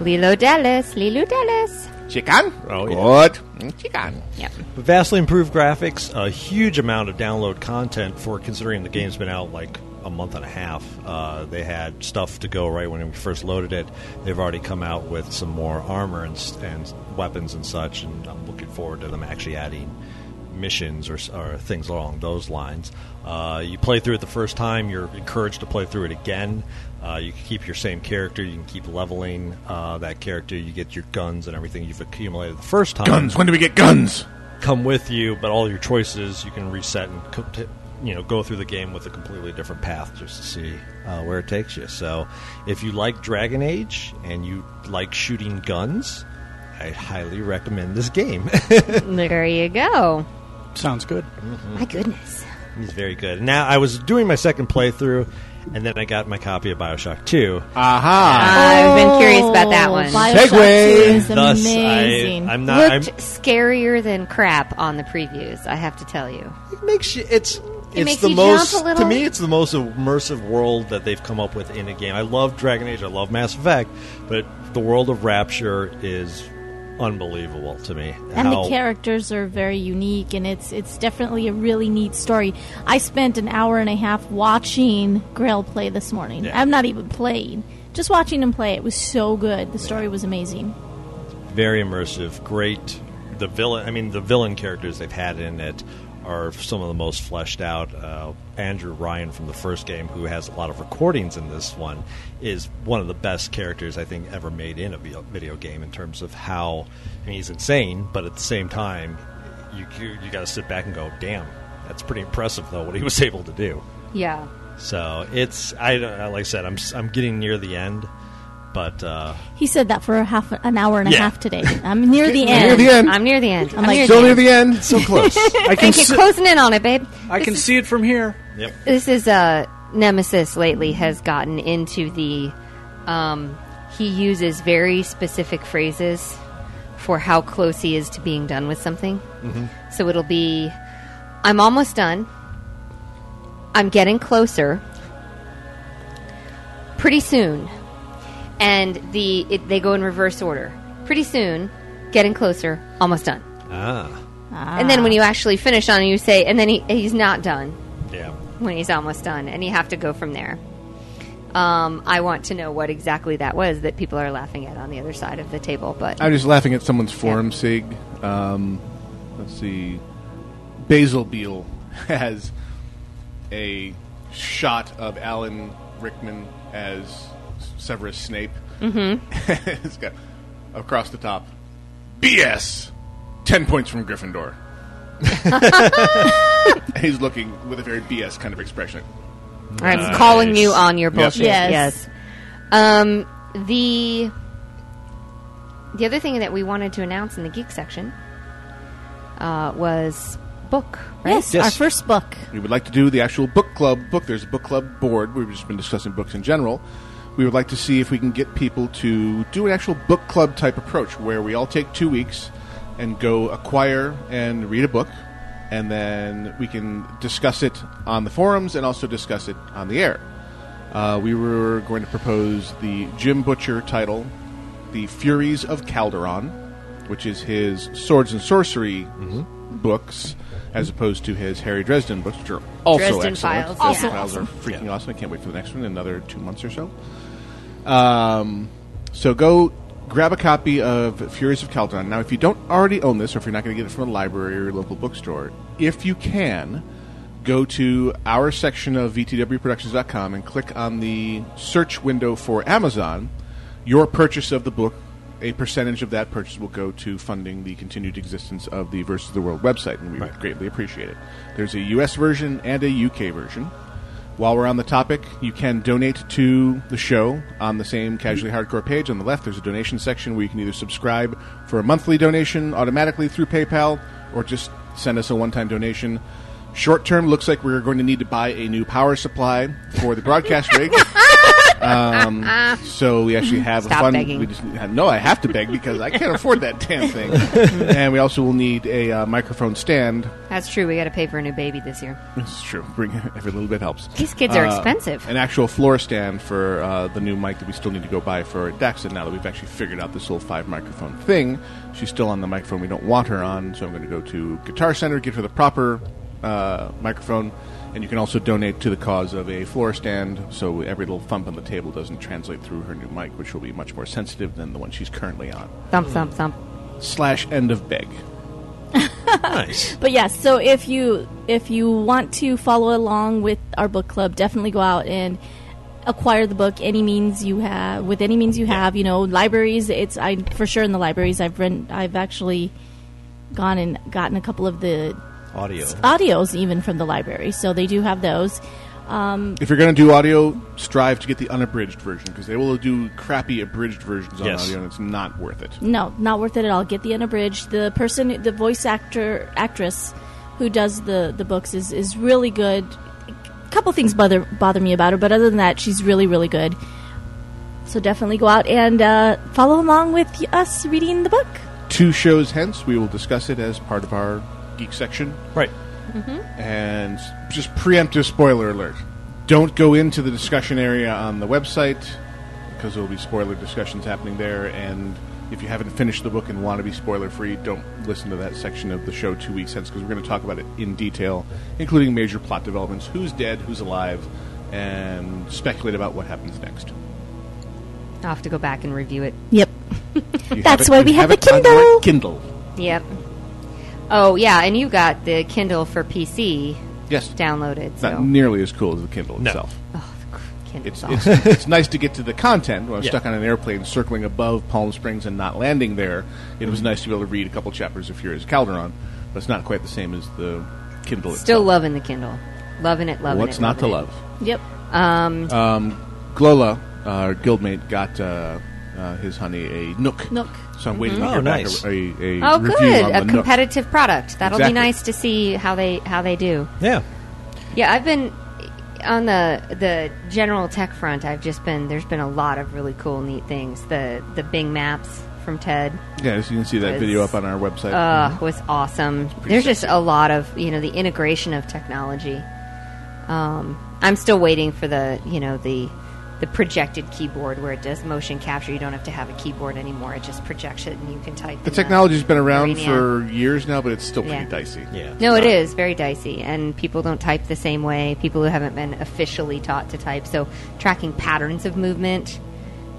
Lilo Dallas. Lilo Dallas.
Chicken?
Oh,
Good. Chicken.
Yep.
But vastly improved graphics, a huge amount of download content for considering the game's been out like a month and a half. Uh, they had stuff to go right when we first loaded it. They've already come out with some more armor and, s- and weapons and such, and I'm looking forward to them actually adding missions or, s- or things along those lines. Uh, you play through it the first time, you're encouraged to play through it again. Uh, you can keep your same character, you can keep leveling uh, that character, you get your guns and everything you've accumulated the first time
Guns. When do we get guns?
come with you, but all your choices you can reset and co- t- you know go through the game with a completely different path just to see uh, where it takes you. So, if you like Dragon Age and you like shooting guns, I highly recommend this game.
There you go.
Sounds good.
My goodness.
it's Mm-hmm. very good. Now, I was doing my second playthrough, and then I got my copy of Bioshock Two.
Aha.
I've been curious about that one.
Bioshock
Segway.
2 is
Thus,
amazing.
I,
I,
I'm not.
Looked
I'm,
scarier than crap on the previews, I have to tell you.
it makes you it's it's
makes
the
you jump a
most
little.
to me it's the most immersive world that they've come up with in a game i love dragon age i love mass effect but the world of rapture is unbelievable to me.
and
how-
the characters are very unique and it's it's definitely a really neat story i spent an hour and a half watching grail play this morning
Yeah.
i'm not even playing just watching him play it was so good the story was amazing
very immersive. Great. The villain. I mean, the villain characters they've had in it are some of the most fleshed out. Uh, Andrew Ryan from the first game, who has a lot of recordings in this one, is one of the best characters I think ever made in a vi- video game in terms of how. I mean, he's insane, but at the same time, you you, you got to sit back and go, "Damn, that's pretty impressive, though." What he was able to do.
Yeah.
So it's I don't like I said I'm s- I'm getting near the end, but uh,
he said that for a half an hour and
Yeah.
a half today i'm near the
I'm
end
near the end. I'm near the end. I'm near
like,
the end.
So close.
I can
see-
closing in on it, babe.
I can see it from here.
Yep.
This is uh, Nemesis lately has gotten into the. Um, he uses very specific phrases for how close he is to being done with something.
Mhm.
So it'll be, I'm almost done. I'm getting closer. Pretty soon, and the it, they go in reverse order. Pretty soon, getting closer, almost done.
ah
And then when you actually finish on it, you say, and then he, he's not done
yeah.
when he's almost done, and you have to go from there. Um, I want to know what exactly that was that people are laughing at on the other side of the table, but
I'm just laughing at someone's forum sig. Um, let's see. Basil Beal has a shot of Alan Rickman as Severus Snape.
Mhm.
Mm-hmm.
it's got across the top. BS. Ten points from Gryffindor. He's looking with a very BS kind of expression.
I'm calling you on your bullshit.
Yes.
Yes. Um, the the other thing that we wanted to announce in the geek section uh, was book. Right?
first book.
We would like to do the actual book club book. There's a book club board. We've just been discussing books in general. We would like to see if we can get people to do an actual book club type approach where we all take two weeks and go acquire and read a book, and then we can discuss it on the forums and also discuss it on the air. Uh, we were going to propose the Jim Butcher title, The Furies of Calderon, which is his Swords and Sorcery books, as opposed to his Harry Dresden books, which are also
Dresden
excellent.
Files,
Dresden
yeah.
Files are
Awesome.
freaking awesome. I can't wait for the next one in another two months or so. Um, so go grab a copy of Furies of Calderon. Now, if you don't already own this, or if you're not going to get it from a library or your local bookstore, if you can, go to our section of VTWProductions.com and click on the search window for Amazon. Your purchase of the book, a percentage of that purchase will go to funding the continued existence of the Versus the World website, and we would greatly appreciate it. There's a U.S. version and a UK version. While we're on the topic, you can donate to the show on the same Casually Hardcore page. On the left, there's a donation section where you can either subscribe for a monthly donation automatically through PayPal or just send us a one time donation. Short term, looks like we're going to need to buy a new power supply for the broadcast rig. um, so we actually have
Stop
a fund.
begging.
We just no, I have to beg because I can't afford that damn thing. and we also will need a uh, microphone stand.
That's true. We got to pay for a new baby this year.
This is true. Bring every little bit helps. Uh,
These kids are expensive.
An actual floor stand for uh, the new mic that we still need to go buy for Daxon. Now that we've actually figured out this little five microphone thing, she's still on the microphone we don't want her on. So I'm going to go to Guitar Center get her the proper uh, microphone. And you can also donate to the cause of a floor stand, so every little thump on the table doesn't translate through her new mic, which will be much more sensitive than the one she's currently on.
Thump, thump, thump.
Slash end of beg.
nice.
But yes, so if you if you want to follow along with our book club, definitely go out and acquire the book any means you have with any means you have. You know, libraries. It's I for sure in the libraries. I've rent. I've actually gone and gotten a couple of the
Audio.
audios even from the library, so they do have those. Um,
If you're going to do audio, strive to get the unabridged version because they will do crappy abridged versions on
Yes.
audio, and it's not worth it.
No, not worth it at all. Get the unabridged. The person, the voice actor, actress who does the the books is is really good. A couple things bother bother me about her, but other than that, she's really really good. So definitely go out and uh, follow along with us reading the book.
Two shows hence, we will discuss it as part of our geek section.
Right.
Mm-hmm.
And just preemptive spoiler alert: don't go into the discussion area on the website because there will be spoiler discussions happening there, and If you haven't finished the book and want to be spoiler free, don't listen to that section of the show two weeks hence because we're going to talk about it in detail, including major plot developments, who's dead, who's alive, and speculate about what happens next.
I'll have to go back and review it.
Yep.
You
That's
have it-
why
you
we have
have
the
it on your
Kindle.
Kindle.
Yep. Oh yeah, and you got the Kindle for PC.
Yes.
Downloaded.
It's
So.
not nearly as cool as the Kindle itself.
Oh, the cr- Kindle's
It's,
awesome.
it's, it's nice to get to the content. When I was
Yeah.
stuck on an airplane circling above Palm Springs and not landing there, it
Mm-hmm.
was nice to be able to read a couple chapters of Fury's Calderon, but it's not quite the same as the Kindle
Still loving the Kindle. Loving it. Loving
What's
it.
not to
loving it. Yep. Um.
itself. Um, Glola, uh, our guildmate, got uh, uh, his honey a Nook.
Nook.
So I'm waiting
Mhm.
to hear
Oh,
back
nice.
a, a, a
oh,
review
good.
on
A
the Nook.
competitive product. That'll
Exactly.
be nice to see how they how they do.
Yeah.
Yeah, I've been on the the general tech front. I've just been there's been a lot of really cool, neat things. The the Bing Maps from TED.
Yeah, so you can see that
was-
video up on our website. Mm-hmm.
Uh, was awesome.
pretty
There's just a lot of you know the integration of technology. Um, I'm still waiting for the you know the the projected keyboard where it does motion capture. You don't have to have a keyboard anymore. It just projects it, and you can type.
the
in
technology's been around
Brainiac.
for years now, but it's still pretty
Yeah.
dicey. Yeah.
No, it is very dicey, and people don't type the same way. People who haven't been officially taught to type, so tracking patterns of movement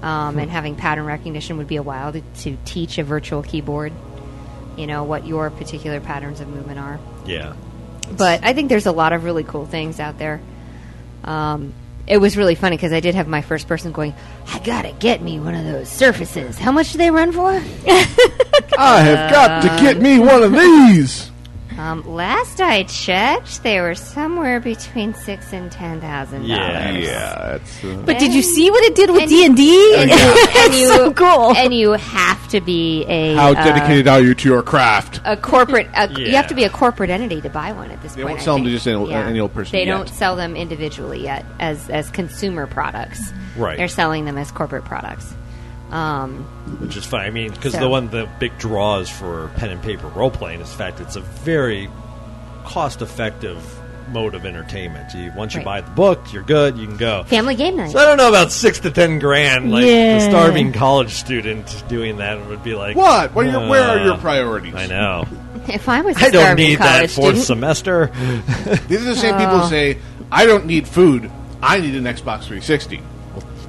Hmm.
um, and having pattern recognition would be a while to, to teach a virtual keyboard. You know what your particular patterns of movement are,
Yeah.
but I think there's a lot of really cool things out there. Um, it was really funny because I did have my first person going, "I gotta get me one of those surfaces." How much do they run for?
I have got
uh,
to get me one of these.
Um, last I checked, they were somewhere between six and ten thousand dollars.
Yeah. It's, uh,
But did you see what it did with D and D?
and you, so cool. And you have to be a
How
uh,
dedicated are you to your craft?
a corporate. A, You
Yeah.
have to be a corporate entity to buy one at this
They
point.
won't
I
sell 'em to
think.
just any- any old person
They
yet.
don't sell them individually yet as as consumer products.
Right.
They're selling them as corporate products. Um,
Which is fine. I mean, because
So-
the one the big draws for pen and paper role playing is the fact it's a very cost effective mode of entertainment. You, once you
Right.
buy the book, you're good. You can go.
family game night.
So I don't know about six to ten grand. Like
Yeah.
the starving college student doing that would be like
What? What are your- where are your
uh,
priorities?
I know.
if I was, a
I don't
starving
need that
college
fourth
student-
semester.
These are the same people
Oh.
who say, I don't need food. I need an Xbox 360.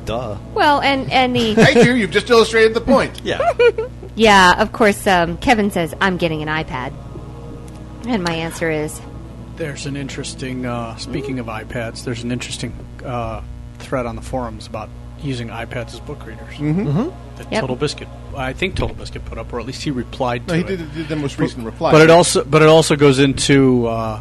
Duh.
Well, and and the
Thank you. You've just illustrated the point.
Yeah.
Yeah, of course. Um, Kevin says I'm getting an iPad, and my answer is
There's an interesting, uh, speaking of iPads, there's an interesting uh, thread on the forums about using iPads as book readers.
Mhm. Mhm.
That
Yep.
Total Biscuit, I think Total Biscuit put up, or at least he replied to
No, he
it.
did, did the most recent reply.
But it also, but it also goes into uh,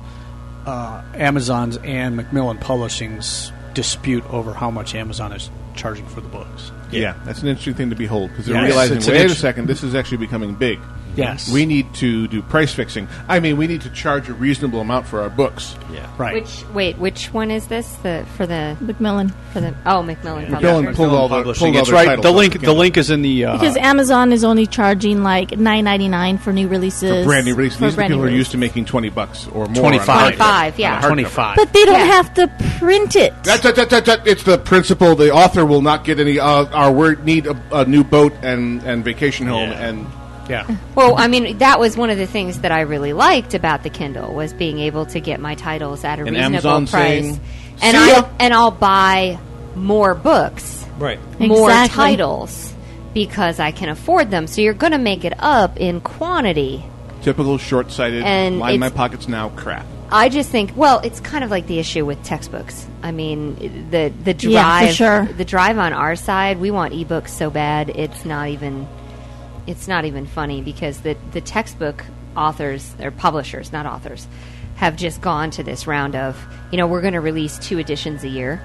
uh, Amazon's and Macmillan Publishing's dispute over how much Amazon is charging for the books.
Yeah. that's an interesting thing to behold because they're
Yes.
realizing,
It's an
wait a
inter-
second, this is actually becoming big.
Yes.
We need to do price fixing. I mean, we need to charge a reasonable amount for our books.
Yeah.
Which wait, which one is this? The for the
Macmillan
for the oh Macmillan.
Yeah.
Publishers.
Macmillan pulled all the-
Publishing.
pulled all
It's
their
right.
titles
The
off
link.
the
The link is in the. Uh,
because Amazon is only charging like nine ninety nine for new releases.
For brand new releases,
For
these are
brand
people
new
who are
releases.
used to making twenty bucks or more.
25.
on a hardcover.
25, yeah.
On a hardcover.
25.
But they don't have to print it.
That, that, that, that, that- it's the principle. The author will not get any. Uh, our word need a, a new boat and and vacation home and
yeah.
Well, I mean, that was one of the things that I really liked about the Kindle was being able to get my titles at a
And
reasonable
Amazon
price,
saying,
and
"See ya."
I and I'll buy more books,
Right.
More
Exactly.
titles because I can afford them. So you're going to make it up in quantity.
typical short sighted.
And
Line
it's-
my pockets now. Crap.
I just think, well, it's kind of like the issue with textbooks. I mean, the the drive,
Yeah, for sure.
the drive on our side, we want ebooks so bad it's not even, it's not even funny because the the textbook authors or publishers, not authors, have just gone to this round of, you know, we're going to release two editions a year,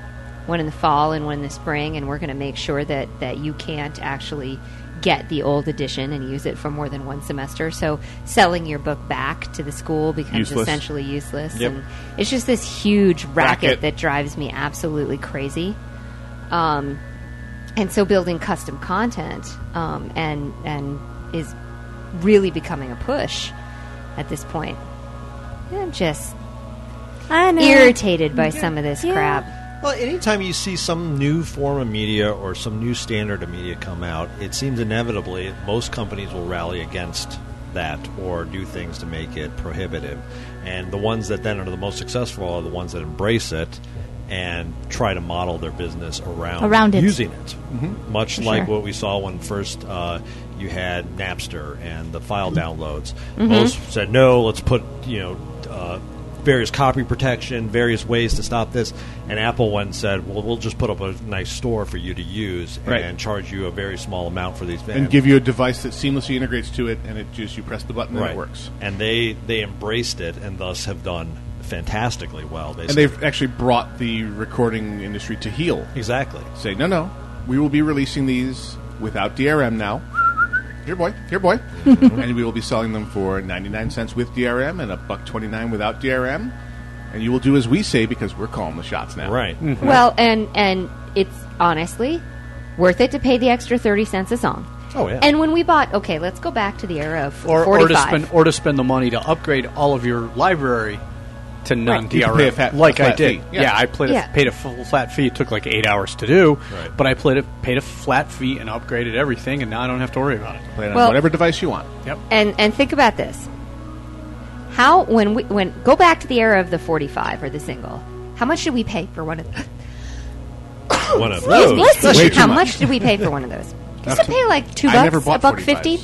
one in the fall and one in the spring, and we're going to make sure that that you can't actually get the old edition and use it for more than one semester. So selling your book back to the school becomes
Useless.
essential essentially useless.
Yep.
And it's just this huge racket,
Racket.
that drives me absolutely crazy. Um, and so building custom content um, and and is really becoming a push at this point. I'm just
I know.
irritated by some of this crap.
Well, anytime you see some new form of media or some new standard of media come out, it seems inevitably most companies will rally against that or do things to make it prohibitive. And the ones that then are the most successful are the ones that embrace it and try to model their business around,
Around it.
using it.
Mhm.
Much
For
like
sure.
what we saw when first uh, you had Napster and the file downloads.
Mhm.
Most said no let's put you know uh, various copy protection various ways to stop this and apple one said well we'll just put up a nice store for you to use and
Right.
charge you a very small amount for these
and give you a device that seamlessly integrates to it, and it just you press the button and
right.
it works.
and they they embraced it and thus have done fantastically well they
And they've actually brought the recording industry to heel.
Exactly.
Say no, no, we will be releasing these without DRM now. Here, boy. Here, boy.
Mm-hmm.
and we will be selling them for ninety-nine cents with DRM and a buck twenty-nine without DRM. And you will do as we say because we're calling the shots now.
Right.
Well, and and it's honestly worth it to pay the extra thirty cents a song.
Oh, yeah.
And when we bought, okay, let's go back to the era of
or, or to
forty-five.
spend or to spend the money to upgrade all of your library to non
You
DRM,
can pay a fat-
like
a
I
flat fee.
did. Yeah.
Yeah.
I played
Yeah.
a, paid a full flat fee. It took like eight hours to do,
Right.
but I played a, paid a flat fee and upgraded everything, and now I don't have to worry about it.
Play it on
Well-
whatever device you want.
Yep.
And and think about this. How when we when go back to the era of the forty-five or the single, how much did we pay for one of?
one of
Excuse
those
me, how much. did we pay for one of those? Used to pay like two
I
bucks,
never bought
a buck
45s.
fifty.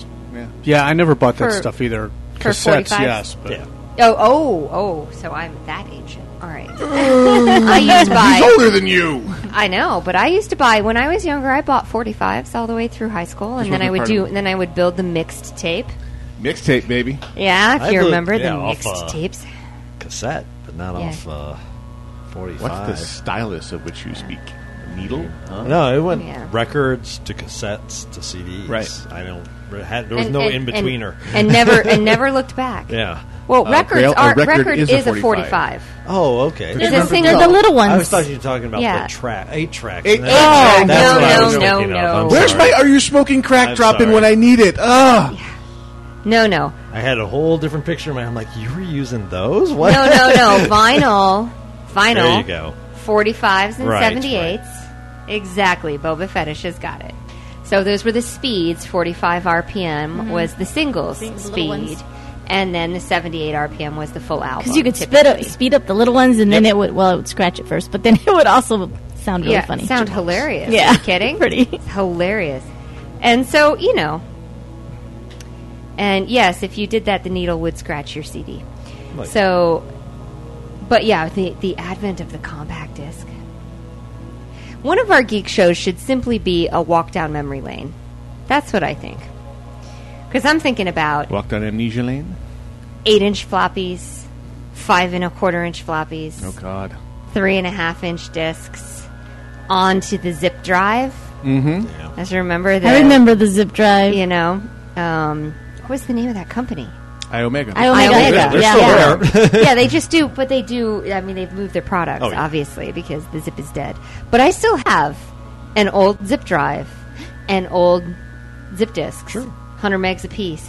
Yeah, I never bought that
For-
stuff either.
for
Cassettes,
45s?
yes, but
Oh, oh, oh! So I'm that ancient. All right. I used to buy.
He's older than you.
I know, but I used to buy when I was younger. I bought 45s all the way through high school,
Just
and then
wasn't
I would
part
do,
of it.
and then I would build the mixed tape.
Mixtape, baby.
Yeah, if
I
you
looked-
remember the
yeah, off,
mixed
uh,
tapes.
cassette but not
Yeah.
off uh, 45
What's the stylus of which you speak? Needle? Huh?
no, it went
Yeah.
records to cassettes to CDs. Right, I don't. Had, there was
And-
no
and-
in
and-
betweener,
and never and never looked back.
Yeah.
Well,
Uh,
records
Grail- a
are
record
record
is
is,
a
a
45.
45.
Oh, okay.
There's a singer, the little ones.
I was thought you were talking about
Yeah.
the track, eight tracks.
Eight-
No,
Oh,
that's
no,
what I was
no, no,
thinking of.
no.
I'm
Where's
sorry.
my Are You Smoking Crack
I'm
drop in
sorry.
when I need it? Ugh!
No, no,
I had a whole different picture in my. I'm like, you were using those? What?
no, no, no. Vinyl, vinyl.
There you go.
45s and
Right,
78s. Exactly. Boba Fetish has got it. So those were the speeds. 45 RPM
Mhm.
was the singles
Sing- the little
speed.
ones.
And then the 78 RPM was the full album.
Because you could speed
typically.
up, speed up the little ones, and then it would well, it would scratch it first, but then it would also sound really
yeah,
funny.
sound hilarious.
Yeah.
Are you kidding? Pretty. hilarious. And so, you know. And yes, if you did that, the needle would scratch your CD.
Like-
so, but yeah, the, the advent of the compact disc. One of our geek shows should simply be a walk down memory lane. That's what I think. Because I'm thinking about
Walked on Amnesia Lane?
eight inch floppies, five and a quarter inch floppies
Oh, God.
three and a half inch discs onto the zip drive.
Mm-hmm.
As you remember, the,
I remember the zip drive.
You know, um, what was the name of that company?
iOmega.
iOmega,
iOmega.
They're
yeah,
still there.
yeah. they just do, but they do. I mean, they've moved their products
Oh, yeah.
obviously because the zip is dead. But I still have an old zip drive and old zip discs, hundred megs a piece.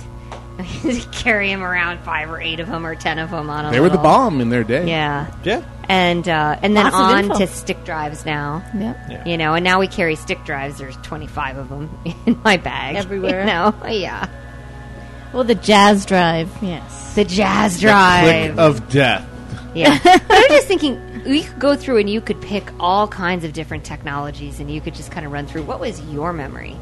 carry them around five or eight of them or ten of them on a
They were the
little-
bomb in their day.
yeah.
Yeah.
And uh, and then
Lots of
on
info.
to stick drives now.
Yep.
Yeah.
You know, and now we carry stick drives. There's 25 of them in my bag
Everywhere.
You know, yeah.
Well, the jazz drive, yes.
The jazz drive.
Click of death.
yeah. but I'm just thinking we could go through and you could pick all kinds of different technologies and you could just kind of run through what was your memory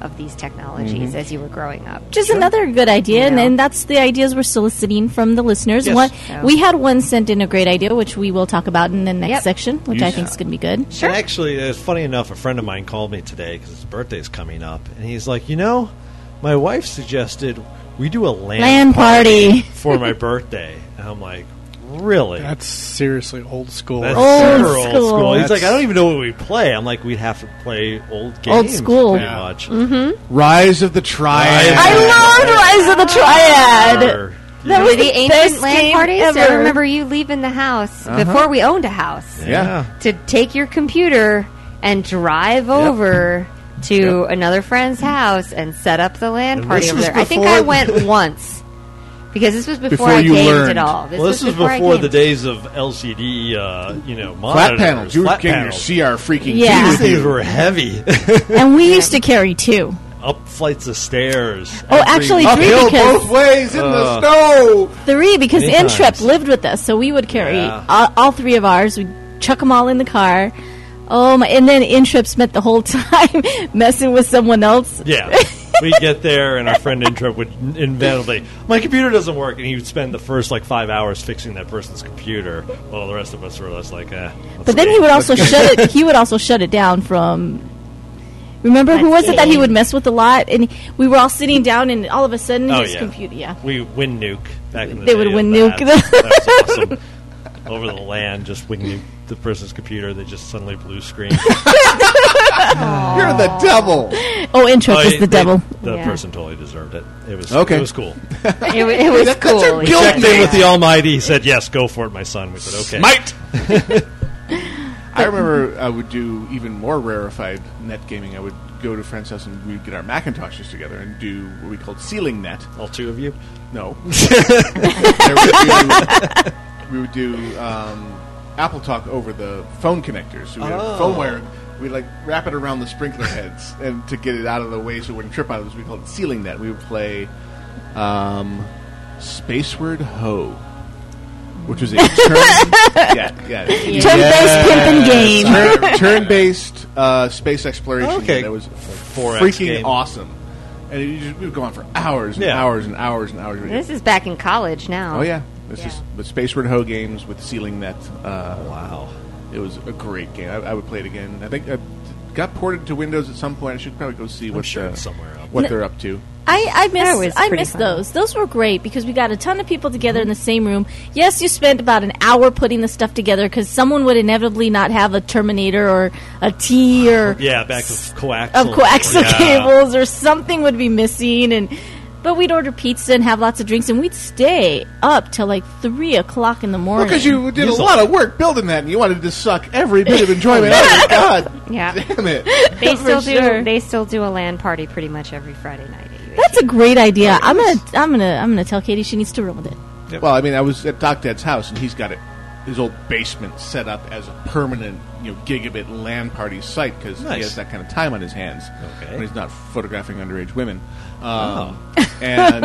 of these technologies
Mhm.
as you were growing up.
Which is another good idea, and,
Yeah.
and that's the ideas we're soliciting from the listeners.
Yes.
One,
Yeah.
We had one sent in a great idea, which we will talk about in the next
Yep.
section, which I
Yes.
think is going to be good.
And actually, it's funny enough. A friend of mine called me today because his birthday's coming up, and he's like, you know, my wife suggested we do a land,
Land party."
for my birthday, and I'm like, really?
That's seriously old school.
That's
Old
super old
school.
school. He's
That's-
like, I don't even know what we play. I'm like, we'd have to play old games,
Old school.
pretty
Yeah.
much.
Mhm.
Hmm? Rise of the Triad.
I love Rise of the Triad.
Or-
That was
Remember
the
the ancient
best
land
game
parties? I
ever.
remember you leaving the house
Uh-huh.
before we owned a house.
Yeah.
To take your computer and drive over to another friend's house and set up the land
And
party
this
over
was
there. I think I
before-
went once. because this was before, I gamed at all.
well, this
was
was
before,
before,
I gamed.
the days of LCD, uh, you know,
Flat
monitors.
panels. You were
flat
getting your
panels.
CR freaking
Yeah.
key
These
with
things
you.
were heavy.
and we used to carry two.
Up flights of stairs.
Oh,
every-
actually, three because
Uh,
snow. Three because
Many
Intrep
times.
lived with us, so we would carry
Yeah.
all, all three of ours. We'd chuck them all in the car. Oh my! And then Intrep spent the whole time messing with someone else.
Yeah. We'd get there, and our friend Intrep would n- invariably, my computer doesn't work, and he would spend the first like five hours fixing that person's computer, while the rest of us were just like, eh. let's
But then he
wait.
would also shut it. He would also shut it down from. Remember who was it that he would mess with a lot? And we were all sitting down, and all of a sudden
Oh,
his
yeah.
computer. Yeah.
We win nuke back in the
They would
day of
win
that.
nuke.
That was awesome. Over the land, just wing nuke the person's computer. They just suddenly blue screen.
You're the devil.
Oh, Intrep
Oh,
was
it-
the
they-
devil.
The
Yeah.
person totally deserved it. It was
Okay.
It was cool.
It, wa- it was cool.
We checked in with the Almighty. He said, "Yes, go for it, my son." We said, "Okay."
Smite! I remember I would do even more rarefied net gaming. I would go to friends' house and we'd get our Macintoshes together and do what we called ceiling net.
All two of you?
No. There would be- we would do um, Apple Talk over the phone connectors. So we had
Oh.
phone wire. We like wrap it around the sprinkler heads and to get it out of the way so it wouldn't trip on us. We called it ceiling net. We would play um, Spaceward Ho, which was a turn. yeah, yeah.
Turn-based pimpin' game.
Turn, turn-based uh, space exploration. game
Okay.
that was
4X
freaking
game.
awesome. And you just, we would go on for hours and
Yeah.
hours and hours and hours.
This is back in college now.
Oh yeah, this is the Spaceward Ho games with ceiling net. Uh, wow, it was a great game. I, I would play it again. I think it got ported to Windows at some point. I should probably go see what
sure
the-
it's somewhere out
what
there.
they're up to.
I, I
That was
miss I
pretty
miss
fun.
those. Those were great because we got a ton of people together in the same room. Yes, you spent about an hour putting the stuff together because someone would inevitably not have a terminator or a
Oh,
T or
Yeah, back of coaxial,
of coaxial
Yeah.
cables or something would be missing and but we'd order pizza and have lots of drinks and we'd stay up till like three o'clock in the morning.
Because you did a lot of work building that, and you wanted to suck every bit of enjoyment out of it. God
Yeah.
damn it!
They
For
still do.
sure.
They still do a land party pretty much every Friday night. at UH.
That's a great idea. I'm gonna I'm gonna I'm gonna tell Katie she needs to run with it.
Well, I mean, I was at Doc Dad's house, and he's got it, his old basement set up as a permanent, you know, gigabit LAN party site because he
Nice.
has that kind of time on his hands
Okay.
when he's not photographing underage women. Um, And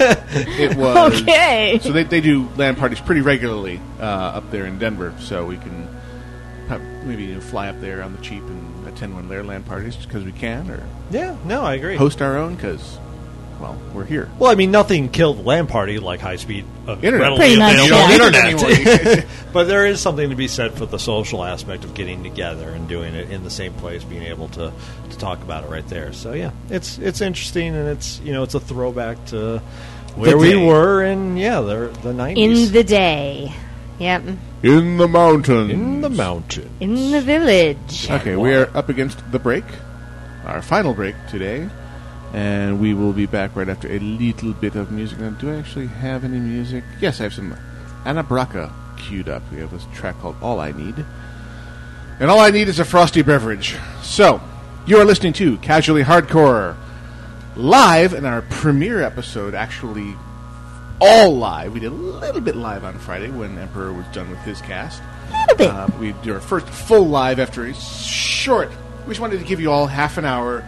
it was
Okay.
So they, they do LAN parties pretty regularly uh, up there in Denver, so we can prob- maybe you know, fly up there on the cheap and attend one of their LAN parties because we can, or
Yeah, no, I agree.
host our own because, well, we're here.
Well, I mean, nothing killed the land party like high speed uh,
Internet.
readily
Pretty
much,
available
yeah.
internet. but there is something to be said for the social aspect of getting together and doing it in the same place, being able to, to talk about it right there. So yeah, it's it's interesting and it's you know it's a throwback to where we
day.
were in yeah the the nineties
in the day. Yep.
In the mountain.
mountain.
In the village.
Okay, we are up against the break, our final break today, and we will be back right after a little bit of music. Now, do I actually have any music? Yes, I have some Anna Braca queued up. We have a track called All I Need. And all I need is a frosty beverage. So, you are listening to Casually Hardcore live in our premiere episode, actually all live. We did a little bit live on Friday when Emperor was done with his cast.
Little bit.
Uh, we did our first full live after a short. We just wanted to give you all half an hour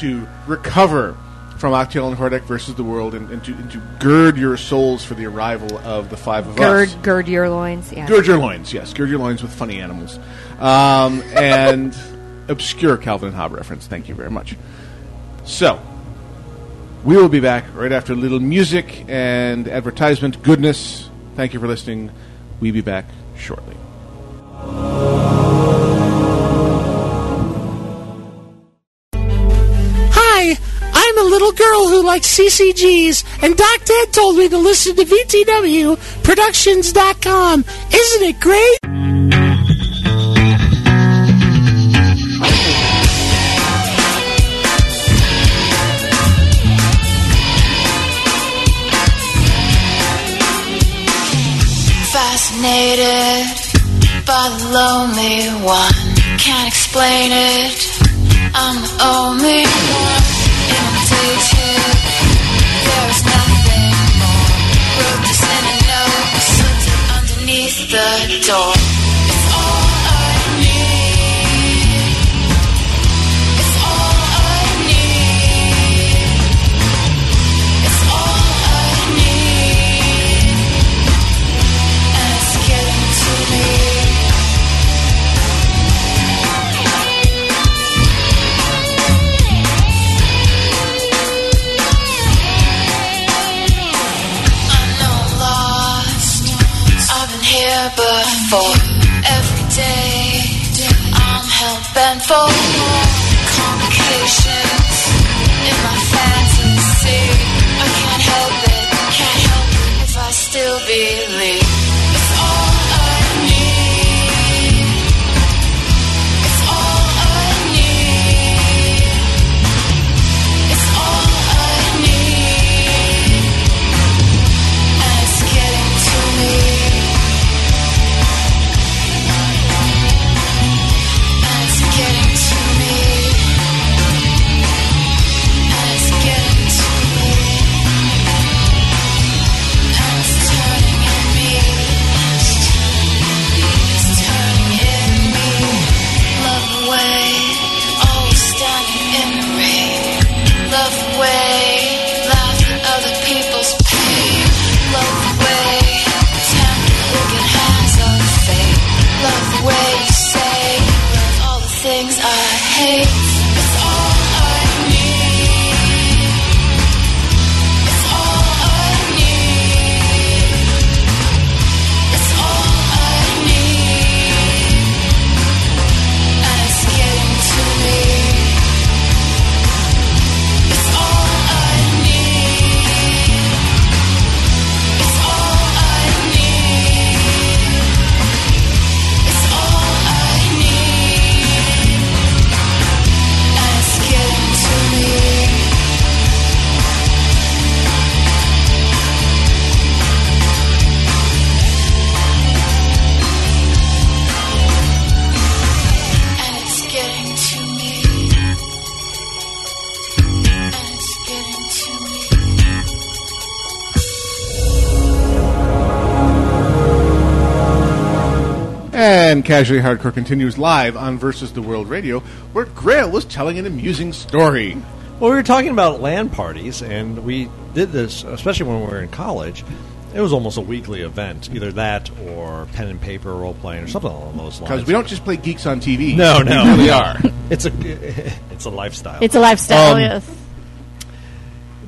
to recover from Octail and Hordeck versus the world and, and, to, and to gird your souls for the arrival of the five of us.
Gird, gird your loins. Yeah.
Gird your loins, yes. Gird your loins with funny animals. Um, and obscure Calvin and Hobb reference. Thank you very much. So, we will be back right after a little music and advertisement goodness. Thank you for listening. We'll be back shortly.
Hi, I'm a little girl who likes CCGs, and Doc Dad told me to listen to VTW Productions.com. Isn't it great?
Fascinated by the lonely one. Can't explain it. I'm the only one. And I'm addicted. There is nothing more door. It's all I need. It's all I need. It's all I need. And it's getting to me. I'm not lost. I've been here before. Every day, I'm hell bent for more complications in my fantasy. I can't help it, can't help it if I still believe. It's all I need. It's all I need. It's all I need. And it's getting to me. And it's getting to me. And it's getting to me. And it's turning in me. It's turning in me. Love away, always standing in the rain. Love away, laugh at other people's pain. Love away, time looking hands of fate. Love the way you say, love all the things I hate. It's all I need. It's all I need. It's all I need. And it's getting to me. It's all I need. It's all I need. It's all I need. And it's getting to me. And it's getting to me. And it's getting to me.
And Casually Hardcore continues live on Versus the World Radio, where Grail was telling an amusing story.
Well, we were talking about land parties, and we did this, especially when we were in college. It was almost a weekly event, either that or pen and paper role playing or something along those lines.
Because we don't just play geeks on TV.
No, no,
we really are.
It's a it's a lifestyle.
It's a lifestyle,
Oh,
Um,
yes.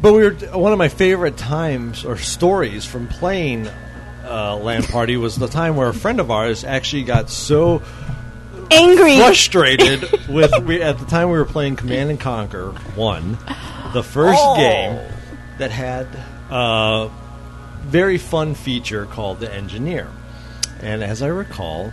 But we were one of my favorite times or stories from playing uh, land party was the time where a friend of ours actually got so
Angry.
frustrated with we at the time we were playing Command and Conquer one, the first
Oh.
game that had a very fun feature called the Engineer, and as I recall.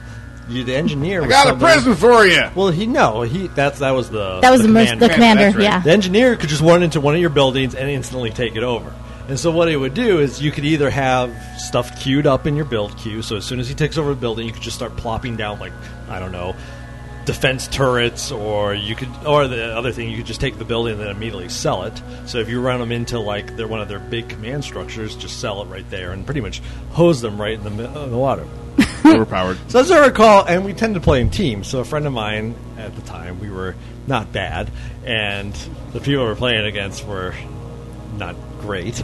You, the
I
engineer. was
got a
somebody-
present for you.
Well, he no, he that's that was uh, the
That was the most- the commander,
That's right.
yeah.
The engineer could just run into one of your buildings and instantly take it over. And so what he would do is you could either have stuff queued up in your build queue, so as soon as he takes over the building, you could just start plopping down like I don't know defense turrets, or you could, or the other thing, you could just take the building and then immediately sell it. So if you run them into like they're one of their big command structures, just sell it right there and pretty much hose them right in the, mi- uh, the water.
Overpowered.
So as I recall, and we tend to play in teams. So a friend of mine at the time, we were not bad, and the people we were playing against were not great.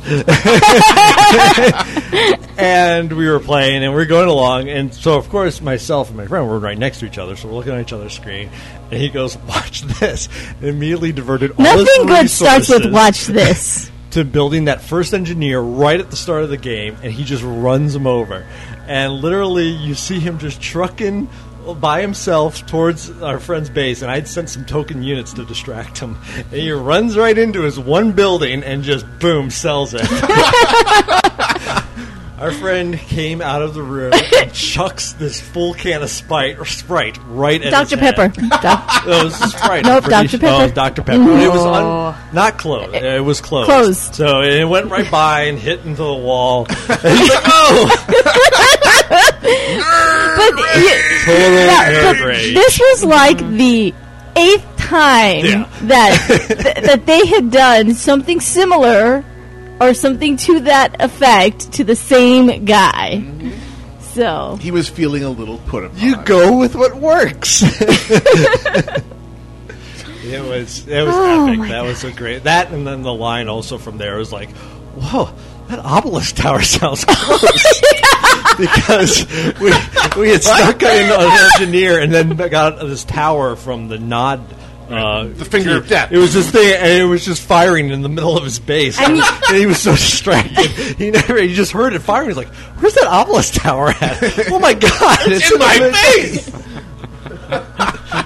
and we were playing, and we were going along, and so of course myself and my friend were right next to each other, so we're looking at each other's screen, and he goes, "Watch this!" And immediately diverted all his
Nothing good starts with
resources
watch this.
to building that first engineer right at the start of the game, and he just runs him over. And literally, you see him just trucking by himself towards our friend's base, and I'd sent some token units to distract him. And he runs right into his one building and just boom, sells it. Our friend came out of the room and chucks this full can of spite or sprite right at
Dr.
his head.
Pepper. Doc-
No, it was Sprite.
Nope,
I'm pretty
Dr.
su- Oh, it was
Pepper.
Dr. Pepper. But It was
No.
un- not closed. It was closed.
Closed.
So it went right by and hit into the wall. And he's like, oh!
but y-
Total
yeah,
nerd
but
rage.
this was like the eighth time
Yeah.
that th- that they had done something
Mm-hmm.
similar or something to that effect to the same guy. So
He was feeling a little put upon.
You go with what works. It was it was
Oh, my
epic. That was so great. That and then the line also from there was like, "Whoa, that obelisk tower sounds close." because we we had stuck in an engineer and then got this tower from the nod. Uh, the
finger of death.
It was this thing, and it was just firing in the middle of his base.
And
And,
you-
he was so distracted. He never. He just heard it firing. He's like, "Where's that obelisk tower at? Oh my god! It's, in my face!"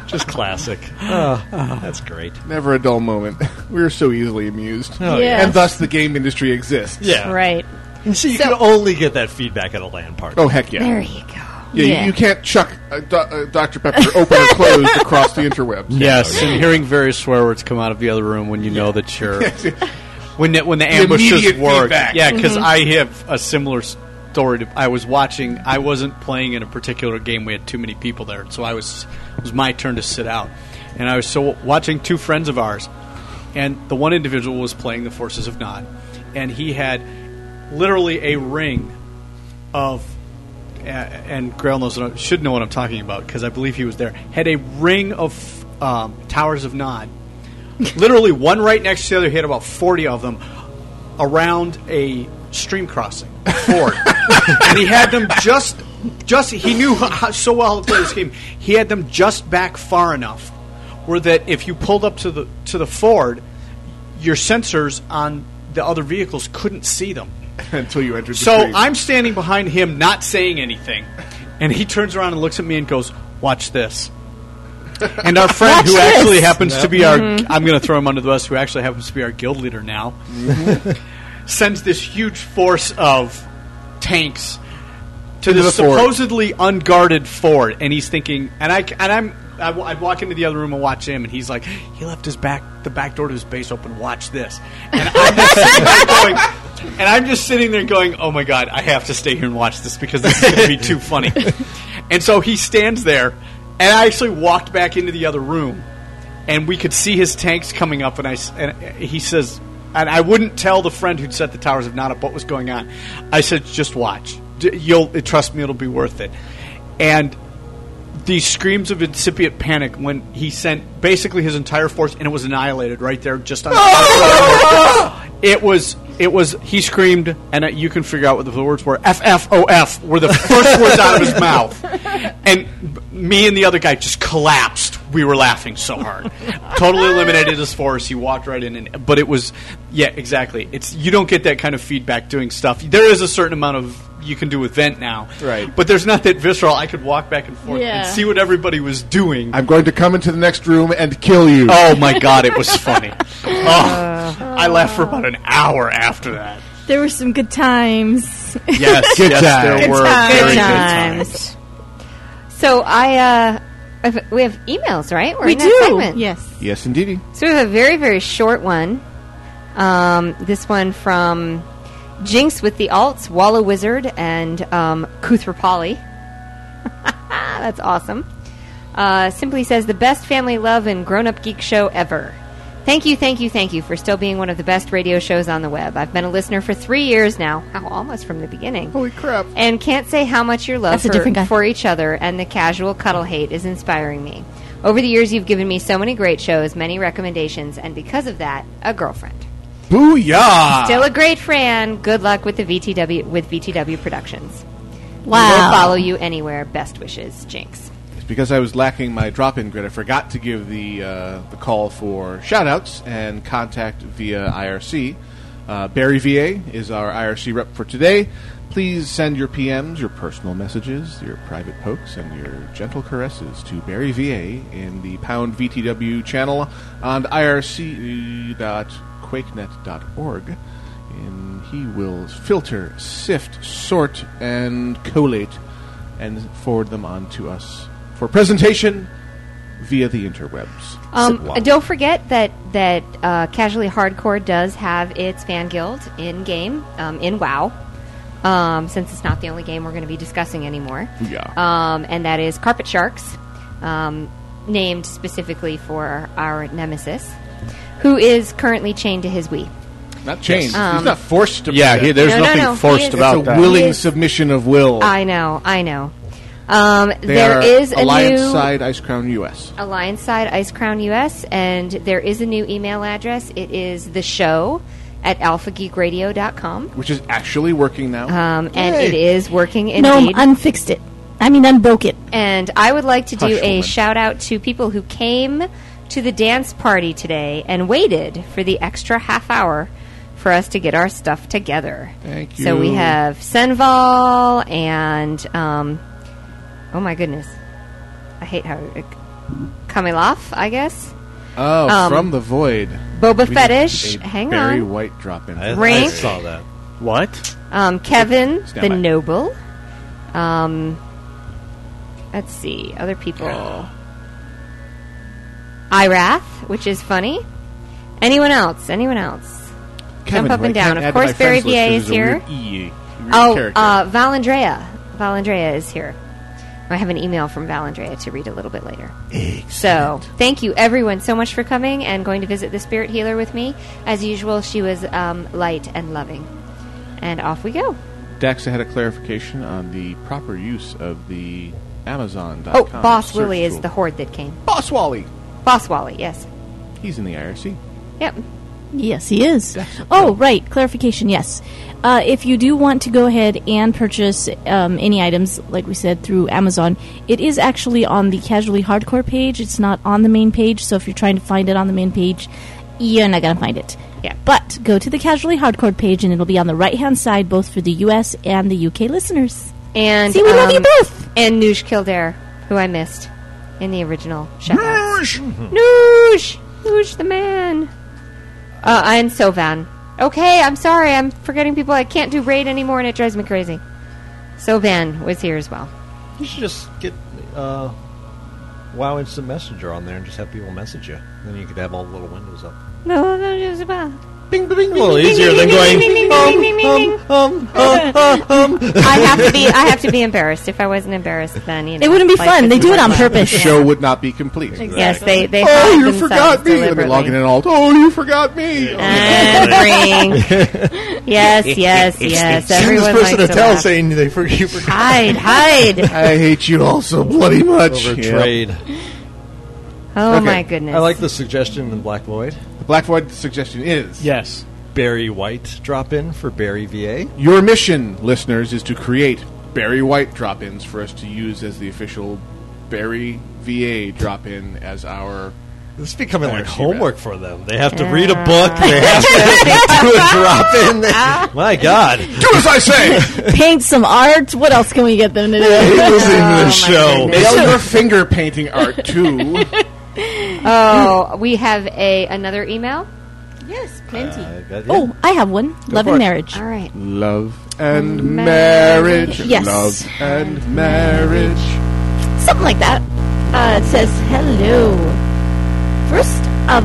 just classic. Oh,
Uh,
that's great.
Never a dull moment. We are so easily amused.
Oh, yeah.
And thus the game industry exists.
Yeah.
Right.
And so you can only get that feedback at a land party.
Oh, heck yeah.
There you go.
Yeah, you-
Yeah.
You, can't chuck a, do- a Dr. Pepper open or closed across the interwebs.
Yes, and hearing various swear words come out of the other room when you know that you're when the, when the
The
ambushes
immediate
work.
feedback.
Yeah, because
Mhm.
Mm-hmm.
I have a similar story. To, I was watching. I wasn't playing in a particular game. We had too many people there, so I was it was my turn to sit out, and I was so watching two friends of ours, and the one individual was playing the Forces of Nod, and he had literally a ring of a- and Grail knows what I, should know what I'm talking about because I believe he was there. Had a ring of um, towers of Nod, literally one right next to the other. He had about forty of them around a stream crossing ford and he had them just just he knew how, how- so well how to play this game he had them just back far enough where that if you pulled up to the to the ford your sensors on the other vehicles couldn't see them
Until you entered the
so
stream.
i'm standing behind him not saying anything and he turns around and looks at me and goes watch this and our friend
Watch
who
this.
actually happens to
Yep.
be our
Mm-hmm.
Mhm.
i'm going to throw him under the bus who actually happens to be our guild leader now
Mm-hmm.
sends this huge force of tanks to
Into
this
the fort.
supposedly unguarded fort, and he's thinking, and I and I'm I, w- I walk into the other room and watch him, and he's like, he left his back the back door to his base open. Watch this, and I'm just sitting there going, and I'm just sitting there going, oh my god, I have to stay here and watch this because this is going to be too funny. And so he stands there, and I actually walked back into the other room, and we could see his tanks coming up. And I s- and he says, and I wouldn't tell the friend who'd set the towers of not up what was going on. I said, just watch. D- You'll eh, trust me; it'll be worth it. And the screams of incipient panic when he sent basically his entire force, and it was annihilated right there, just on. The it was. It was. He screamed, and uh, you can figure out what the words were. F F O F were the first words out of his mouth, and b- me and the other guy just collapsed. We were laughing so hard. totally eliminated his force. He walked right in, and but it was. Yeah, exactly. It's you don't get that kind of feedback doing stuff. There is a certain amount of you can do with vent now, right? But there's not that visceral. I could walk back and forth
Yeah.
and see what everybody was doing.
I'm going to come into the next room and kill you.
Oh my god, it was funny. Oh, I laughed for about an hour after that.
there were some good times.
Yes,
Good yes,
there
Good
were
times.
very good
times.
So I, uh, I've- we have emails, right? We're
We
in that
do.
segment.
Yes.
Yes, indeedy.
So we have a very, very short one. Um, this one from Jinx with the alts, Walla Wizard, and um, Kuthrapali. That's awesome. Uh, simply says the best family love and grown up geek show ever. Thank you, thank you, thank you for still being one of the best radio shows on the web. I've been a listener for three years now. How almost from the beginning. Holy
crap.
And can't say how much your love
That's a
for,
different guy.
for each other and the casual cuddle hate is inspiring me. Over the years, you've given me so many great shows, many recommendations, and because of that, a girlfriend.
Booyah!
Still a great fan. Good luck with the VTW with VTW Productions.
Wow.
We'll follow you anywhere. Best wishes, Jinx.
It's because I was lacking my drop in grid. I forgot to give the uh, the call for shout outs and contact via IRC. Uh, Barry VA is our IRC rep for today. Please send your PMs, your personal messages, your private pokes, and your gentle caresses to Barry VA in the pound VTW channel on irc.quakenet.org. And he will filter, sift, sort, and collate and forward them on to us for presentation via the interwebs.
Um, don't forget that that uh, Casually Hardcore does have its fan guild in game um, in WoW. Um, since it's not the only game we're going to be discussing anymore,
Yeah.
Um, and that is Carpet Sharks, um, named specifically for our nemesis, who is currently chained to his Wii.
Not chained.
Yes. Um,
He's not forced to.
Yeah,
do that.
he- there's No, no, nothing no. forced He is- about
it's a
that.
willing
He is-
submission of will.
I know, I know. Um,
They
Uh, there
are
is a
Alliance
new
Side Ice Crown U.S.
Alliance Side Ice Crown US, and there is a new email address. It is the show at alphageekradio.com.
which is actually working now.
Um, and
Yay.
it is working indeed.
No, unfixed it. I mean, unbroke it.
And I would like to do
Hush,
a
woman.
shout out to people who came to the dance party today and waited for the extra half hour for us to get our stuff together.
Thank
So we
you.
have Senval and um, oh my goodness, I hate how Kamiloff, I guess.
Oh,
Um,
from the void.
Boba
We did
Fetish.
a
Hang
Barry
on.
White drop in.
I- I Rank. saw
that.
What?
Um, Kevin
Stand
the
by.
Noble. Um, let's see, other people. Irath, which is funny. Anyone else? Anyone else?
Kevin,
Jump up
who I
and down.
can't add
Of
to my
course, Barry
friends list
VA
'cause
is
he's a
here.
weird E, weird
Oh,
character.
uh, Valandrea. Valandrea is here. I have an email from Valandrea to read a little bit later. So, thank you everyone so much for coming and going to visit the spirit healer with me. As usual, she was um, light and loving. And off we go.
Daxa had a clarification on the proper use of the Amazon.com.
Oh, Boss
search
Willie is
tool.
the horde that came.
Boss Wally.
Boss Wally, yes.
He's in the IRC.
Yep.
Yes, he is. Oh, right. Clarification. Yes. Uh, if you do want to go ahead and purchase um, any items, like we said, through Amazon, it is actually on the Casually Hardcore page. It's not on the main page. So if you're trying to find it on the main page, you're not going to find it.
Yeah.
But go to the Casually Hardcore page, and it'll be on the right hand side, both for the U.S. and the U.K. listeners.
And um,
See, we love you
both. And Noosh Kildare, who I missed in the original shout Noosh!
Mm-hmm.
Noosh! Noosh the man. Uh, and Sovan. Okay, I'm sorry. I'm forgetting people. I can't do raid anymore, and it drives me crazy. Sovan was here as well.
You should just get uh, WoW Instant Messenger on there and just have people message you. Then you could have all the little windows up.
No, no, it was about.
Bing, bing, bing, a little easier than going.
I have to be. I have to be embarrassed. If I wasn't embarrassed, then you know,
It wouldn't be
life
fun. They
isn't
do it
much
on
fun.
purpose.
The show would not be complete.
Yes, they they.
Oh,
hide
you
themselves
forgot me. Let me
deliberately.
log in and all. Oh, you forgot me.
yes, yes, yes. Everyone
Send this person
likes
a tell
laugh.
saying
they for, you forgot.
Hide, hide.
I hate you all so bloody much.
Over
Yeah.
trade.
Oh
Okay.
my goodness!
I like the suggestion in Black Void.
The Black Void suggestion is
yes, Barry White drop in for Barry VA.
Your mission, listeners, is to create Barry White drop ins for us to use as the official Barry VA drop in as our.
This is becoming like
IRC
homework
rep.
for them. They have to read a book. They have to do a drop in.
Ah.
They- My God, do
as I say.
Paint some art. What else can we get them to do?
show.
Nail your finger painting art, too.
Oh, we have a another email.
Yes, plenty.
Uh,
that-
Oh, I have one. Love
for
and
it.
marriage.
All right.
Love and marriage.
Yes.
Love and marriage.
Something like that. Uh, it says, "Hello. First of,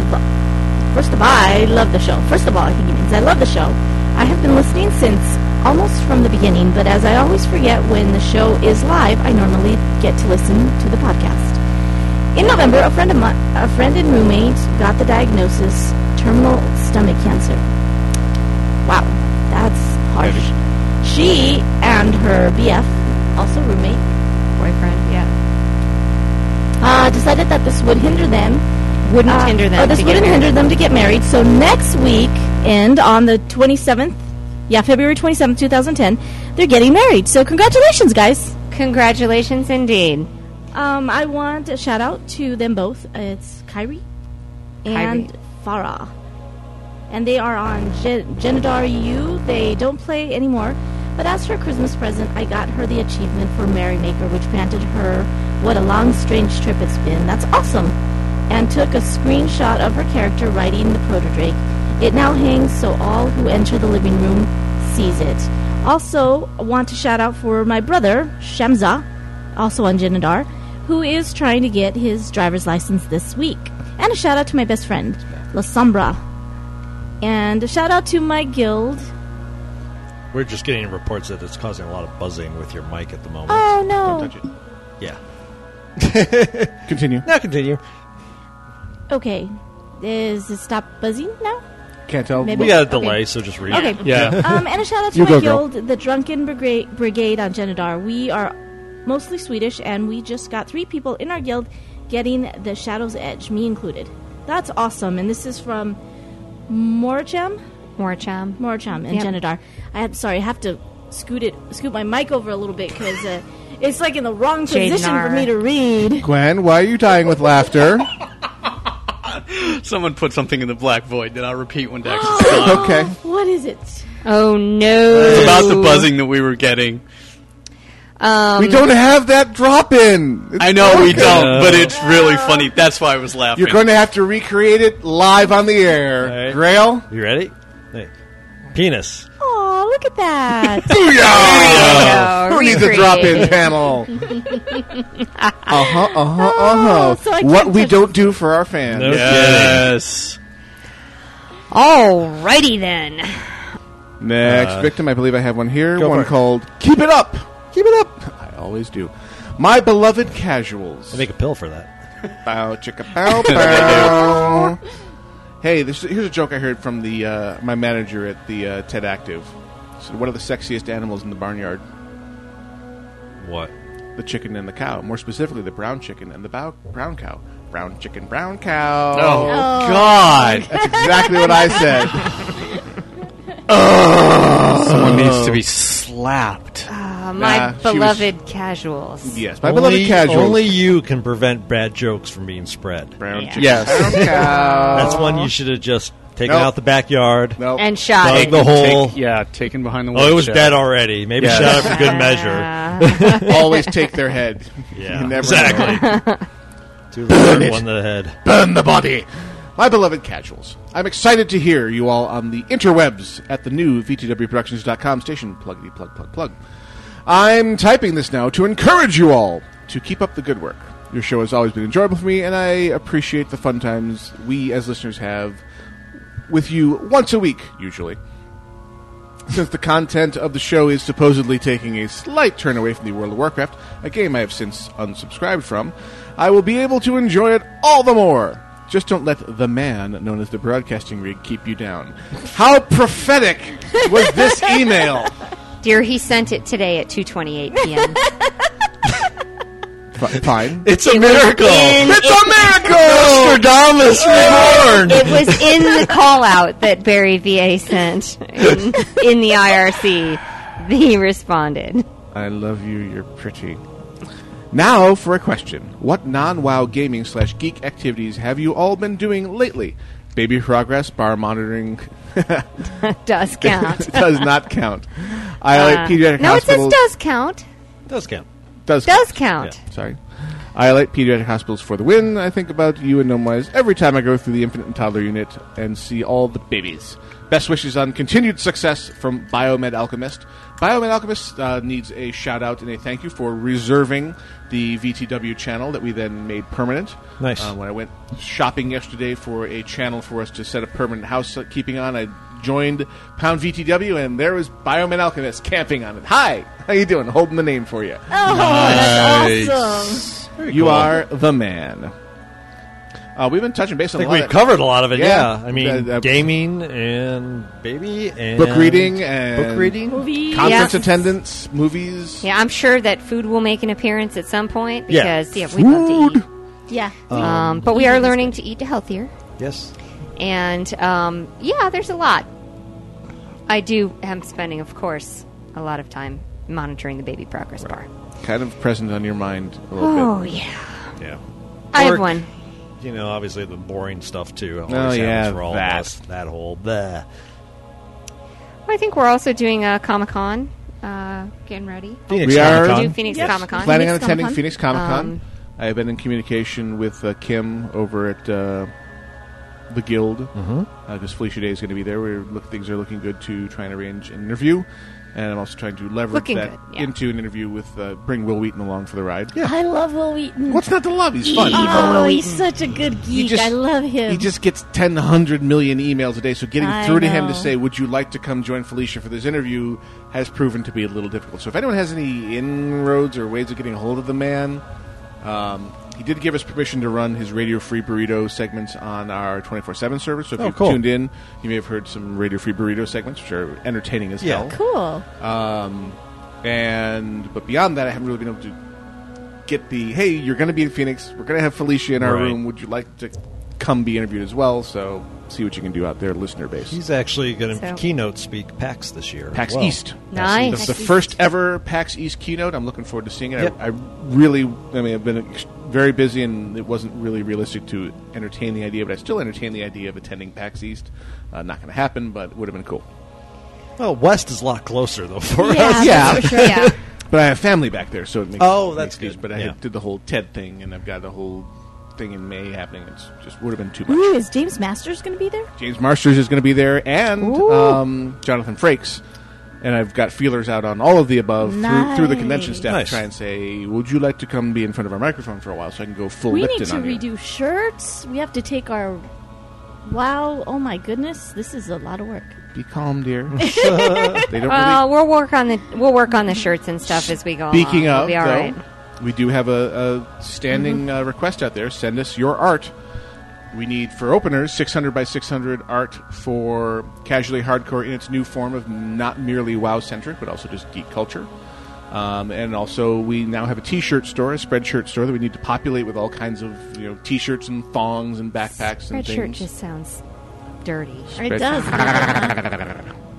first of all, I love the show. First of all, I think it means I love the show. I have been listening since almost from the beginning, but as I always forget when the show is live, I normally get to listen to the podcast. In November, a friend of my, a friend and roommate got the diagnosis terminal stomach cancer. Wow, that's harsh. She and her BF, also roommate,
boyfriend, yeah,
uh, decided that this would hinder them.
Wouldn't
uh,
hinder them
Or this
to get
wouldn't hinder
married.
them to get married. So next week, and on the 27th, yeah, February 27th, 2010, they're getting married. So congratulations, guys.
Congratulations, indeed.
Um, I want a shout out to them both. Uh, It's Kyrie and Farah. And they are on Gen- Genadar U. They don't play anymore. But as her Christmas present, I got her the achievement for Merrymaker, which granted her what a long, strange trip it's been. That's awesome! And took a screenshot of her character riding the protodrake. It now hangs so all who enter the living room sees it. Also, want to shout out for my brother, Shamza, also on Genadar, who is trying to get his driver's license this week. And a shout out to my best friend, La Sombra. And a shout out to my guild.
We're just getting reports that it's causing a lot of buzzing with your mic at the moment.
Ah.
Oh no.
Yeah.
Continue.
Now continue.
Okay. Is it stop buzzing now?
Can't tell.
Maybe-
We got a
okay.
delay, so just read.
Okay.
it. Yeah.
um, and a shout out to
You
my
go, girl.
guild, the Drunken Brigade, Brigade on Genadar. We are mostly Swedish, and we just got three people in our guild getting the Shadow's Edge, me included. That's awesome. And this is from Morcham?
Morcham.
Morcham in
Yep.
Genadar. I have, sorry, I have to scoot it, scoot my mic over a little bit because uh, it's like in the wrong position for
Jadnar.
me to read.
Gwen, why are you dying with laughter?
Someone put something in the black void that I'll repeat when Dax is done.
okay.
What is it?
Oh no!
It's about the buzzing that we were getting.
Um,
we don't have that drop in.
I know we don't, but it's really funny. That's why I was laughing.
You're going to have to recreate it live on the air. Grail?
You ready? Hey. Penis.
Oh, look at that!
Booyah!
There
Who
we go.
needs a drop in
Recreated.
panel? uh huh, uh huh, uh
so
huh.
I
What
Oh, can't
we
touch-
don't do for our fans.
No yes.
Oh.
Alrighty then.
Next
Uh,
victim, I believe I have one here.
go for
One
it.
called Keep It Up. Keep It Up. I always do. My beloved casuals. I make
a pill for that.
bow, chicka, bow, bow. hey, this, here's a joke I heard from the uh, my manager at the uh, TED Active. So, what are the sexiest animals in the barnyard?
What?
The chicken and the cow. More specifically, the brown chicken and the bow, brown cow. Brown chicken, brown cow.
Oh, Oh. God.
That's exactly what I said.
Someone needs to be slapped.
Uh, my
Nah, she was-
beloved casuals.
only,
beloved casuals.
Only you can prevent bad jokes from being spread.
Brown
chicken, Yes. brown cow.
That's one you should have just taken
Nope.
out the backyard.
And shot
Dug
it.
the hole.
yeah, taken behind the.
oh, it was
woodshed.
dead already. Maybe
Yeah.
shot it for good measure.
Always take their head.
Yeah,
You never
exactly.
know.
Two Burn it. one to the head.
Burn the body. My beloved casuals, I'm excited to hear you all on the interwebs at the new VTWProductions.com station. Pluggity plug plug plug. I'm typing this now to encourage you all to keep up the good work. Your show has always been enjoyable for me, and I appreciate the fun times we as listeners have with you once a week, usually. Since the content of the show is supposedly taking a slight turn away from the World of Warcraft, a game I have since unsubscribed from, I will be able to enjoy it all the more. Just don't let the man known as the broadcasting rig keep you down. How prophetic was this email?
Dear, he sent it today at 2:28 p.m.
F- Fine.
It's
a miracle. in-
it's a miracle.
Nostradamus reborn.
It was in the call out that Barry VA sent in, in the IRC. He responded.
I love you. You're pretty. Now for a question: What non-WoW gaming slash geek activities have you all been doing lately? Baby progress, bar monitoring
does count.
does not count. I
Uh,
like pediatric
No, it says
hospitals.
does count.
Does count.
Does
Does count.
Sorry. I like pediatric hospitals for the win. I think about you and Gnomewise every time I go through the infant and toddler unit and see all the babies. Best wishes on continued success from Biomed Alchemist. Biomed Alchemist uh, needs a shout out and a thank you for reserving the VTW channel that we then made permanent.
Nice.
Uh, when I went shopping yesterday for a channel for us to set a permanent housekeeping on, I joined Pound VTW and there was Biomed Alchemist camping on it. Hi, how you doing? Holding the name for you.
Oh, that's
Nice.
awesome.
You are the man. Uh, we've been touching base
I
on. a
think
lot
we've
of-
covered a lot of it. Yeah, I mean,
Uh, uh,
gaming and baby and
book reading and
book reading,
Movies.
conference
Yeah.
attendance, movies.
Yeah, I'm sure that food will make an appearance at some point
Yeah.
because yeah, we love to eat.
Yeah.
Um,
Um,
but we are learning to eat healthier,
Yes.
and um, yeah, there's a lot. I do am spending, of course, a lot of time monitoring the baby progress bar.
Kind of present on your mind a little
Oh
bit.
yeah,
Yeah.
I have
Work,
one.
You know, obviously the boring stuff too. Always
Oh,
happens
yeah,
for all
that.
of us. That whole bleh.
I think we're also doing a Comic Con. Uh, getting ready.
we are
We do Phoenix Comic Con.
planning on attending Phoenix Comic Con.
Um,
I have been in communication with uh, Kim over at uh, the Guild because
Mm-hmm.
Mhm.
Felicia Day is going to be there. We're look, things are looking good to try and arrange an interview, and I'm also trying to leverage
Looking
that
good, yeah.
into an interview with uh, bring Will Wheaton along for the ride.
I love Will Wheaton.
What's not to love? He's fun.
Oh,
Evil Will
he's such a good geek.
just-
I love him.
He just gets 10, 100 million emails a day, so getting
I
through to him
know.
to say, Would you like to come join Felicia for this interview has proven to be a little difficult. So if anyone has any inroads or ways of getting a hold of the man, um, He did give us permission to run his Radio Free Burrito segments on our 24 7 service. So if
Oh,
you've
cool.
tuned in, you may have heard some Radio Free Burrito segments, which are entertaining as hell.
Cool.
Um, and but beyond that, I haven't really been able to get the hey, you're going to be in Phoenix. We're going to have Felicia in our
Right.
room. Would you like to come be interviewed as well? So see what you can do out there, listener base.
He's actually going to
So-
keynote speak PAX this year. as
PAX
well.
East.
Nice.
That's the
PAX East.
first ever PAX East keynote. I'm looking forward to seeing it.
Yep.
I, I really, I mean, I've been ex- very busy and it wasn't really realistic to entertain the idea, but I still entertain the idea of attending PAX East. Uh, not going to happen, but it would have been cool.
Well, West is a lot closer though for
Yeah,
us.
Yeah. for sure, yeah. But I have family back there, so it makes
Oh,
it
that's
makes
good.
But I
Yeah.
did the whole TED thing, and I've got the whole thing in May happening. It's just would have been too much.
Ooh, is James Masters going to be there?
James Marsters is going to be there, and
Ooh.
um, Jonathan Frakes. And I've got feelers out on all of the above through, through the convention
Nice.
staff
Nice.
to try and say, "Would you like to come be in front of our microphone for a while so I can go full
we need
Lipton
to
on you?"
redo shirts. We have to take our. Wow! Oh my goodness! This is a lot of work.
Be calm, dear. they don't really.
Well, Uh, we'll work on the we'll work on the shirts and stuff as we go.
Speaking
along.
of,
we'll be all
though,
right. Mm-hmm.
we do have a, a standing uh, request out there. Send us your art. We need for openers 600 by 600 art for casually hardcore in its new form of not merely wow centric, but also just geek culture. Um, and also, we now have a T-shirt store, a spreadshirt store that we need to populate with all kinds of you know T-shirts and thongs and backpacks and
Red shirt
things.
just sounds dirty.
It does.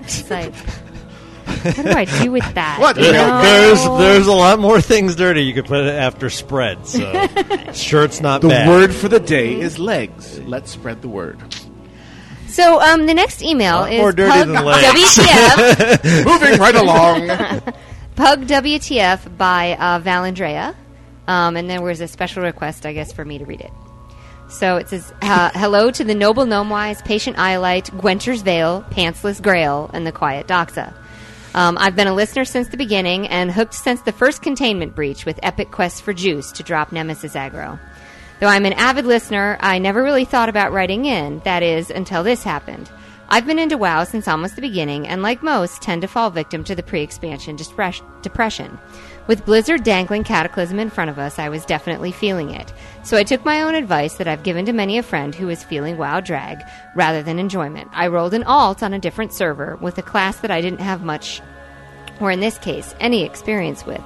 it's like, what do I do with that?
What?
You know?
There's there's a lot more things dirty you could put after spread. So shirts not
The
bad.
word for the day is legs. Let's spread the word.
So um, the next email
Lot
is
more dirty
pug
than legs.
WTF.
Moving right along.
pug WTF by uh, Valandrea. Um, and there was a special request, I guess, for me to read it. So it says, uh, "Hello to the noble gnomewise, patient eyelight, Gwenter's veil, pantsless grail, and the quiet doxa. Um, I've been a listener since the beginning and hooked since the first containment breach with epic quests for juice to drop Nemesis aggro. Though I'm an avid listener, I never really thought about writing in, that is, until this happened. I've been into WoW since almost the beginning, and like most, tend to fall victim to the pre expansion depression. With Blizzard dangling Cataclysm in front of us, I was definitely feeling it. So I took my own advice that I've given to many a friend who was feeling WoW drag rather than enjoyment. I rolled an alt on a different server with a class that I didn't have much or in this case, any experience with.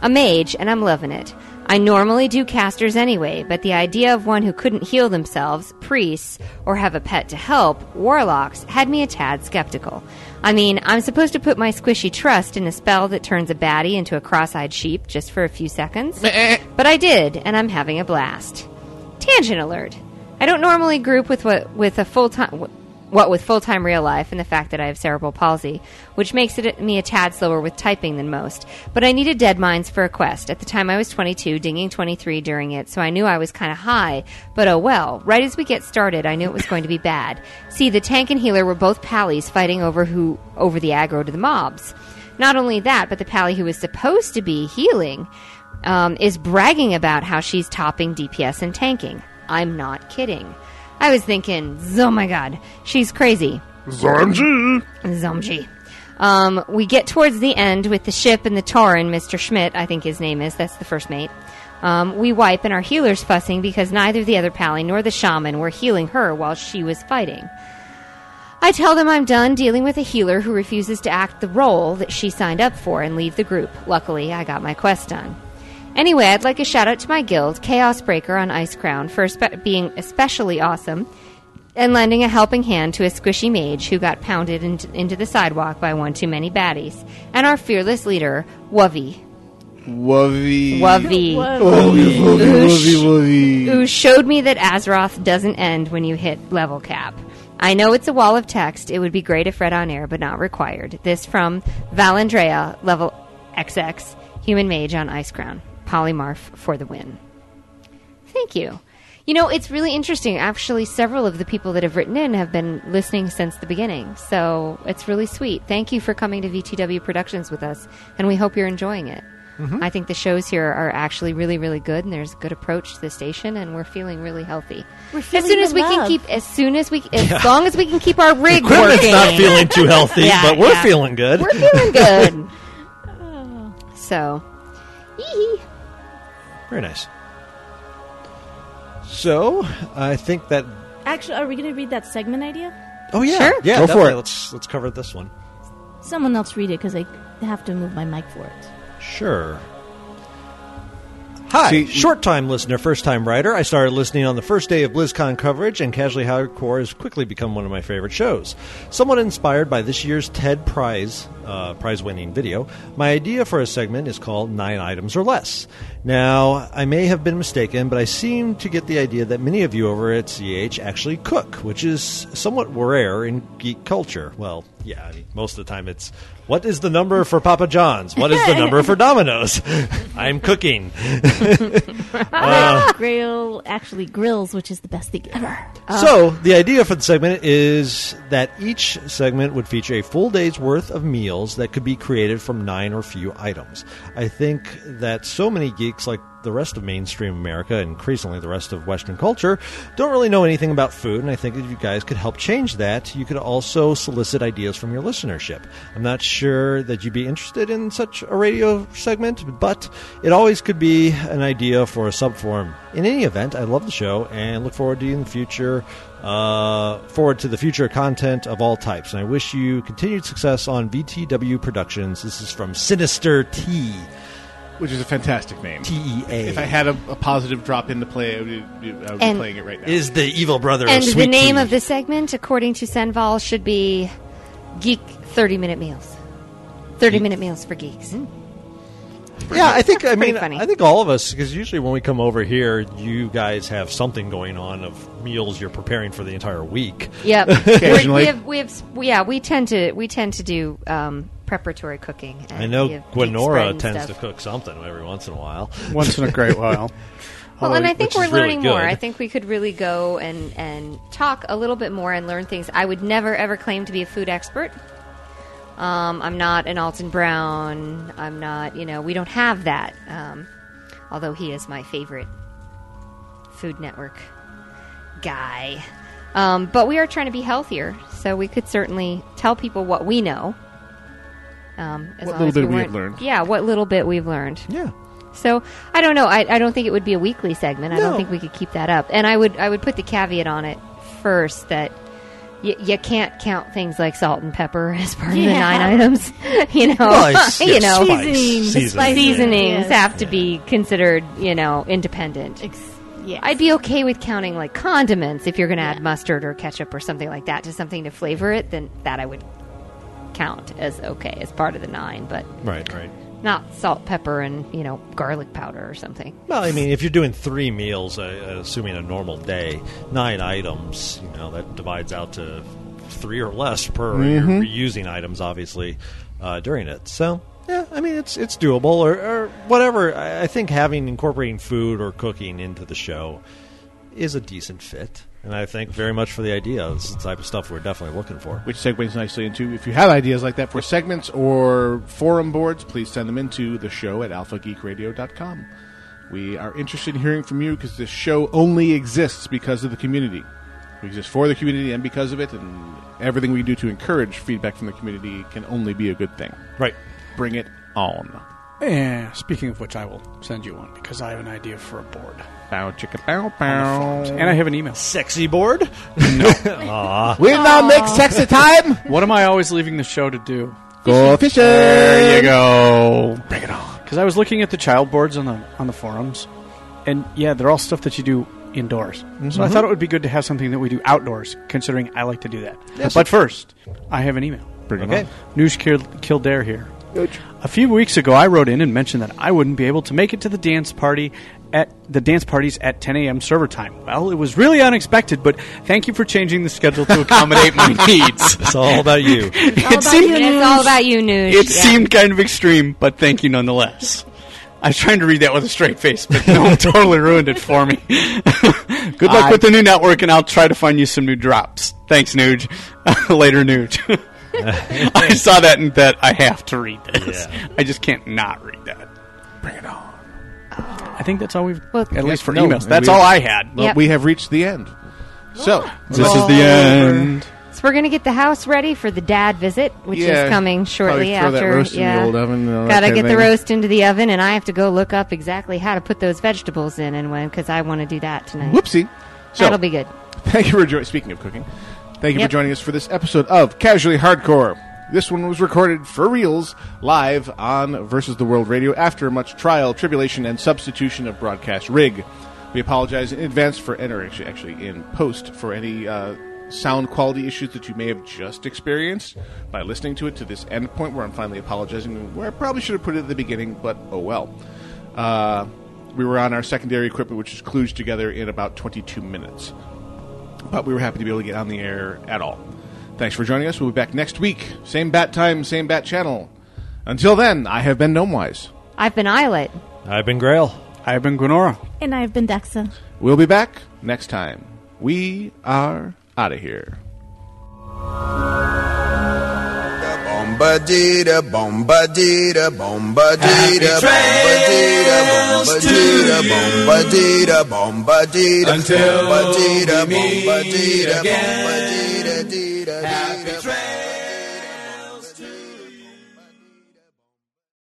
A mage, and I'm loving it. I normally do casters anyway, but the idea of one who couldn't heal themselves, priests, or have a pet to help, warlocks, had me a tad skeptical. I mean, I'm supposed to put my squishy trust in a spell that turns a baddie into a cross eyed sheep just for a few seconds, but I did, and I'm having a blast. Tangent alert. I don't normally group with what with a full time what with full time real life and the fact that I have cerebral palsy, which makes it me a tad slower with typing than most. But I needed dead minds for a quest. At the time, I was 22, dinging 23 during it, so I knew I was kind of high. But oh well. Right as we get started, I knew it was going to be bad. See, the tank and healer were both pallies fighting over who over the aggro to the mobs. Not only that, but the pally who was supposed to be healing um, is bragging about how she's topping DPS and tanking. I'm not kidding. I was thinking, oh my god, she's crazy.
Zomji.
Zomji. Um, we get towards the end with the ship and the Tauren, Mr. Schmidt, I think his name is. That's the first mate. Um, we wipe and our healer's fussing because neither the other pally nor the shaman were healing her while she was fighting. I tell them I'm done dealing with a healer who refuses to act the role that she signed up for and leave the group. Luckily, I got my quest done. Anyway, I'd like a shout out to my guild, Chaos Breaker on Ice Crown, for espe- being especially awesome and lending a helping hand to a squishy mage who got pounded in- into the sidewalk by one too many baddies, and our fearless leader, Wovey,
Wovey. Wovey,
Wovey.
Wovey,
Oosh.
Wovey, Wovey.
who showed me that Azeroth doesn't end when you hit level cap. I know it's a wall of text. It would be great if read on air, but not required. This from Valandrea, level XX, human mage on Ice Crown. Polymorph for the win. Thank you. You know, it's really interesting. Actually, several of the people that have written in have been listening since the beginning. So it's really sweet. Thank you for coming to VTW Productions with us, and we hope you're enjoying it.
Mm-hmm.
Mhm.
I think the shows here are actually really, really good, and there's a good approach to the station, and we're feeling really healthy.
We're
as
feeling
soon
the
as we
love.
can keep, as soon as we, as long as we can keep our rig
Equipment's
working.
not feeling too healthy,
Yeah,
but we're
yeah.
feeling good.
We're feeling good. so, yee.
Very nice. So I think that.
Actually, are we going to read that segment idea?
Oh yeah,
Sure.
yeah.
Go for
definitely.
it.
Let's let's cover this one.
Someone else read it because I have to move my mic for it.
Sure. Hi, short time listener, first time writer. I started listening on the first day of BlizzCon coverage, and Casually Hardcore has quickly become one of my favorite shows. Somewhat inspired by this year's TED Prize uh, prize winning video, my idea for a segment is called Nine Items or Less. Now, I may have been mistaken, but I seem to get the idea that many of you over at CH actually cook, which is somewhat rare in geek culture. Well, yeah, I mean, most of the time it's what is the number for Papa John's? What is the number for Domino's? I'm cooking. Uh,
Grill actually grills, which is the best thing ever.
so, the idea for the segment is that each segment would feature a full day's worth of meals that could be created from nine or few items. I think that so many geeks, like the rest of mainstream America, and increasingly the rest of Western culture, don't really know anything about food, and I think if you guys could help change that, you could also solicit ideas from your listenership. I'm not sure that you'd be interested in such a radio segment, but it always could be an idea for a subform. In any event, I love the show and look forward to you in the future. Uh, forward to the future content of all types, and I wish you continued success on VTW Productions. This is from Sinister T,
which is a fantastic name.
T E A.
If I had a, a positive drop in to play, I would, I would be
And-
playing it right now.
is the evil brother
And
of
the
Sweet
name
Tea.
of the segment, according to Senval, should be Geek 30 Minute Meals. 30 Minute Meals for Geeks.
Yeah, I think I
Pretty
mean
funny.
I think all of us because usually when we come over here, you guys have something going on of meals you're preparing for the entire week.
Yep. We're- We have, we have, yeah, we tend to we tend to do um, preparatory cooking. and
I
we
know
have geek spread
Gwenora
and
tends
stuff.
to cook something every once in a while.
Once in a great while.
Well, and I think
Which
we're
is really
learning more.
good.
I think we could really go and, and talk a little bit more and learn things. I would never ever claim to be a food expert. Um, I'm not an Alton Brown. I'm not, you know, we don't have that. Um, although he is my favorite Food Network guy. Um, but we are trying to be healthier, so we could certainly tell people what we know. Um, as
What
long
little
as
bit
we
we have
weren't-
learned.
Yeah, what little bit we've learned.
Yeah.
So I don't know. I, I don't think it would be a weekly segment. I don't
No.
think we could keep that up. And I would I would put the caveat on it first that y- you can't count things like salt and pepper as part of the
Yeah.
nine items. you know,
Well, it's-
you
yeah,
know,
spice. Seasonings.
The
Seasonings,
seasonings
yeah.
have to be considered. You know, independent.
yes.
I'd be okay with counting like condiments if you're going to add mustard or ketchup or something like that to something to flavor it. Then that I would count as okay as part of the nine, but
Right, right.
not salt, pepper, and you know, garlic powder or something.
Well, I mean, if you're doing three meals, uh, assuming a normal day, nine items, you know, that divides out to three or less per
Mhm.
you're reusing items, obviously, uh, during it. So, yeah, I mean, it's it's doable or, or whatever. I, I think having incorporating food or cooking into the show is a decent fit. And I thank very much for the idea. It's the type of stuff we're definitely looking for.
Which segues nicely into if you have ideas like that for segments or forum boards, please send them into the show at alphageekradio.com. We are interested in hearing from you because this show only exists because of the community. We exist for the community and because of it, and everything we do to encourage feedback from the community can only be a good thing.
Right.
Bring it on.
Eh, speaking of which, I will send you one because I have an idea for a board.
Bow chicka bow
On the forums. And I have an email.
Sexy board?
No.
We'll not make sexy time.
What am I always leaving the show to do?
Go fishing.
There you go. Bring it on. Because I was looking at the child boards on the on the forums, and yeah, they're all stuff that you do indoors. So I
Mhm.
thought it would be good to have something that we do outdoors, considering I like to do that.
Yes.
But first, I have an email.
Bring
it Okay. on.
News Kil- Kildare here. A few weeks ago, I wrote in and mentioned that I wouldn't be able to make it to the dance party at the dance parties at 10 a.m. server time. Well, it was really unexpected, but thank you for changing the schedule to accommodate my needs.
It's all about you.
It's
all about you, and it's all about you, Noosh.
It
Yeah.
seemed kind of extreme, but thank you nonetheless. I was trying to read that with a straight face, but no one totally ruined it for me. Good luck
I-
with the new network, and I'll try to find you some new drops. Thanks, Nuge. Later, Nuge. I saw that and that I have to read this. I just can't not read that. Bring it on. I think that's all we've, at least for
No,
emails.
and
That's
we-
all I had.
Well, We have reached the end. So
This is the end.
So we're gonna get the house ready for the dad visit, which
Yeah,
is coming shortly
probably throw that
after.
roast in the
yeah,
old oven and all that
gotta
kind of
get the
thing.
roast into the oven, and I have to go look up exactly how to put those vegetables in and when because I want to do that tonight.
Whoopsie. So-
That'll be good.
Thank you for joining. Speaking of cooking, thank you
Yep.
for joining us for this episode of Casually Hardcore. This one was recorded for reals live on Versus the World Radio after much trial, tribulation, and substitution of broadcast rig. We apologize in advance for and or actually, actually in post for any uh, sound quality issues that you may have just experienced by listening to it to this end point where I'm finally apologizing where I probably should have put it at the beginning, but oh well. Uh, we were on our secondary equipment, which is kludged together in about 22 minutes but we were happy to be able to get on the air at all. Thanks for joining us. We'll be back next week. Same bat time, same bat channel. Until then, I have been Gnomewise.
I've been Eyelet.
I've been Grail.
I've been Gwenora.
And I've been Daxa.
We'll be back next time. We are out of here.
Bombadita, bombadita, bombadita, bombadita, bombadita, bombadita, bombadita,
Until
bombadita,
we meet
bombadita,
again.
bombadita, dita, dita, dita.